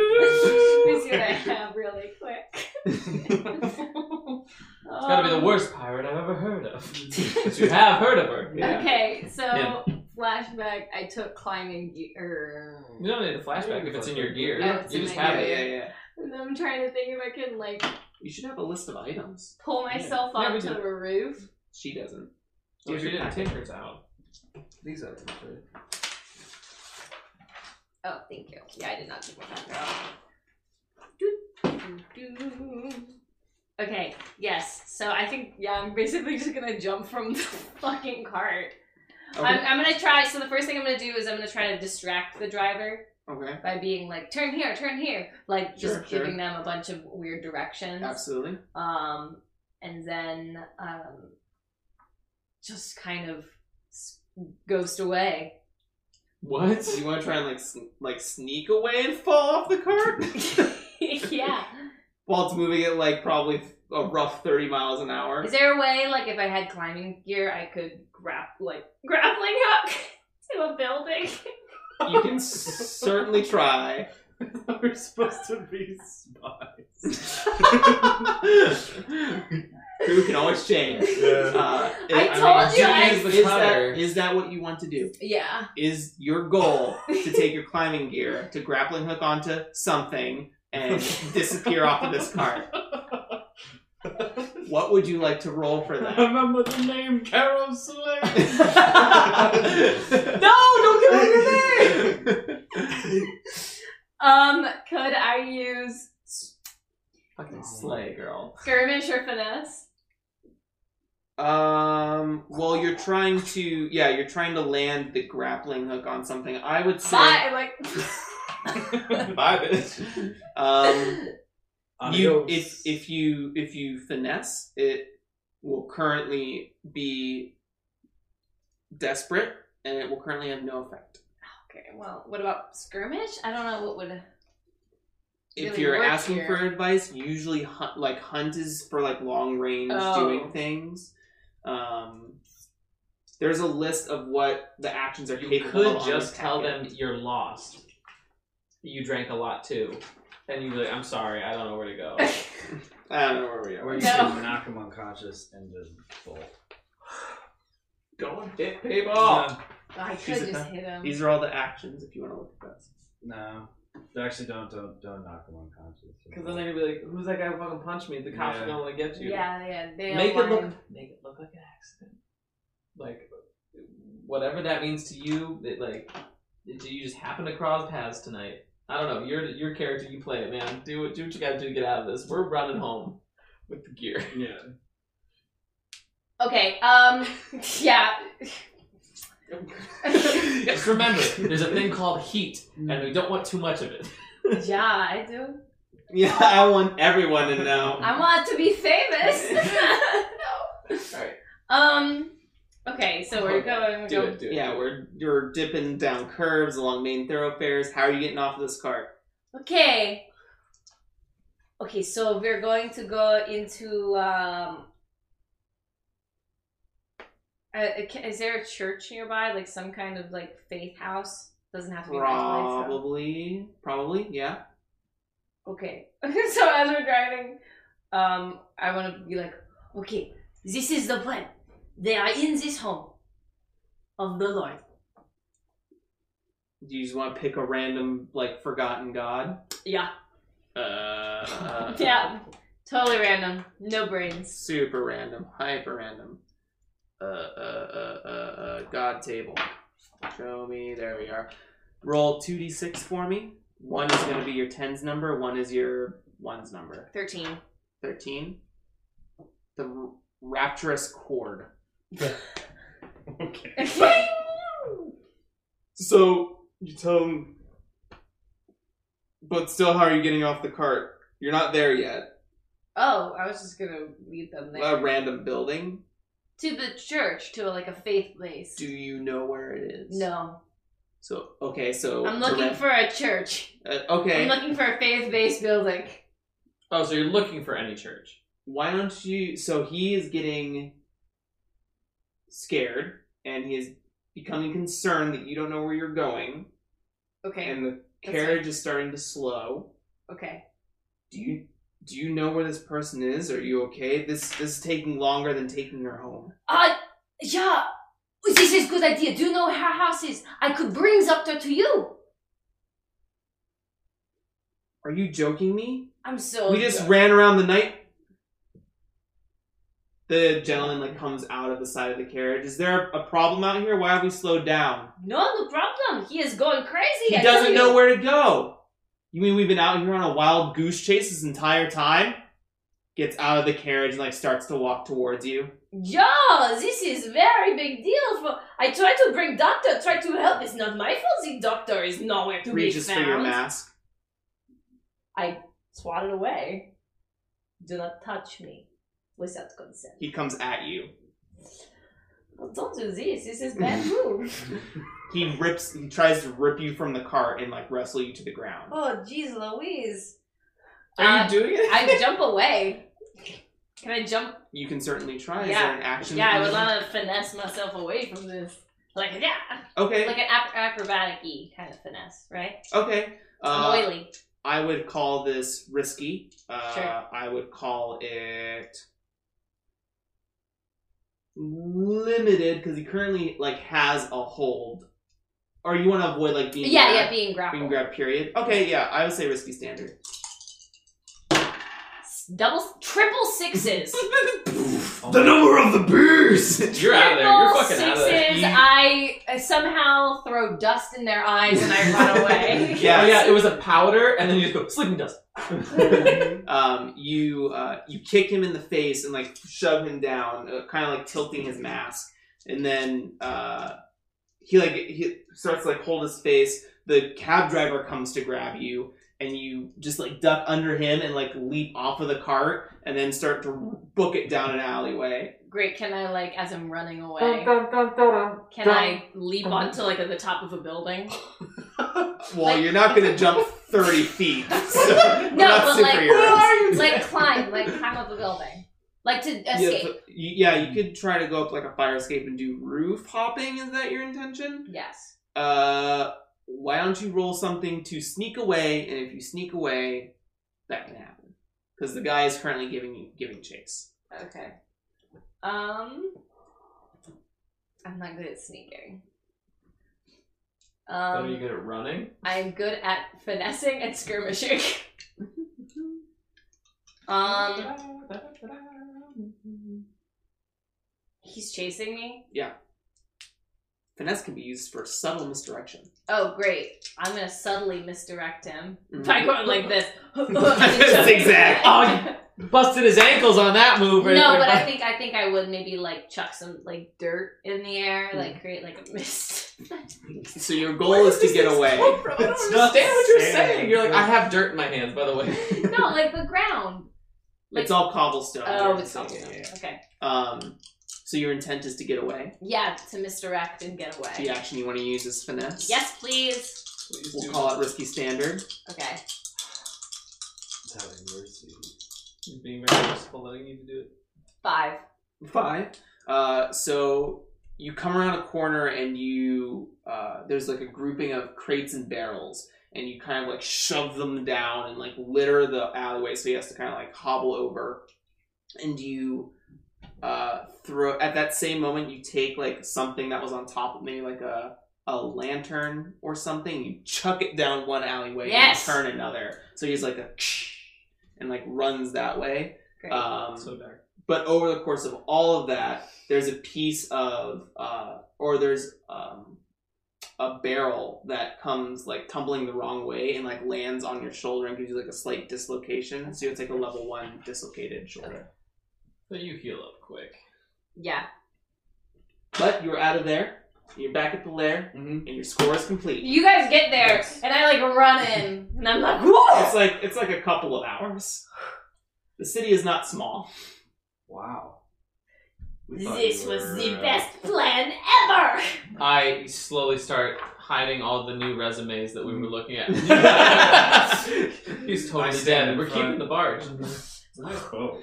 Speaker 2: what I have really quick.
Speaker 3: It's gotta be the worst pirate I've ever heard of. but you have heard of her.
Speaker 5: Yeah.
Speaker 2: Okay, so
Speaker 3: Yeah.
Speaker 2: flashback. I took climbing er, gear.
Speaker 3: You don't need a flashback if it's in your gear.
Speaker 2: Oh, it's
Speaker 3: you
Speaker 2: in
Speaker 3: just
Speaker 2: my
Speaker 3: have
Speaker 5: yeah,
Speaker 3: it.
Speaker 5: yeah, yeah.
Speaker 2: And I'm trying to think if I can like
Speaker 5: You should have a list of items.
Speaker 2: pull myself
Speaker 3: Yeah, we
Speaker 2: onto
Speaker 3: do.
Speaker 2: the roof.
Speaker 5: She doesn't.
Speaker 3: Oh,
Speaker 5: Here's
Speaker 3: she
Speaker 5: your
Speaker 3: didn't
Speaker 5: packet.
Speaker 3: take hers out.
Speaker 4: These are
Speaker 2: Oh, thank you. Yeah, I did not take my packer off. Doo, doo, doo. Okay, yes. So I think yeah, I'm basically just gonna jump from the fucking cart. I'm,
Speaker 5: Okay.
Speaker 2: I'm gonna try. So the first thing I'm gonna do is I'm gonna try to distract the driver
Speaker 5: okay.
Speaker 2: by being like, turn here, turn here, like just
Speaker 5: Sure, sure.
Speaker 2: giving them a bunch of weird directions.
Speaker 5: Absolutely.
Speaker 2: um, and then um, just kind of s- ghost away.
Speaker 3: What?
Speaker 5: You want to try and like sn- like sneak away and fall off the cart
Speaker 2: yeah.
Speaker 5: while it's moving at like probably a rough thirty miles an hour.
Speaker 2: Is there a way, like, if I had climbing gear, I could grab, like, grappling hook to a building?
Speaker 5: You can certainly try.
Speaker 4: We're supposed to be spies.
Speaker 5: Crew can always change.
Speaker 4: yeah.
Speaker 5: Uh,
Speaker 2: I
Speaker 5: it-
Speaker 2: told you I-
Speaker 5: is,
Speaker 3: Use the cutter.
Speaker 5: that is that what you want to do?
Speaker 2: Yeah.
Speaker 5: Is your goal to take your climbing gear to grappling hook onto something and disappear off of this cart? What would you like to roll for that?
Speaker 4: Remember the name Carol Slade.
Speaker 5: no, don't give up your name.
Speaker 2: Um, could I use
Speaker 3: Fucking slay, girl.
Speaker 2: skirmish or finesse?
Speaker 5: Um. Well, you're trying to. Yeah, you're trying to land the grappling hook on something. I would say.
Speaker 2: Bye, like,
Speaker 4: Bye, bitch.
Speaker 5: Um. You,
Speaker 4: Adios.
Speaker 5: if if you if you finesse, it will currently be desperate, and it will currently have no effect.
Speaker 2: okay, well, what about skirmish? I don't know what would.
Speaker 5: If
Speaker 2: Really
Speaker 5: you're
Speaker 2: work
Speaker 5: asking
Speaker 2: here.
Speaker 5: for advice, usually hunt, like hunt is for like long range
Speaker 2: Oh.
Speaker 5: doing things. Um, there's a list of what the actions are
Speaker 3: You
Speaker 5: capable of
Speaker 3: could
Speaker 5: on
Speaker 3: just
Speaker 5: this
Speaker 3: tell
Speaker 5: packet.
Speaker 3: them you're lost. You drank a lot too. And you'd be like, I'm sorry, I don't know where to go.
Speaker 5: I don't know where we
Speaker 1: Or
Speaker 5: are.
Speaker 1: you
Speaker 2: No.
Speaker 1: can knock him unconscious and just bolt.
Speaker 3: Don't hit people!
Speaker 2: I
Speaker 5: She's
Speaker 2: could
Speaker 5: a-
Speaker 2: just hit him.
Speaker 5: These are all the actions if you want to look at
Speaker 1: No, actually, don't don't don't knock him unconscious.
Speaker 3: Because then they're gonna be like, who's that guy who fucking punched me? The cops are
Speaker 1: Yeah.
Speaker 3: gonna wanna get you.
Speaker 2: Yeah, yeah. They
Speaker 3: Make it
Speaker 2: don't
Speaker 3: look
Speaker 2: mind.
Speaker 3: make it look like an accident. Like whatever that means to you, it, like do you just happen to cross paths tonight? I don't know. Your your character, you play it, man. Do what do what you gotta do to get out of this. We're running home with the gear.
Speaker 1: yeah.
Speaker 2: Okay. Um. Yeah.
Speaker 5: that.
Speaker 3: Just remember, there's a thing called heat, and we don't want too much of it.
Speaker 2: Yeah, I do.
Speaker 5: yeah, I want everyone to know.
Speaker 2: I want to be famous. no.
Speaker 3: Alright.
Speaker 2: Um. Okay, so we're going. We're
Speaker 3: Do
Speaker 2: going.
Speaker 3: it, do it.
Speaker 5: Yeah, we're you're dipping down curves along main thoroughfares. How are you getting off of this cart?
Speaker 2: Okay. Okay, so we're going to go into. um a, a ca- Is there a church nearby, like some kind of like faith house? Doesn't have to be. Probably.
Speaker 5: Probably, probably, yeah.
Speaker 2: Okay. so as we're driving, um, I want to be like, okay, this is the plan. They are in this home of the Lord.
Speaker 5: Do you just want to pick a random like forgotten god?
Speaker 2: Yeah.
Speaker 5: Uh,
Speaker 2: Yeah. Totally random. No brains.
Speaker 5: Super random, hyper random. Uh, uh, uh, uh, uh, god table. Show me. There we are. Roll 2d6 for me. One is going to be your tens number, one is your ones number.
Speaker 2: 13.
Speaker 5: 13. The r- rapturous chord.
Speaker 4: Okay.
Speaker 5: So you tell him, but still, how are you getting off the cart? You're not there yet.
Speaker 2: oh, I was just gonna lead them there.
Speaker 5: A random building.
Speaker 2: to the church, to like a faith place.
Speaker 5: Do you know where it is?
Speaker 2: no.
Speaker 5: So okay, so
Speaker 2: I'm looking for a church.
Speaker 5: Uh, okay.
Speaker 2: I'm looking for a faith based building.
Speaker 3: Oh, so you're looking for any church?
Speaker 5: Why don't you? So he is getting scared, and he is becoming concerned that you don't know where you're going,
Speaker 2: Okay.
Speaker 5: and the
Speaker 2: That's
Speaker 5: carriage
Speaker 2: fine.
Speaker 5: is starting to slow.
Speaker 2: okay.
Speaker 5: Do you do you know where this person is? Are you okay? This this is taking longer than taking her home.
Speaker 2: Uh, yeah. This is good idea. Do you know her house is? I could bring Zopter to you.
Speaker 5: Are you joking me?
Speaker 2: I'm so.
Speaker 5: we just ran around the night. The gentleman like comes out of the side of the carriage. Is there a problem out here? Why have we slowed down?
Speaker 2: No, no problem. He is going crazy.
Speaker 5: He
Speaker 2: I tell
Speaker 5: doesn't
Speaker 2: you.
Speaker 5: know where to go. You mean we've been out here on a wild goose chase this entire time? Gets out of the carriage and like starts to walk towards you.
Speaker 2: Yeah, this is very big deal. For I try to bring doctor, try to help. It's not my fault. The doctor is nowhere to be
Speaker 5: Reaches
Speaker 2: found.
Speaker 5: for your mask.
Speaker 2: Swatted away. Do not touch me without consent.
Speaker 5: He comes at you.
Speaker 2: Well, don't do this. This is bad move.
Speaker 5: He rips. He tries to rip you from the cart and like wrestle you to the ground.
Speaker 2: oh, jeez, Louise.
Speaker 3: Are
Speaker 2: Uh,
Speaker 3: you doing it?
Speaker 2: I jump away. Can I jump?
Speaker 5: You can certainly try. Is
Speaker 2: Yeah.
Speaker 5: there an action?
Speaker 2: Yeah, I would
Speaker 5: you-
Speaker 2: want to finesse myself away from this. Like yeah,
Speaker 5: Okay.
Speaker 2: like an ap- acrobatic-y kind of finesse, right?
Speaker 5: okay.
Speaker 2: I'm
Speaker 5: Uh,
Speaker 2: oily.
Speaker 5: I would call this risky. Uh,
Speaker 2: Sure.
Speaker 5: I would call it limited because he currently like has a hold. Or you want to avoid like being
Speaker 2: Yeah, yeah,
Speaker 5: grabbed,
Speaker 2: being grappled.
Speaker 5: being grabbed. Period. Okay, yeah, I would say risky standard.
Speaker 2: S- Double, triple sixes.
Speaker 5: the number of the beast.
Speaker 3: Oh. You're out of there. You're fucking out of there.
Speaker 2: sixes. I I somehow throw dust in their eyes and I run away.
Speaker 5: Yeah.
Speaker 3: Oh, yeah, it was a powder, and then you just go sleeping dust.
Speaker 5: um, you uh, you kick him in the face and like shove him down, uh, kind of like tilting his mask, and then uh, he like he starts to, like hold his face. The cab driver comes to grab you, and you just like duck under him and like leap off of the cart, and then start to book it down an alleyway.
Speaker 2: Great. Can I like as I'm running away? Can I leap onto like the top of a building?
Speaker 5: Well, you're not gonna jump thirty feet. So we're
Speaker 2: No,
Speaker 5: not
Speaker 2: but like,
Speaker 5: superheroes.
Speaker 2: like climb, like climb up a building, like to
Speaker 5: Yeah,
Speaker 2: escape.
Speaker 5: but you- yeah, you could try to go up like a fire escape and do roof hopping. Is that your intention?
Speaker 2: Yes.
Speaker 5: Uh, why don't you roll something to sneak away? And if you sneak away, that can happen because the guy is currently giving you giving chase.
Speaker 2: Okay. Um, I'm not good at sneaking.
Speaker 3: Are you
Speaker 2: Um,
Speaker 3: good at running?
Speaker 2: I'm good at finessing and skirmishing. um. He's chasing me.
Speaker 5: Finesse can be used for subtle misdirection.
Speaker 2: Oh, great. I'm gonna subtly misdirect him
Speaker 5: Mhm.
Speaker 2: by going like this.
Speaker 5: Zigzag.
Speaker 2: no,
Speaker 3: Busted his ankles on that move. right there,
Speaker 2: but I
Speaker 3: bud.
Speaker 2: think I think I would maybe like chuck some like dirt in the air,
Speaker 3: Mm.
Speaker 2: like create like a mist.
Speaker 5: So your
Speaker 3: Where
Speaker 5: goal is
Speaker 3: did
Speaker 5: to
Speaker 3: these
Speaker 5: get
Speaker 3: things
Speaker 5: away.
Speaker 3: come from? I don't
Speaker 5: It's
Speaker 3: understand
Speaker 5: not
Speaker 3: what you're
Speaker 5: sand.
Speaker 3: saying. You're like, I have dirt in my hands, by the way.
Speaker 2: no, like the ground. Like,
Speaker 5: It's all cobblestone.
Speaker 2: oh,
Speaker 5: Yeah,
Speaker 2: it's
Speaker 5: yeah,
Speaker 2: all
Speaker 5: yeah, yeah.
Speaker 2: Okay,
Speaker 5: Um, so your intent is to get away.
Speaker 2: yeah, to misdirect and get away.
Speaker 5: The action you want to use is finesse.
Speaker 2: Yes, please.
Speaker 3: Please
Speaker 5: We'll
Speaker 3: do.
Speaker 5: call it risky standard.
Speaker 2: Okay.
Speaker 4: It's having mercy.
Speaker 3: He's being very merciful, letting you do it.
Speaker 2: Five.
Speaker 5: Five. Uh, so you come around a corner and you uh, there's like a grouping of crates and barrels, and you kind of like shove them down and like litter the alleyway, so he has to kind of like hobble over, and you uh, throw. At that same moment, you take like something that was on top of maybe like a a lantern or something. You chuck it down one alleyway
Speaker 2: Yes.
Speaker 5: and turn another. So he's like a and like runs that way.
Speaker 2: Great.
Speaker 5: Um,
Speaker 3: So dark.
Speaker 5: but over the course of all of that, there's a piece of, uh, or there's um, a barrel that comes like tumbling the wrong way and like lands on your shoulder and gives you like a slight dislocation. So you have to take a level one dislocated shoulder.
Speaker 3: But you heal up quick.
Speaker 2: Yeah.
Speaker 5: But you're out of there. You're back at the lair,
Speaker 1: Mm-hmm.
Speaker 5: and your score is complete.
Speaker 2: You guys get there,
Speaker 1: Yes.
Speaker 2: and I like run in, and I'm like, whoa!
Speaker 5: It's like it's like a couple of hours. The city is not small.
Speaker 1: Wow.
Speaker 4: We thought
Speaker 2: This
Speaker 4: you
Speaker 2: was
Speaker 4: were,
Speaker 2: the
Speaker 4: uh,
Speaker 2: best plan ever.
Speaker 3: I slowly start hiding all the new resumes that we were looking at. He's
Speaker 1: I
Speaker 3: totally
Speaker 1: stand
Speaker 3: dead.
Speaker 1: in
Speaker 3: We're
Speaker 1: front.
Speaker 3: keeping the barge.
Speaker 1: It's a nice boat.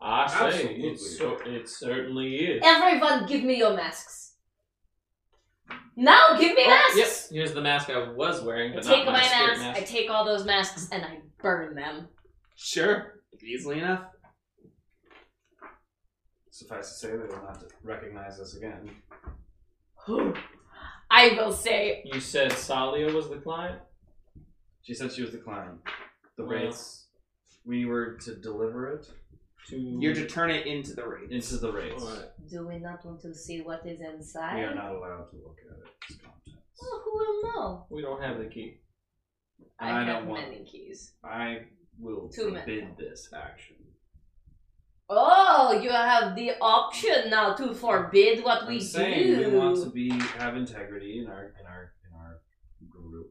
Speaker 3: I say
Speaker 1: Absolutely.
Speaker 3: it, so, it certainly is.
Speaker 2: Everyone, give me your masks. Now, give me
Speaker 3: Oh, yep,
Speaker 2: masks.
Speaker 3: here's the mask I was wearing,
Speaker 2: I
Speaker 3: but
Speaker 2: take
Speaker 3: not
Speaker 2: my
Speaker 3: my, spirit
Speaker 2: masks.
Speaker 3: mask.
Speaker 2: I take all those masks, and I burn them.
Speaker 5: Sure, easily enough.
Speaker 1: Suffice to say, they will not recognize us again.
Speaker 2: I will say,
Speaker 3: you said Salia was the client?
Speaker 1: She said she was the client. The
Speaker 3: Well.
Speaker 1: rates. We were to deliver it
Speaker 3: To
Speaker 5: You're to turn it into the raid.
Speaker 1: into the rates.
Speaker 3: Alright.
Speaker 2: do we not want to see what is inside?
Speaker 1: We are not allowed to look at it. It's contents.
Speaker 2: Well, who will know?
Speaker 3: We don't have the key.
Speaker 2: I,
Speaker 1: I
Speaker 2: have
Speaker 1: don't want-
Speaker 2: many keys.
Speaker 1: I will
Speaker 2: Two men.
Speaker 1: forbid this action.
Speaker 2: Oh, you have the option now to forbid what
Speaker 1: I'm
Speaker 2: we
Speaker 1: saying
Speaker 2: do.
Speaker 1: we want to be have integrity in our in our in our group,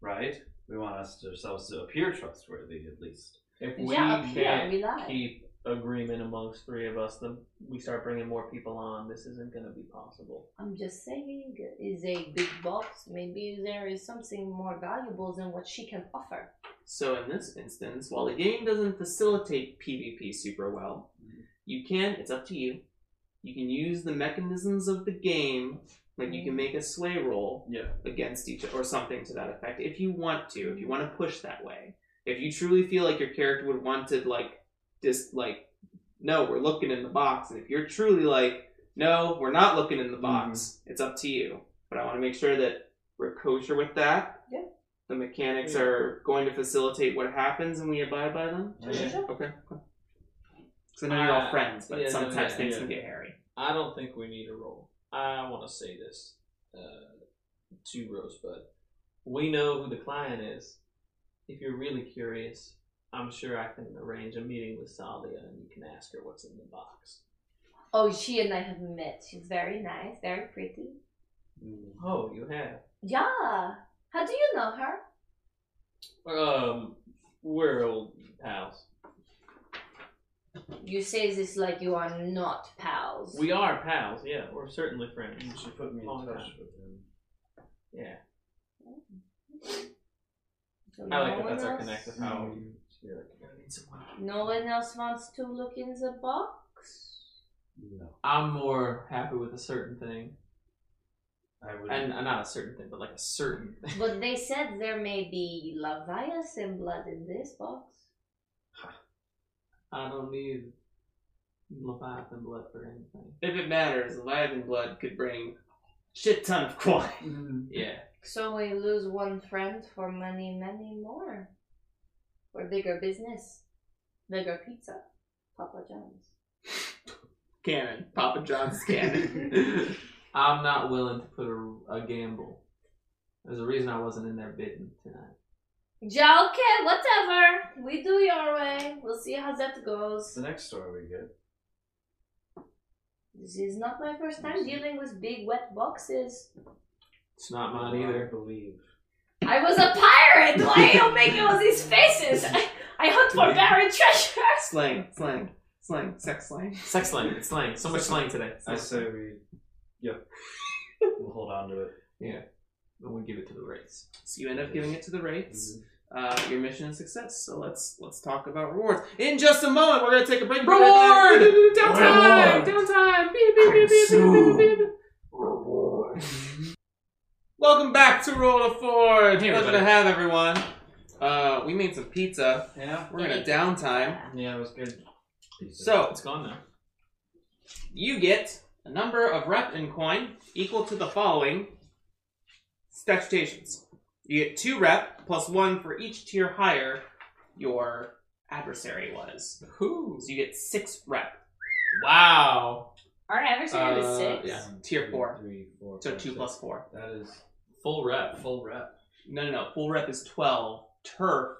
Speaker 1: right? We want us to, ourselves to appear trustworthy at least.
Speaker 3: If we
Speaker 2: yeah, up here,
Speaker 3: can't
Speaker 2: we lie.
Speaker 3: keep agreement amongst three of us, then we start bringing more people on. This isn't going to be possible.
Speaker 2: I'm just saying, is a big box. Maybe there is something more valuable than what she can offer.
Speaker 5: So in this instance, while the game doesn't facilitate PvP super well, you can, it's up to you. You can use the mechanisms of the game, like you can make a sway roll
Speaker 1: Yeah.
Speaker 5: against each or something to that effect if you want to, if you want to push that way. If you truly feel like your character would want to like just like no, we're looking in the box, and if you're truly like, no, we're not looking in the box, it's up to you. But I want to make sure that we're kosher with that.
Speaker 2: Yeah.
Speaker 5: The mechanics
Speaker 3: Yeah.
Speaker 5: are going to facilitate what happens, and we abide by them.
Speaker 1: Sure, sure,
Speaker 5: Okay. cool. So now you're all
Speaker 3: Uh,
Speaker 5: friends, but
Speaker 3: yeah, no,
Speaker 5: sometimes
Speaker 3: yeah,
Speaker 5: things
Speaker 1: yeah.
Speaker 5: can get hairy.
Speaker 3: I don't think we need a roll. I want to say this uh, to Rosebud. We know who the client is. If you're really curious, I'm sure I can arrange a meeting with Salia and you can ask her what's in the box.
Speaker 2: Oh, she and I have met. She's very nice, very pretty.
Speaker 1: Mm.
Speaker 3: Oh, you have.
Speaker 2: Yeah. How do you know her?
Speaker 3: Um, we're old pals.
Speaker 2: You say this like you are not pals.
Speaker 3: We are pals, yeah. We're certainly friends.
Speaker 1: You should put me in
Speaker 3: All the
Speaker 1: touch
Speaker 3: time.
Speaker 1: with him.
Speaker 3: Yeah.
Speaker 2: So
Speaker 3: I like
Speaker 2: no
Speaker 3: that that's
Speaker 2: one
Speaker 3: our
Speaker 2: else-
Speaker 3: connect with how
Speaker 1: Mm.
Speaker 3: you're like, I need someone.
Speaker 2: No one else wants to look in the box.
Speaker 1: No,
Speaker 3: I'm more happy with a certain thing.
Speaker 1: I would.
Speaker 3: And uh, not a certain thing, but like a certain thing.
Speaker 2: But they said there may be Leviathan blood in this box.
Speaker 3: I don't need Leviathan blood for anything.
Speaker 5: If it matters, Leviathan blood could bring shit ton of coin.
Speaker 1: Mm-hmm.
Speaker 3: Yeah.
Speaker 2: So we lose one friend for many, many more. For bigger business, bigger pizza, Papa John's.
Speaker 5: Cannon, Papa John's cannon.
Speaker 3: I'm not willing to put a, a gamble. There's a reason I wasn't in there bidding tonight.
Speaker 2: Yeah, okay, whatever. We do your way. We'll see how that goes.
Speaker 1: the next story we get.
Speaker 2: This is not my first time dealing with big wet boxes.
Speaker 3: It's not mine
Speaker 1: I
Speaker 3: either.
Speaker 1: believe.
Speaker 2: I was a pirate! Why are you making all these faces? I, I hunt for buried treasure!
Speaker 5: slang, slang, slang, sex slang.
Speaker 3: Sex slang. It's slang. So much slang today.
Speaker 1: I say we. Yeah. we'll hold on to it.
Speaker 3: And we give it to the race.
Speaker 5: So you end up giving it to the rates. Uh, your mission is success. So let's let's talk about rewards in just a moment. We're gonna take a break. We'll be right back. Downtime,
Speaker 1: Reward!
Speaker 5: downtime. Beep, beep, beep, beep, beep, beep, beep. Welcome back to Roll of Four. It's a
Speaker 3: Hey,
Speaker 5: pleasure
Speaker 3: everybody.
Speaker 5: to have everyone. Uh, we made some pizza.
Speaker 1: Yeah.
Speaker 5: We're in a downtime.
Speaker 1: Yeah, it was good.
Speaker 5: So
Speaker 3: It's gone now.
Speaker 5: you get a number of rep and coin equal to the following statutations. You get two rep plus one for each tier higher your adversary was.
Speaker 3: Who?
Speaker 5: So you get six rep.
Speaker 3: Wow.
Speaker 2: Our adversary was
Speaker 3: Uh,
Speaker 2: six.
Speaker 5: yeah. Tier
Speaker 1: Two,
Speaker 5: four.
Speaker 1: Three, four.
Speaker 5: So
Speaker 1: five,
Speaker 5: two
Speaker 1: six.
Speaker 5: plus four.
Speaker 1: That is
Speaker 3: Full rep.
Speaker 1: full rep.
Speaker 5: No, no, no. Full rep is twelve. Turf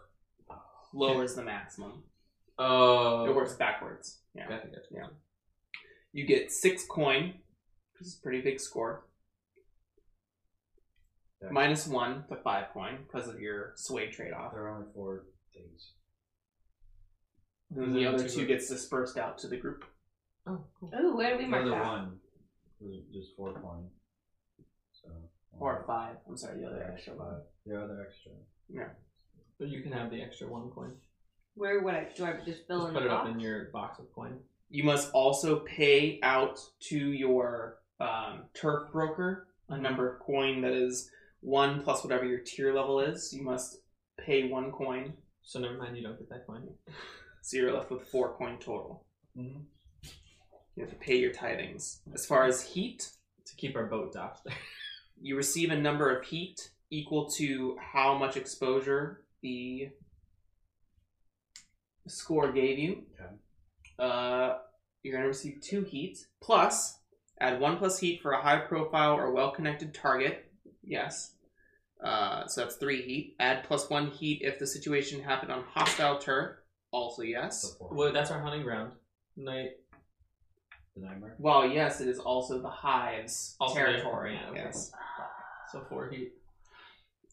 Speaker 5: lowers the maximum.
Speaker 3: Oh.
Speaker 5: It works backwards. Yeah.
Speaker 3: Gotcha, gotcha.
Speaker 5: You get six coin, which is a pretty big score.
Speaker 4: Yeah.
Speaker 5: Minus one to five coin because of your sway trade off.
Speaker 4: There are only four things.
Speaker 5: Then the
Speaker 3: Those are
Speaker 5: other
Speaker 3: the two
Speaker 5: two gets dispersed out to the group.
Speaker 3: Oh, cool.
Speaker 2: Ooh, where do we mark
Speaker 1: Another
Speaker 2: that?
Speaker 1: one.
Speaker 4: There's just four coin. So um,
Speaker 5: Or five. I'm sorry, the other
Speaker 4: Yeah,
Speaker 5: extra one.
Speaker 4: five. The other extra.
Speaker 3: But you can have the extra one coin.
Speaker 2: Where would I do I just fill
Speaker 3: Just
Speaker 2: in
Speaker 3: put
Speaker 2: the
Speaker 3: it up
Speaker 2: box?
Speaker 3: in your box of coin.
Speaker 5: You must also pay out to your um, turf broker a
Speaker 3: Mm-hmm.
Speaker 5: number of coin that is one plus whatever your tier level is. You must pay one coin,
Speaker 3: So never mind, you don't get that coin.
Speaker 5: so you're left with four coin total.
Speaker 4: Mm-hmm.
Speaker 1: Mhm.
Speaker 5: You have to pay your tithings. As far as heat,
Speaker 3: To keep our boat docked.
Speaker 5: you receive a number of heat equal to how much exposure the score gave you.
Speaker 4: Okay.
Speaker 5: Uh, you're going to receive two heat plus add one plus heat for a high profile or well connected target. Yes. Uh, so that's three heat. Add plus one heat if the situation happened on hostile turf. Also,
Speaker 4: So
Speaker 5: yes.
Speaker 4: four.
Speaker 3: well, that's our hunting ground. Night.
Speaker 4: The nightmare.
Speaker 5: Well, yes, it is also the hives
Speaker 3: Also there.
Speaker 5: territory.
Speaker 3: Yeah, okay.
Speaker 5: Yes.
Speaker 3: So four heat.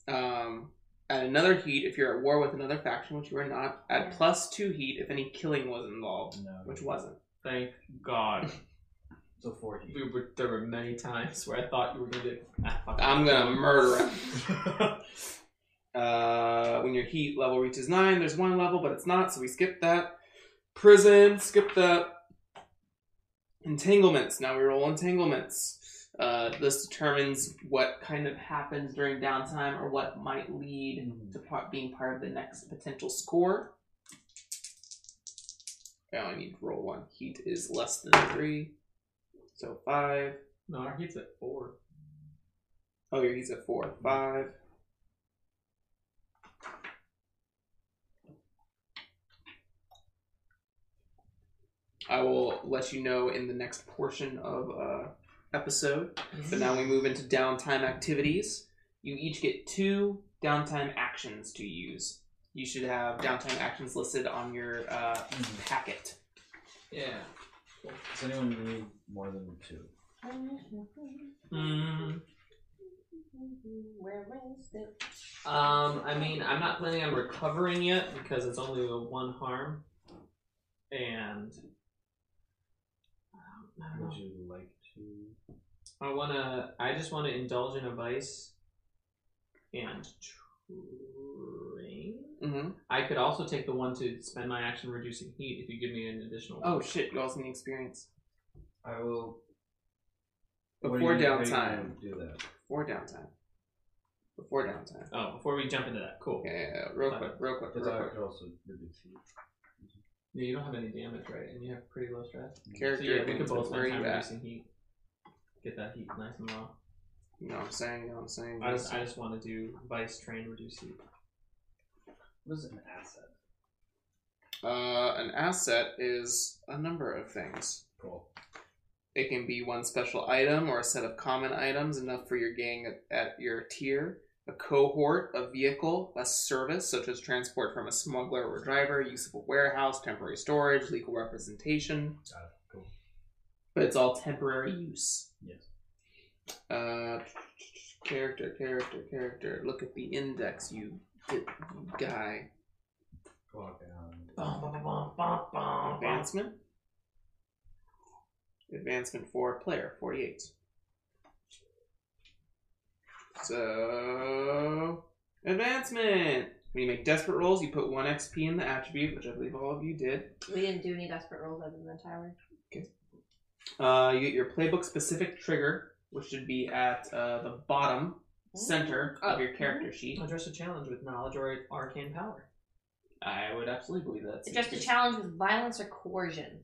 Speaker 5: um, add another heat if you're at war with another faction, which you are not. Add
Speaker 2: Yeah.
Speaker 5: plus two heat if any killing was involved,
Speaker 4: No.
Speaker 5: which wasn't.
Speaker 3: Thank God.
Speaker 4: So four heat.
Speaker 3: we were, there were many times where I thought you were gonna be like, ah, fuck
Speaker 5: I'm
Speaker 3: it.
Speaker 5: gonna murder him. Uh, when your heat level reaches nine, there's one level, but it's not, so we skip that. Prison, skip that. Entanglements. Now we roll entanglements. Uh, this determines what kind of happens during downtime or what might lead to part, being part of the next potential score. I only need to roll one. Heat is less than three. So five.
Speaker 3: No, our heat's at four.
Speaker 5: Oh, yeah, he's at four. Five. I will let you know in the next portion of uh, episode. But now we move into downtime activities. You each get two downtime actions to use. You should have downtime actions listed on your uh,
Speaker 4: Mhm.
Speaker 5: packet.
Speaker 3: Yeah.
Speaker 4: Does anyone need more than two?
Speaker 3: Mm,
Speaker 2: Where is it?
Speaker 3: um, I mean, I'm not planning on recovering yet because it's only a one harm, and I don't know.
Speaker 4: Would you like to?
Speaker 3: I wanna. I just want to indulge in a vice and train.
Speaker 5: Mm-hmm.
Speaker 3: I could also take the one to spend my action reducing heat if you give me an additional.
Speaker 5: Oh shit! You also need experience
Speaker 4: I will. what do
Speaker 5: before
Speaker 4: you- how do you
Speaker 5: downtime.
Speaker 4: wanna Do that.
Speaker 5: Before downtime. Before downtime.
Speaker 3: Oh, before we jump into that, cool.
Speaker 5: Yeah, yeah, yeah. Real quick, real quick,
Speaker 4: But
Speaker 5: real
Speaker 4: I
Speaker 5: quick.
Speaker 4: could also reduce heat.
Speaker 3: Yeah, you don't have any damage, right? And you have pretty low stress. So
Speaker 5: Character
Speaker 3: yeah, we could
Speaker 5: advancement,
Speaker 3: both
Speaker 5: where
Speaker 3: spend
Speaker 5: are you at?
Speaker 3: time reducing heat. Get that heat nice and low.
Speaker 5: You know what I'm saying? You know what I'm saying?
Speaker 3: I just, I just want to do vice train reduce heat.
Speaker 4: What is an asset?
Speaker 5: Uh, an asset is a number of things.
Speaker 4: Cool.
Speaker 5: It can be one special item or a set of common items, enough for your gang at, at your tier, a cohort, a vehicle, a service such as transport from a smuggler or driver, use of a warehouse, temporary storage, legal representation.
Speaker 4: Got it. Cool.
Speaker 5: But it's all temporary use.
Speaker 4: Yes.
Speaker 5: Uh, character, character, character. Look at the index, you, you guy.
Speaker 4: Cool. Okay.
Speaker 3: Bum,
Speaker 4: Um,
Speaker 3: bum, bum, bum, bum, bum.
Speaker 5: Advancement. Advancement for player forty-eight. So advancement. When you make desperate rolls, you put one XP in the attribute, which I believe all of you did.
Speaker 2: We didn't do any desperate rolls other than the tower.
Speaker 5: Uh, you get your playbook specific trigger, which should be at uh, the bottom center
Speaker 2: Oh.
Speaker 5: of your character sheet.
Speaker 3: Address a challenge with knowledge or arcane power.
Speaker 5: I would absolutely believe that.
Speaker 2: Just a challenge with violence or coercion.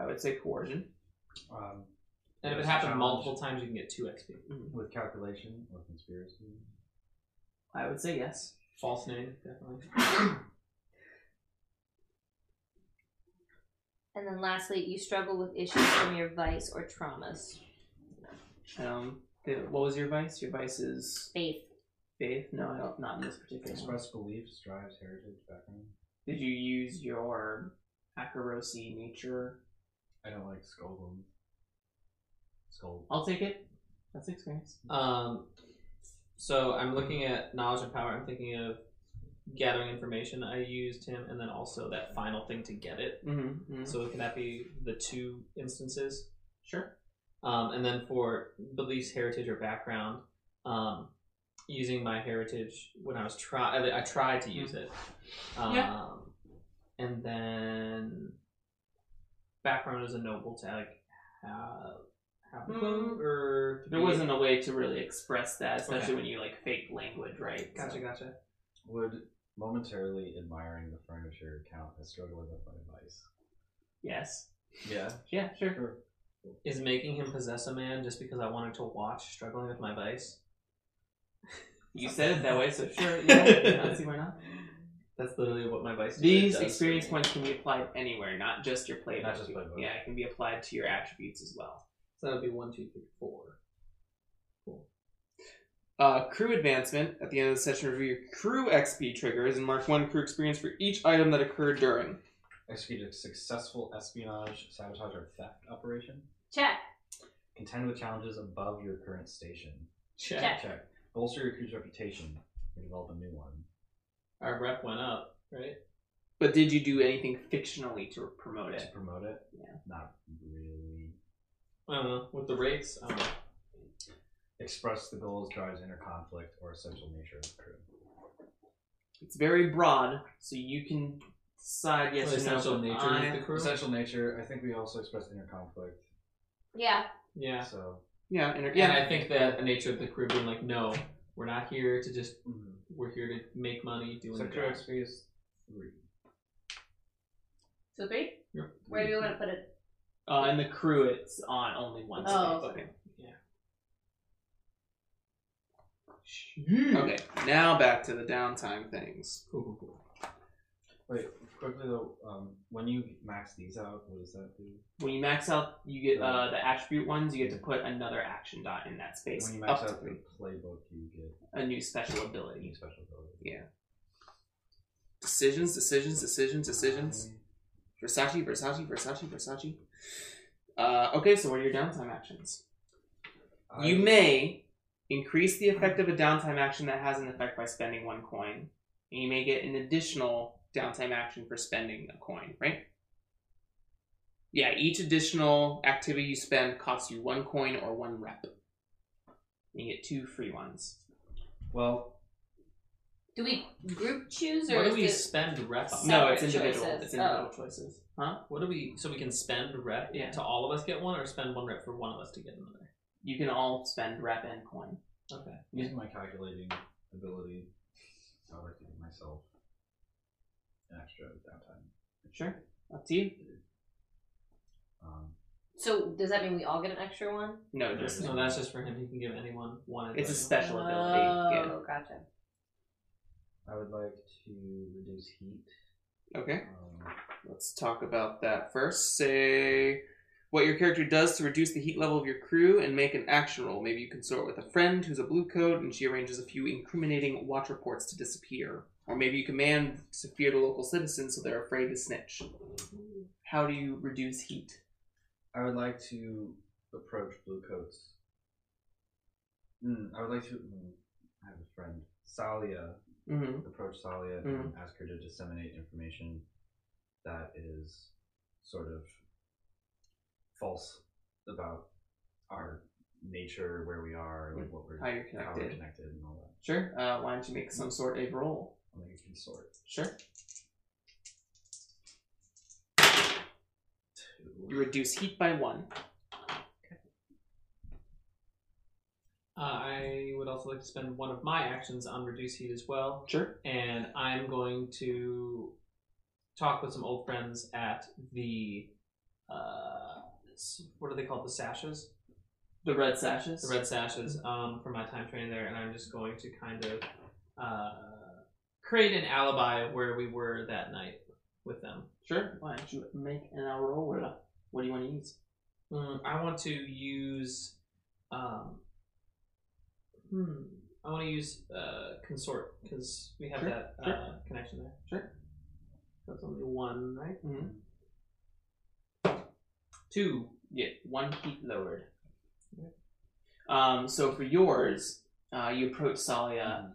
Speaker 5: I would say coercion.
Speaker 4: um,
Speaker 3: And if
Speaker 4: Address
Speaker 3: it
Speaker 4: a
Speaker 3: happens
Speaker 4: challenge.
Speaker 3: multiple times, you can get two XP.
Speaker 4: with calculation or conspiracy.
Speaker 5: I would say yes.
Speaker 3: False name, definitely.
Speaker 2: And then lastly, you struggle with issues from your vice or traumas.
Speaker 5: Um, the, what was your vice? Your vice is
Speaker 2: Faith.
Speaker 5: faith. No, I don't, not in this particular. one.
Speaker 4: Express beliefs drives heritage background.
Speaker 5: Did you use your Akarosi nature?
Speaker 4: I don't like Scoldum. Scold.
Speaker 5: Oh. I'll take it. That's experience.
Speaker 3: Um, so I'm looking at knowledge and power. I'm thinking of gathering information. I used him, and then also that final thing to get it.
Speaker 5: Mm-hmm.
Speaker 3: So can that be the two instances?
Speaker 5: Sure.
Speaker 3: Um, and then for beliefs, heritage, or background, um, using my heritage when I was try, I, I tried to use it. Um,
Speaker 5: Hmm. Yeah.
Speaker 3: And then background is a noble to like have, have a vote, or to
Speaker 5: Hmm. There
Speaker 3: be-
Speaker 5: wasn't a way to really express that, especially
Speaker 3: Okay.
Speaker 5: when you like fake language, right? So-
Speaker 3: Gotcha, gotcha.
Speaker 4: Would momentarily admiring the furniture count as struggling with my vice?
Speaker 5: Yes.
Speaker 4: Yeah.
Speaker 5: Yeah. Sure.
Speaker 3: Is making him possess a man just because I wanted to watch struggling with my vice?
Speaker 5: You said it that way, so sure. Yeah. yeah, I see why not.
Speaker 3: That's literally what my vice.
Speaker 5: These
Speaker 3: does for
Speaker 5: experience
Speaker 3: me.
Speaker 5: points can be applied anywhere, not just your playbook.
Speaker 4: Not just playbook.
Speaker 5: Yeah, it can be applied to your attributes as well.
Speaker 3: So that would be one, two, three, four.
Speaker 5: Uh, crew advancement. At the end of the session, review your crew XP triggers and mark one crew experience for each item that occurred during.
Speaker 4: Execute a successful espionage, sabotage, or theft operation.
Speaker 2: Check.
Speaker 4: Contend with challenges above your current station.
Speaker 3: Check.
Speaker 2: Check.
Speaker 4: Check. Bolster your crew's reputation or develop a new one.
Speaker 3: Our rep went up, right?
Speaker 5: But did you do anything fictionally to promote
Speaker 4: To
Speaker 5: it?
Speaker 4: promote it?
Speaker 5: Yeah.
Speaker 4: Not really.
Speaker 3: I don't know. With the rates, I don't know.
Speaker 4: Express the goals, drives inner conflict, or essential nature of the crew.
Speaker 5: It's very broad, so you can decide yes
Speaker 3: So
Speaker 5: or no.
Speaker 3: essential
Speaker 5: but
Speaker 3: nature of
Speaker 5: I-
Speaker 3: the crew?
Speaker 4: Essential nature. I think we also expressed inner conflict.
Speaker 2: Yeah.
Speaker 3: Yeah.
Speaker 4: So
Speaker 5: Yeah, inter-
Speaker 3: Yeah, and
Speaker 5: yeah.
Speaker 3: I think that the nature of the crew being like, no, we're not here to just,
Speaker 4: Mm-hmm.
Speaker 3: we're here to make money doing
Speaker 4: so
Speaker 3: the
Speaker 4: crew
Speaker 3: job.
Speaker 4: XP is three.
Speaker 2: So three?
Speaker 3: Yep.
Speaker 2: Where do we want to put it?
Speaker 5: Uh, and the crew, it's on only one.
Speaker 2: Oh,
Speaker 5: space. okay.
Speaker 3: Shoo.
Speaker 5: Okay. Now back to the downtime things.
Speaker 3: Cool, cool, cool.
Speaker 4: Wait, quickly though, um, when you max these out, what does that do?
Speaker 5: When you max out, you get uh, the attribute ones. You get to put another action dot in that space.
Speaker 4: When you max
Speaker 5: up to
Speaker 4: out the
Speaker 5: three.
Speaker 4: playbook, you get
Speaker 5: a new special
Speaker 4: a
Speaker 5: ability.
Speaker 4: new special ability.
Speaker 5: Yeah. Decisions, decisions, decisions, decisions. Versace, Versace, Versace, Versace. Uh, okay, so what are your downtime actions?
Speaker 4: I-
Speaker 5: You may increase the effect of a downtime action that has an effect by spending one coin, and you may get an additional downtime action for spending a coin, right? Yeah, each additional activity you spend costs you one coin or one rep. And you get two free ones.
Speaker 4: Well,
Speaker 2: Do we group choose or
Speaker 3: What do
Speaker 2: is
Speaker 3: we
Speaker 2: it-
Speaker 3: spend rep on?
Speaker 5: no, it's
Speaker 2: Separate
Speaker 5: individual.
Speaker 2: choices. Oh.
Speaker 5: It's individual choices. Huh?
Speaker 3: What do we, so we can spend rep
Speaker 5: Yeah.
Speaker 3: to all of us get one, or spend one rep for one of us to get another?
Speaker 5: You can all spend rep and coin.
Speaker 3: Okay.
Speaker 4: using my calculating ability, I would like to give myself an extra downtime.
Speaker 5: Sure. Up to you.
Speaker 4: Um,
Speaker 2: So does that mean we all get an extra one?
Speaker 5: No,
Speaker 4: No,
Speaker 5: just
Speaker 3: No, that's just for him. He can give anyone one.
Speaker 5: it's a
Speaker 3: advice.
Speaker 5: special ability.
Speaker 2: Oh, gotcha.
Speaker 4: I would like to reduce heat.
Speaker 5: Yeah. Okay.
Speaker 4: Um,
Speaker 5: Let's talk about that first. Say what your character does to reduce the heat level of your crew and make an action roll. Maybe you consort with a friend who's a blue coat and she arranges a few incriminating watch reports to disappear. Or maybe you command to fear the local citizens so they're afraid to snitch. How do you reduce heat?
Speaker 4: I would like to approach blue coats. Mm, I would like to. Mm, I have a friend, Salia.
Speaker 5: Mm-hmm.
Speaker 4: Approach Salia and
Speaker 5: Hmm.
Speaker 4: ask her to disseminate information that is sort of false about our nature, where we are, like what we're,
Speaker 5: Hmm. How you're
Speaker 4: how we're
Speaker 5: connected.
Speaker 4: connected, and all that.
Speaker 5: Sure. Uh, why don't you make some sort of roll?
Speaker 4: I'll make a consort.
Speaker 5: Sure. You
Speaker 4: Two.
Speaker 5: reduce heat by one.
Speaker 3: Uh, I would also like to spend one of my actions on reduce heat as well.
Speaker 5: Sure.
Speaker 3: and I'm going to talk with some old friends at the uh, s- what are they called? The sashes,
Speaker 5: The red sashes.
Speaker 3: the red sashes, um, from my time training there, and I'm just going to kind of uh, create an alibi of where we were that night with them.
Speaker 1: Sure. Why don't you make an roll? What do you want to use?
Speaker 3: Mm, I want to use. Um, hmm. I want to use uh, consort because we have
Speaker 1: Sure,
Speaker 3: that
Speaker 1: sure.
Speaker 3: uh, connection there.
Speaker 1: Sure.
Speaker 3: That's only one, right?
Speaker 1: Mm-hmm.
Speaker 3: Two.
Speaker 1: Yeah, one heat lowered. Um, so for yours, uh, you approach Salia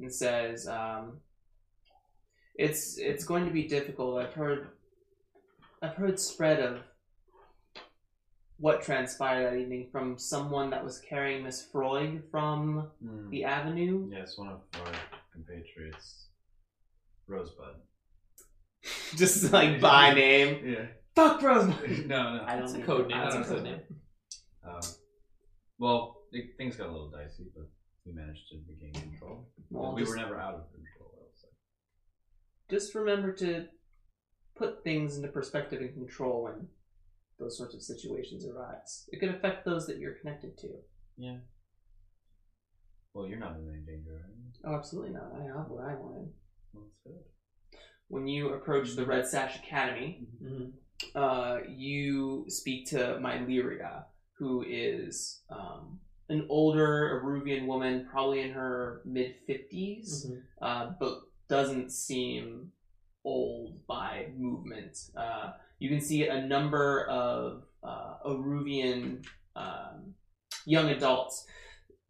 Speaker 1: and says, um, "It's it's going to be difficult. I've heard I've heard spread of what transpired that evening from someone that was carrying Miss Freud from
Speaker 4: Mm.
Speaker 1: the Avenue.
Speaker 4: Yes, one of our compatriots, Rosebud.
Speaker 1: Just like by name,
Speaker 4: Yeah.
Speaker 1: fuck Rosebud.
Speaker 4: no, no.
Speaker 1: I don't
Speaker 3: It's a
Speaker 1: need-
Speaker 3: code name.
Speaker 1: I
Speaker 3: It's
Speaker 1: don't need
Speaker 3: a code
Speaker 1: that.
Speaker 3: name.
Speaker 4: Um, well, it, things got a little dicey, but we managed to regain control.
Speaker 1: Well,
Speaker 4: we
Speaker 1: just-
Speaker 4: were never out of control. I would say.
Speaker 1: just remember to put things into perspective and control when those sorts of situations arise. It could affect those that you're connected to.
Speaker 4: Well, you're not in any danger, are you?
Speaker 1: Oh, absolutely not. I have what I wanted.
Speaker 4: Well, that's good.
Speaker 1: When you approach the Red Sash Academy,
Speaker 3: Mhm.
Speaker 1: uh, you speak to Myleria, who is um, an older Aruvian woman, probably in her mid 50s.
Speaker 3: Mhm.
Speaker 2: Mm-hmm.
Speaker 1: uh, but doesn't seem old by movement. Uh, you can see a number of uh, Aruvian um, young adults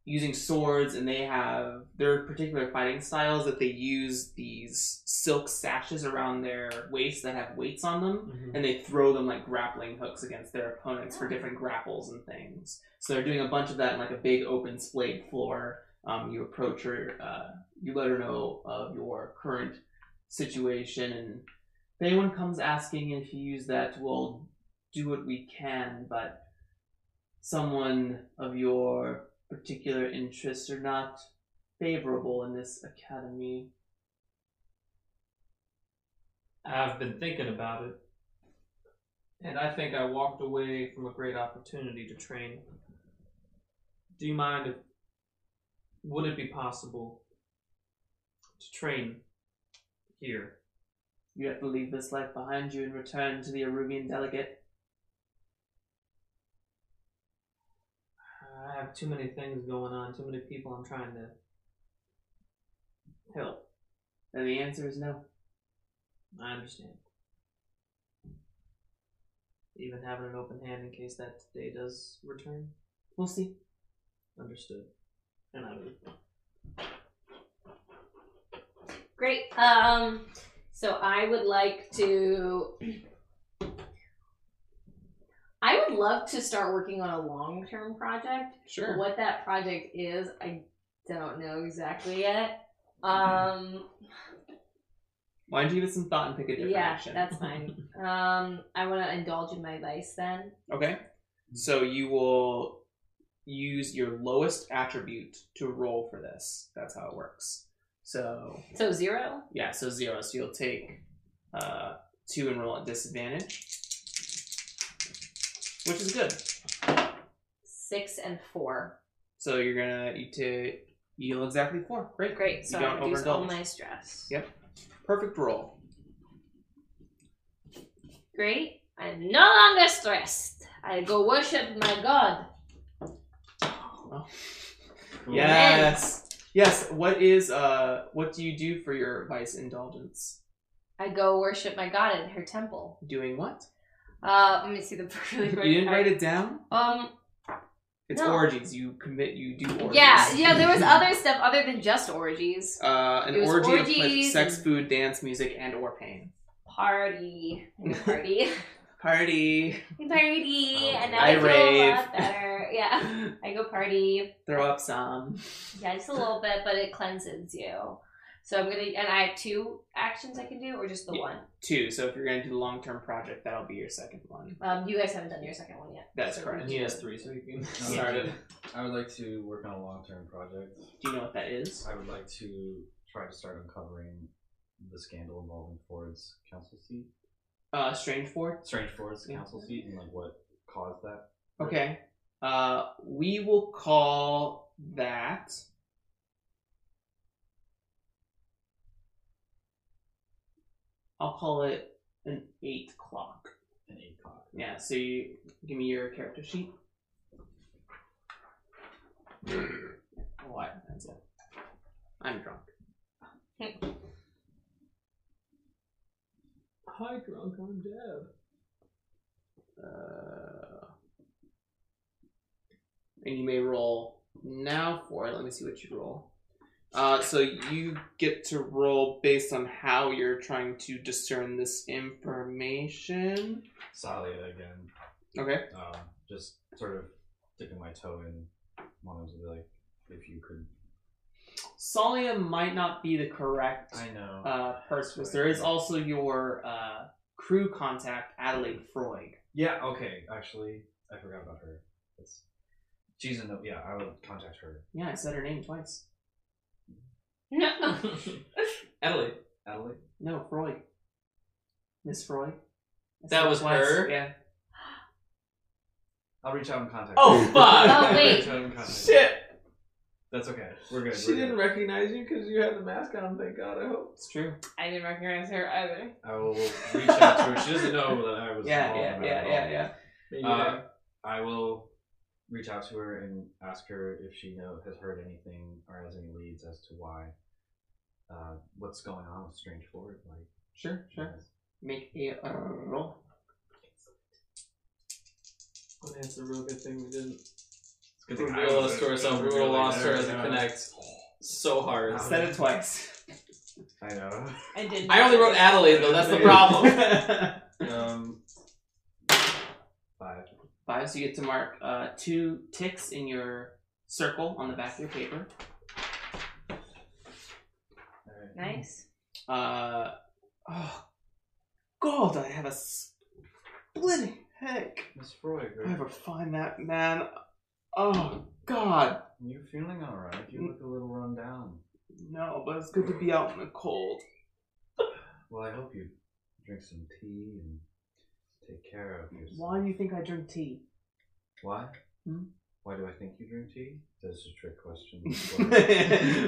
Speaker 1: using swords, and they have their particular fighting styles that they use these silk sashes around their waist that have weights on them
Speaker 3: Mhm.
Speaker 1: and they throw them like grappling hooks against their opponents for different grapples and things. So they're doing a bunch of that in like a big open splayed floor. Um, you approach her, uh, you let her know of your current situation, and if anyone comes asking if you use that, we'll do what we can. But someone of your particular interests are not favorable in this academy.
Speaker 3: I've been thinking about it, and I think I walked away from a great opportunity to train. Do you mind if would it be possible to train here?
Speaker 1: You have to leave this life behind you and return to the Arubian delegate.
Speaker 3: I have too many things going on, too many people I'm trying to help.
Speaker 1: And the answer is no.
Speaker 3: I understand. Even having an open hand in case that day does return.
Speaker 1: We'll see.
Speaker 3: Understood. And I would
Speaker 2: Great. Um, so I would like to. I would love to start working on a long term project.
Speaker 1: Sure.
Speaker 2: What that project is, I don't know exactly yet. Um,
Speaker 1: Why don't you give it some thought and pick a different
Speaker 2: yeah,
Speaker 1: action?
Speaker 2: that's fine. Um, I want to indulge in my vice then.
Speaker 1: Mm-hmm. Okay. So you will use your lowest attribute to roll for this. That's how it works. So
Speaker 2: So zero.
Speaker 1: yeah, so zero. So you'll take uh, two and roll at disadvantage, which is good.
Speaker 2: six and four.
Speaker 1: So you're gonna you to you'll exactly four. Great.
Speaker 2: Great. So
Speaker 1: You
Speaker 2: I
Speaker 1: don't
Speaker 2: reduce all
Speaker 1: overindulge.
Speaker 2: my stress.
Speaker 1: Yep. Perfect roll.
Speaker 2: Great. I'm no longer stressed. I go worship my God.
Speaker 1: Well,
Speaker 4: Cool.
Speaker 1: Yes. Yes. What is uh? What do you do for your vice indulgence?
Speaker 2: I go worship my God in her temple.
Speaker 1: Doing what?
Speaker 2: Uh, let me see the really
Speaker 1: you
Speaker 2: quick.
Speaker 1: didn't write it down.
Speaker 2: Um,
Speaker 1: It's
Speaker 2: No.
Speaker 1: orgies. You commit. You do orgies.
Speaker 2: yeah, yeah. There was other stuff other than just orgies.
Speaker 1: Uh, an
Speaker 2: It was
Speaker 1: orgy of like,
Speaker 2: orgies
Speaker 1: sex,
Speaker 2: and-
Speaker 1: food, dance, music, and or pain.
Speaker 2: Party, party,
Speaker 1: Party.
Speaker 2: party,
Speaker 4: Oh,
Speaker 2: and now
Speaker 1: I
Speaker 2: I, feel a
Speaker 1: rave.
Speaker 2: lot better. Yeah, I go party.
Speaker 1: Throw up some.
Speaker 2: Yeah, just a little bit, but it cleanses you. So I'm gonna, and I have two actions I can do, or just the
Speaker 1: Yeah.
Speaker 2: one.
Speaker 1: Two. So if you're gonna do the long term project, that'll be your second one.
Speaker 2: Um, you guys haven't done your second one yet.
Speaker 1: That's
Speaker 2: So-
Speaker 1: correct.
Speaker 3: And he has three, so he can
Speaker 4: Okay.
Speaker 3: start it.
Speaker 4: I would like to work on a long-term project.
Speaker 1: Do you know what that is?
Speaker 4: I would like to try to start uncovering the scandal involving Ford's council seat,
Speaker 1: Uh, strange fort.
Speaker 4: strange Ford's
Speaker 1: Yeah.
Speaker 4: council seat, and like what caused that.
Speaker 1: Okay. Uh, we will call that. I'll call it
Speaker 5: an eight clock.
Speaker 1: An eight o'clock.
Speaker 5: Yeah, so you give me your character sheet. Why? That's it. I'm drunk.
Speaker 3: Hi, drunk. I'm Deb.
Speaker 5: Uh, and you may roll now for it. Let me see what you roll. Uh, so you get to roll based on how you're trying to discern this information.
Speaker 4: Salia again.
Speaker 5: Okay.
Speaker 4: Um, just sort of sticking my toe in one of them to be like, if you could.
Speaker 5: Solia might not be the correct
Speaker 1: I know.
Speaker 5: uh, person. 'cause There is also your uh, crew contact, Adelaide Freud.
Speaker 4: Yeah. Okay. Actually, I forgot about her. That's. She's in the. Yeah, I would contact her.
Speaker 5: Yeah, I said her name twice.
Speaker 2: No.
Speaker 3: Adelaide.
Speaker 4: Adelaide.
Speaker 5: No, Freud. Miss Freud. I said
Speaker 3: That
Speaker 5: it
Speaker 3: was her?
Speaker 5: Yeah.
Speaker 4: I'll reach out and contact.
Speaker 3: Oh,
Speaker 4: her.
Speaker 3: fuck.
Speaker 2: Oh, wait.
Speaker 4: Reach out and contact her. That's okay. We're good.
Speaker 3: She
Speaker 4: we're
Speaker 3: didn't
Speaker 4: Good.
Speaker 3: recognize you because you had the mask on. Thank God. I hope.
Speaker 5: It's true.
Speaker 2: I didn't recognize her either.
Speaker 4: I will reach out to her. She doesn't know that I was.
Speaker 5: Yeah,
Speaker 4: involved
Speaker 5: yeah,
Speaker 4: in it
Speaker 5: yeah,
Speaker 4: at
Speaker 5: yeah,
Speaker 4: all.
Speaker 5: yeah.
Speaker 3: Maybe
Speaker 4: Uh, I will reach out to her and ask her if she know has heard anything or has any leads as to why uh, what's going on with Strange Ford. Like,
Speaker 5: Sure, sure. Make a uh, roll.
Speaker 3: Oh, that's a real good thing we didn't.
Speaker 4: it's good
Speaker 3: We
Speaker 4: thing I
Speaker 3: would have
Speaker 4: was
Speaker 3: lost
Speaker 4: there.
Speaker 3: to ourselves. We
Speaker 4: We're
Speaker 3: would have lost her
Speaker 4: there,
Speaker 3: as a
Speaker 4: yeah.
Speaker 3: connect so hard.
Speaker 4: Um,
Speaker 5: Said it twice.
Speaker 4: I know.
Speaker 2: I didn't.
Speaker 3: I only wrote Adelaide though. That's the problem.
Speaker 5: Five,
Speaker 4: um, five.
Speaker 5: so you get to mark uh, two ticks in your circle on the back of your paper.
Speaker 4: Alright.
Speaker 2: Nice.
Speaker 5: Uh, oh, God, I have a splitting heck.
Speaker 4: Miss Freud,
Speaker 5: I
Speaker 4: are
Speaker 5: ever find that man. Oh, God.
Speaker 4: you feeling alright? You look a little run down.
Speaker 5: No, but it's good to be out in the cold.
Speaker 4: Well, I hope you drink some tea and take care of yourself.
Speaker 5: Why do you think I drink tea?
Speaker 4: Why?
Speaker 5: Hmm?
Speaker 4: Why do I think you drink tea? That's a trick question.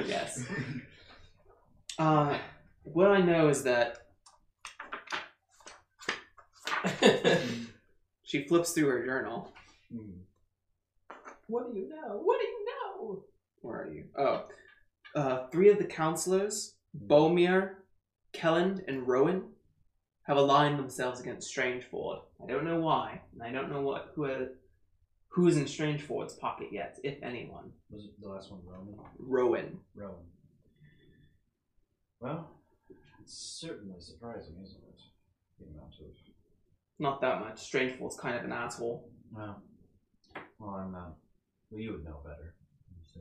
Speaker 5: Yes. Uh, what I know is that she flips through her journal.
Speaker 4: Hmm.
Speaker 3: what do you know? What do you know?
Speaker 5: Where are you? Oh, uh, three of the counselors, Bomir, Kelland, and Rowan, have aligned themselves against Strangeford. I don't know why, and I don't know what who who is in Strangeford's pocket yet, if anyone.
Speaker 4: Was it the last one Roman?
Speaker 5: Rowan.
Speaker 4: Rowan. Well, it's certainly surprising, isn't it? The amount of.
Speaker 5: Not that much. Strangeford's kind of an asshole.
Speaker 4: Well, well, I'm. Uh, well, you would know better. So.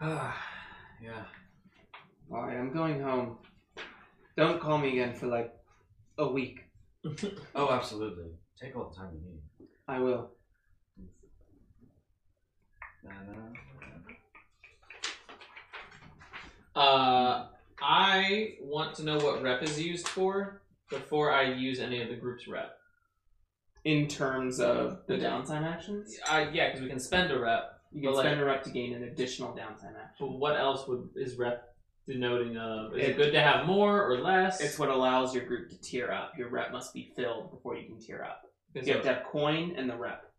Speaker 4: Ah, yeah.
Speaker 5: All right, I'm going home. Don't call me again for like a week.
Speaker 4: Oh, absolutely. Take all the time you need.
Speaker 5: I will.
Speaker 4: Na-na-na-na.
Speaker 3: Uh, I want to know what rep is used for before I use any of the group's rep.
Speaker 5: In terms of the downtime actions,
Speaker 3: Uh, yeah, because we can spend a rep,
Speaker 5: you can
Speaker 3: But, like-
Speaker 5: spend a rep to gain an additional downtime action.
Speaker 3: but what else would is rep denoting of? Is it,
Speaker 5: It-
Speaker 3: good to have more or less?
Speaker 5: It's what allows your group to tier up. Your rep must be filled before you can tier up.
Speaker 3: Okay,
Speaker 5: You have to
Speaker 3: so,
Speaker 5: have coin and the rep.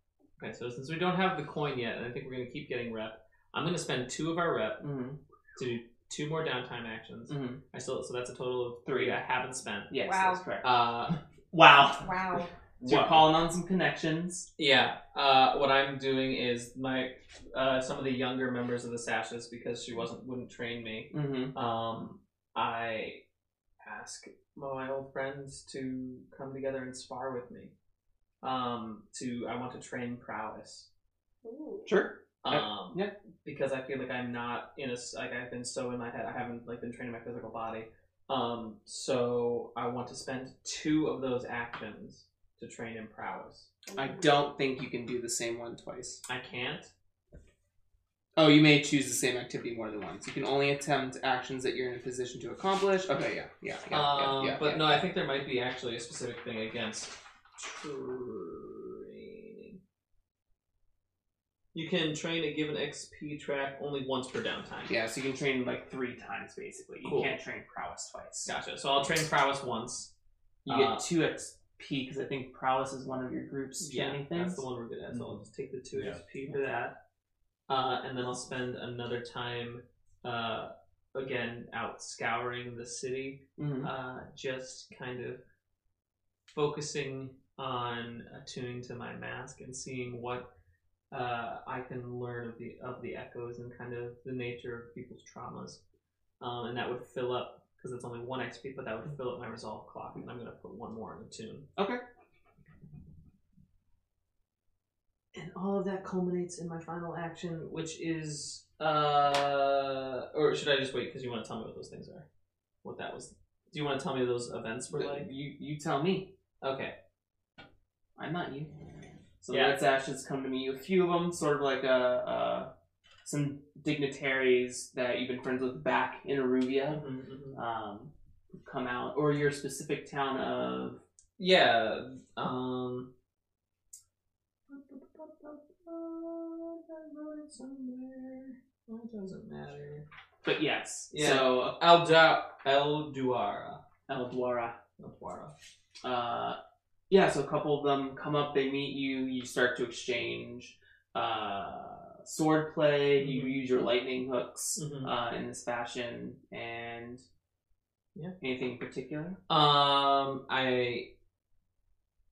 Speaker 3: okay, so since we don't have the coin yet, and I think we're gonna keep getting rep, I'm gonna spend two of our rep
Speaker 5: Mm-hmm.
Speaker 3: to do two more downtime actions.
Speaker 5: Mm-hmm.
Speaker 3: I still so that's a total of three I haven't spent.
Speaker 5: Yes,
Speaker 2: Wow.
Speaker 5: that's correct.
Speaker 3: Uh,
Speaker 5: Wow.
Speaker 2: Wow.
Speaker 5: So you're calling on some connections.
Speaker 3: Yeah. Uh, what I'm doing is my uh, some of the younger members of the sashes because she wasn't wouldn't train me.
Speaker 5: Mm-hmm.
Speaker 3: Um, I ask my old friends to come together and spar with me. Um, to I want to train prowess.
Speaker 2: Ooh.
Speaker 5: Sure. Yep.
Speaker 3: Um,
Speaker 5: Yep.
Speaker 3: Because I feel like I'm not in a s- like I've been so in my head. I haven't like been training my physical body. Um, so I want to spend two of those actions to train in prowess.
Speaker 5: I don't think you can do the same one twice.
Speaker 3: I can't.
Speaker 5: Oh, you may choose the same activity more than once. You can only attempt actions that you're in a position to accomplish. Okay, yeah, yeah, yeah, yeah,
Speaker 3: um,
Speaker 5: yeah,
Speaker 3: but
Speaker 5: yeah.
Speaker 3: no, I think there might be actually a specific thing against training. You can train a given XP track only once per downtime.
Speaker 5: Yeah, so you can train like three times basically. You
Speaker 3: Cool.
Speaker 5: can't train prowess twice.
Speaker 3: Gotcha. So I'll train prowess once.
Speaker 5: You get
Speaker 3: Uh,
Speaker 5: two XP because I think prowess is one of your group's
Speaker 3: Yeah,
Speaker 5: training
Speaker 3: that's
Speaker 5: things.
Speaker 3: the one we're good at. So I'll just take the two
Speaker 1: Yeah.
Speaker 3: XP for that, uh, and then I'll spend another time uh, again out scouring the city,
Speaker 5: Mhm.
Speaker 3: uh, just kind of focusing on attuning to my mask and seeing what uh, I can learn of the of the echoes and kind of the nature of people's traumas, um, and that would fill up because it's only one XP, but that would fill up my resolve clock, and I'm gonna put one more in the tune. and all of that culminates in my final action, which is uh, or should I just wait because you want to tell me what those things are? What that was? Do you want to tell me what those events were like?
Speaker 5: you you tell me.
Speaker 3: Okay,
Speaker 5: I'm not you. So
Speaker 3: Yeah.
Speaker 5: the Red's ashes come to me. A few of them, sort of like a, uh some dignitaries that you've been friends with back in Aruvia,
Speaker 3: Mm-hmm.
Speaker 5: um, who've come out, or your specific town of
Speaker 3: yeah. Um, it doesn't matter.
Speaker 5: But yes.
Speaker 3: Yeah.
Speaker 5: So
Speaker 3: Alda Elduara.
Speaker 5: Eldwara.
Speaker 3: Elduara.
Speaker 5: Uh, yeah. So a couple of them come up. They meet you. You start to exchange uh, sword play. You
Speaker 3: Mhm.
Speaker 5: use your lightning hooks
Speaker 3: Mhm.
Speaker 5: uh, in this fashion. And
Speaker 3: Yeah.
Speaker 5: anything in particular?
Speaker 3: Um, I,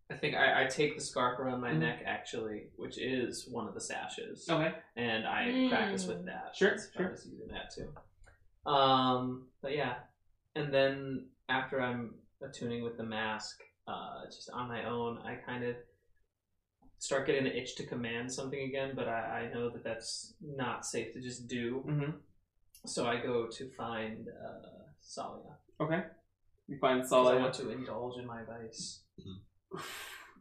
Speaker 3: I think I, I take the scarf around my
Speaker 5: Mhm.
Speaker 3: neck actually, which is one of the sashes,
Speaker 5: Okay.
Speaker 3: and I
Speaker 2: Mm.
Speaker 3: practice with that.
Speaker 5: Sure,
Speaker 3: That's- I
Speaker 5: sure.
Speaker 3: was using that too. Um, but yeah, and then after I'm attuning with the mask, uh, just on my own, I kind of start getting the itch to command something again, but I, I know that that's not safe to just do.
Speaker 5: hmm
Speaker 3: So I go to find uh, Salia.
Speaker 5: You find
Speaker 3: 'cause I
Speaker 5: Salia.
Speaker 3: want to indulge in my vice.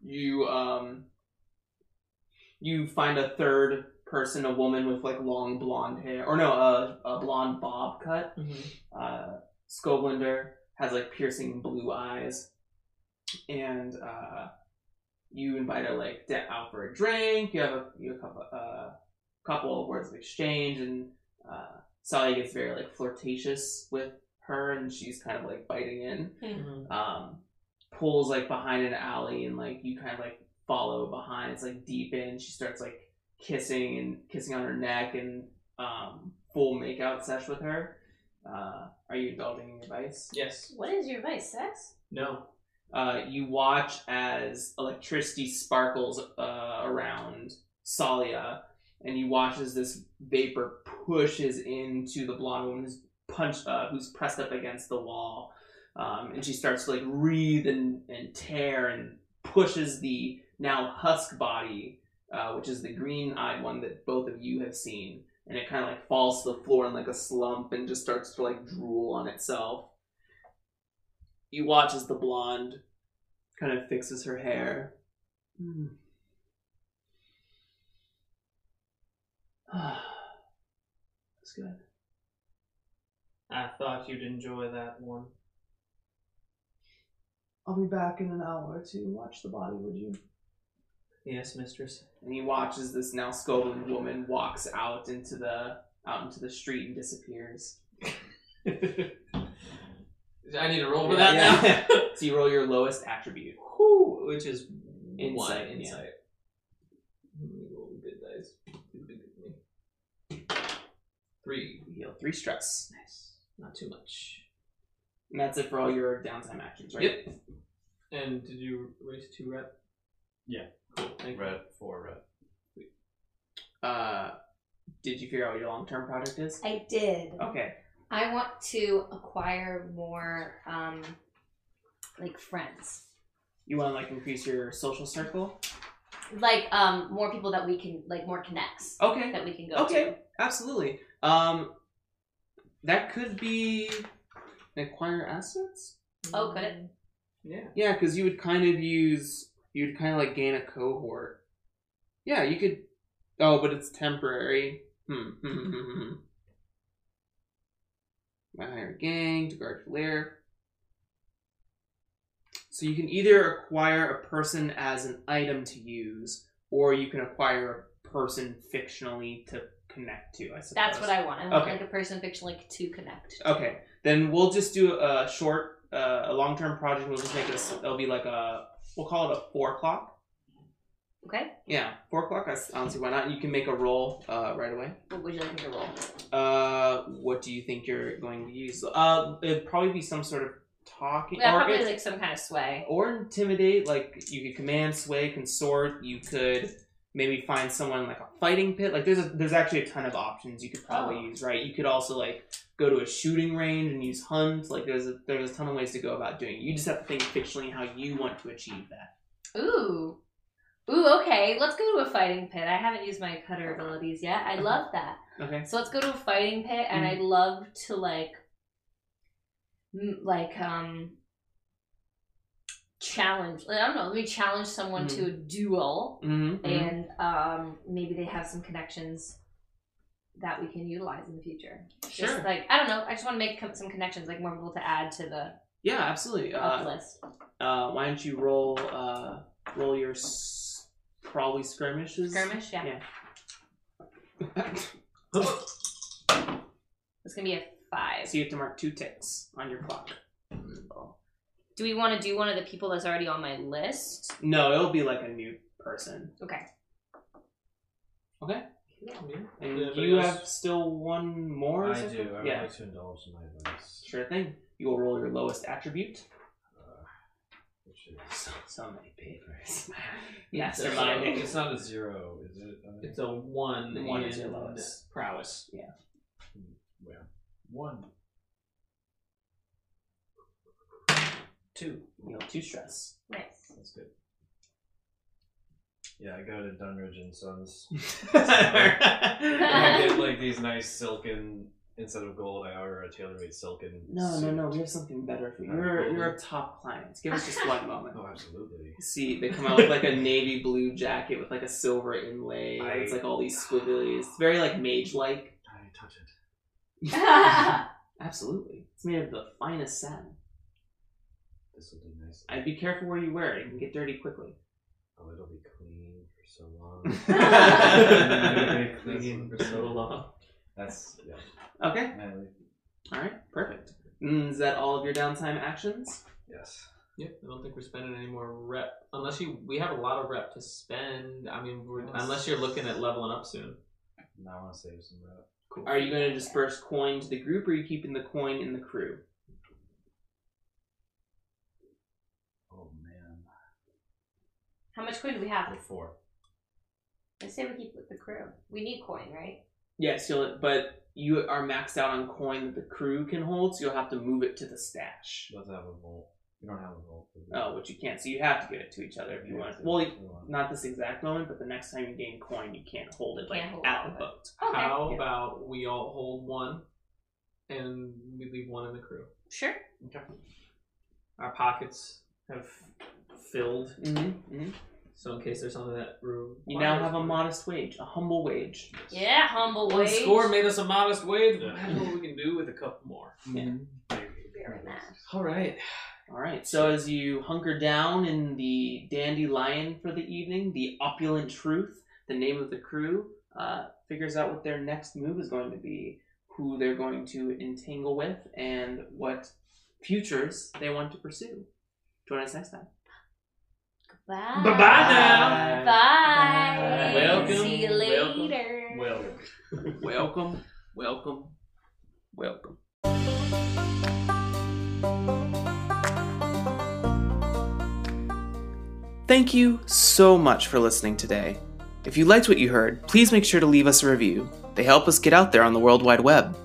Speaker 5: You um. You find a third person, a woman with like long blonde hair, or no, a, a blonde bob cut. uh, Skovlander has like piercing blue eyes, and uh, you invite her like de- out for a drink. You have a you have a couple, uh, couple of words of exchange, and uh, Sally gets very like flirtatious with her, and she's kind of like biting in. Um, pulls like behind an alley, and like you kind of like follow behind. It's like deep in. She starts like kissing and kissing on her neck, and um, full makeout sesh with her. Uh, are you indulging in your vice?
Speaker 3: Yes.
Speaker 2: What is your vice? Sex?
Speaker 3: No.
Speaker 5: Uh, you watch as electricity sparkles uh, around Salia, and you watch as this vapor pushes into the blonde woman who's punched, uh, who's pressed up against the wall, um, and she starts to like wreathe and, and tear and pushes the now husk body, uh, which is the green-eyed one that both of you have seen, and it kind of like falls to the floor in like a slump and just starts to like drool on itself you watch as the blonde kind of fixes her hair. Hmm. That's good.
Speaker 3: I thought you'd enjoy that one.
Speaker 5: I'll be back in an hour to watch the body, would you?
Speaker 3: Yes, mistress.
Speaker 5: And he watches this now Scotland woman walks out into the out into the street and disappears.
Speaker 3: I need to roll
Speaker 5: for that So you roll your lowest attribute.
Speaker 3: now. Whew, which is one
Speaker 5: Insight, yeah.
Speaker 3: insight. Let me roll the good dice. Do the good thing. Three.
Speaker 5: You heal three stress.
Speaker 3: Nice. Not too much.
Speaker 5: And that's it for all your downtime actions, right?
Speaker 3: Yep. And did you raise two rep?
Speaker 1: Yeah.
Speaker 3: Cool. Thank you.
Speaker 1: Red four red.
Speaker 5: Uh did you figure out what your long term project is?
Speaker 2: I did.
Speaker 5: Okay.
Speaker 2: I want to acquire more, um, like friends,
Speaker 5: You wanna like increase your social circle?
Speaker 2: like um, more people that we can, like more connects
Speaker 5: Okay,
Speaker 2: that we can go
Speaker 5: okay, absolutely. Um, that could be acquire assets.
Speaker 2: Oh, could it?
Speaker 3: Yeah.
Speaker 5: Yeah, because you would kind of use, you'd kind of like gain a cohort. Yeah, you could. Oh, but it's temporary. Hmm. hmm, hmm, hmm, hmm. My hire a gang to guard your lair. So you can either acquire a person as an item to use, or you can acquire a person fictionally to connect to. I suppose.
Speaker 2: to. That's what I want. I want
Speaker 5: Okay. Oh.
Speaker 2: like a person fictionally to connect.
Speaker 5: Okay, then we'll just do a short uh, uh, a long term project. We'll just make this. It'll be like a. We'll call it a four o'clock.
Speaker 2: Okay.
Speaker 5: Yeah, four o'clock. I s- I don't see why not. You can make a roll uh, right away.
Speaker 2: What would you like me to roll?
Speaker 5: Uh, what do you think you're going to use? Uh, it'd probably be some sort of talking
Speaker 2: Yeah,
Speaker 5: or
Speaker 2: probably
Speaker 5: it-
Speaker 2: like some kind of sway.
Speaker 5: or intimidate. Like you could command, sway, consort. You could maybe find someone like a fighting pit. Like there's a, there's actually a ton of options you could probably
Speaker 2: Oh.
Speaker 5: use. Right? You could also like go to a shooting range and use hunt. Like there's a, there's a ton of ways to go about doing. it. You just have to think fictionally how you want to achieve that.
Speaker 2: Ooh. Ooh, okay. Let's go to a fighting pit. I haven't used my cutter abilities yet. I love that.
Speaker 5: Okay.
Speaker 2: So let's go to a fighting pit, and
Speaker 5: Mm.
Speaker 2: I'd love to like, m- like um, challenge. I don't know. Let me challenge someone to a duel,
Speaker 5: Mm. Mm-hmm.
Speaker 2: and um, maybe they have some connections that we can utilize in the future.
Speaker 5: Sure.
Speaker 2: Just like I don't know. I just want to make co- some connections, like more people to add to the
Speaker 5: yeah, absolutely.
Speaker 2: up
Speaker 5: Uh,
Speaker 2: list.
Speaker 5: uh, why don't you roll uh, roll your s- probably skirmishes?
Speaker 2: Skirmish, yeah.
Speaker 5: yeah.
Speaker 2: It's gonna be a five.
Speaker 5: So you have to mark two ticks on your clock.
Speaker 2: Do we want to do one of the people that's already on my list?
Speaker 5: No, it'll be like a new person.
Speaker 2: Okay.
Speaker 5: And
Speaker 3: Yeah, but
Speaker 5: you
Speaker 3: it was-
Speaker 5: have still one more? or
Speaker 4: I
Speaker 5: something?
Speaker 4: do. I would
Speaker 5: Yeah.
Speaker 4: like to indulge in my vice.
Speaker 5: Sure thing. You will roll your lowest attribute.
Speaker 4: Uh, which is
Speaker 5: So many papers.
Speaker 3: It's a-
Speaker 5: Mastermind.
Speaker 4: It's not a zero, is it? Uh,
Speaker 3: It's a one.
Speaker 5: One
Speaker 3: in
Speaker 5: is your lowest.
Speaker 3: prowess.
Speaker 4: one.
Speaker 5: Two. You have two stress.
Speaker 2: Nice.
Speaker 4: That's good. Yeah, I go to Dunridge and Sons. I
Speaker 5: no,
Speaker 4: get like these nice silken instead of gold. I order a tailor-made silken.
Speaker 5: no,
Speaker 4: suit.
Speaker 5: no. We have something better for you. You're, you're a top client. Give us just one moment.
Speaker 4: Oh, absolutely.
Speaker 5: See, they come out with like a navy blue jacket with like a silver inlay.
Speaker 4: I-
Speaker 5: It's like all these squigglies. It's very like mage like.
Speaker 4: I touch it.
Speaker 5: Absolutely. It's made of the finest satin.
Speaker 4: This will do nice.
Speaker 5: I'd be careful where you wear it. It can get dirty quickly.
Speaker 4: Oh, it'll be clean for so long.
Speaker 3: Been clinging for so long.
Speaker 4: That's yeah.
Speaker 5: Okay.
Speaker 4: I leave.
Speaker 5: All right. Perfect. Mm, is that all of your downtime actions?
Speaker 4: Yes.
Speaker 3: Yep, I don't think we're spending any more rep. Unless you, we have a lot of rep to spend. I mean, we're, unless you're looking at leveling up soon.
Speaker 4: Now I want to save some rep.
Speaker 5: Are you going to disperse coin to the group, or are you keeping the coin in the crew?
Speaker 4: Oh man.
Speaker 2: How much coin do we have?
Speaker 4: Or four.
Speaker 2: I say we keep with the crew. We need coin, right?
Speaker 5: Yes, you'll. But you are maxed out on coin that the crew can hold, so you'll have to move it to the stash.
Speaker 4: Does have a volt? We don't have a volt. do we?
Speaker 5: Oh, which you can't. So you have to give it to each other if you
Speaker 4: Yeah,
Speaker 5: want.
Speaker 4: so
Speaker 5: Well,
Speaker 4: we want-
Speaker 5: not this exact moment, but the next time you gain coin, you can't hold it
Speaker 2: You can't
Speaker 5: like
Speaker 2: hold
Speaker 5: at
Speaker 2: it.
Speaker 5: the boat.
Speaker 2: Okay.
Speaker 3: How
Speaker 5: Yeah.
Speaker 3: about we all hold one, and we leave one in the crew.
Speaker 2: Sure.
Speaker 3: Our pockets have filled,
Speaker 5: hmm hmm
Speaker 3: so in case there's something that Rue
Speaker 5: You now have a modest wage, a humble wage.
Speaker 2: Yeah, humble
Speaker 3: One
Speaker 2: wage.
Speaker 3: score made us a modest wage.
Speaker 4: Yeah.
Speaker 3: Imagine what we can do with a couple more.
Speaker 2: Very nice.
Speaker 3: All right.
Speaker 5: All right. So as you hunker down in the dandelion for the evening, the opulent truth, the name of the crew, uh, figures out what their next move is going to be, who they're going to entangle with, and what futures they want to pursue. Join us next time.
Speaker 2: Bye.
Speaker 3: Bye-bye now.
Speaker 5: Bye.
Speaker 2: Bye.
Speaker 3: Welcome,
Speaker 2: See you
Speaker 3: welcome,
Speaker 2: later.
Speaker 3: Well.
Speaker 5: welcome, welcome, welcome. Thank you so much for listening today. If you liked what you heard, please make sure to leave us a review. They help us get out there on the World Wide Web.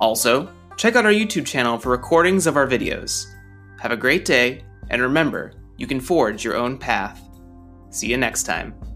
Speaker 5: Also, check out our YouTube channel for recordings of our videos. Have a great day, and remember, you can forge your own path. See you next time.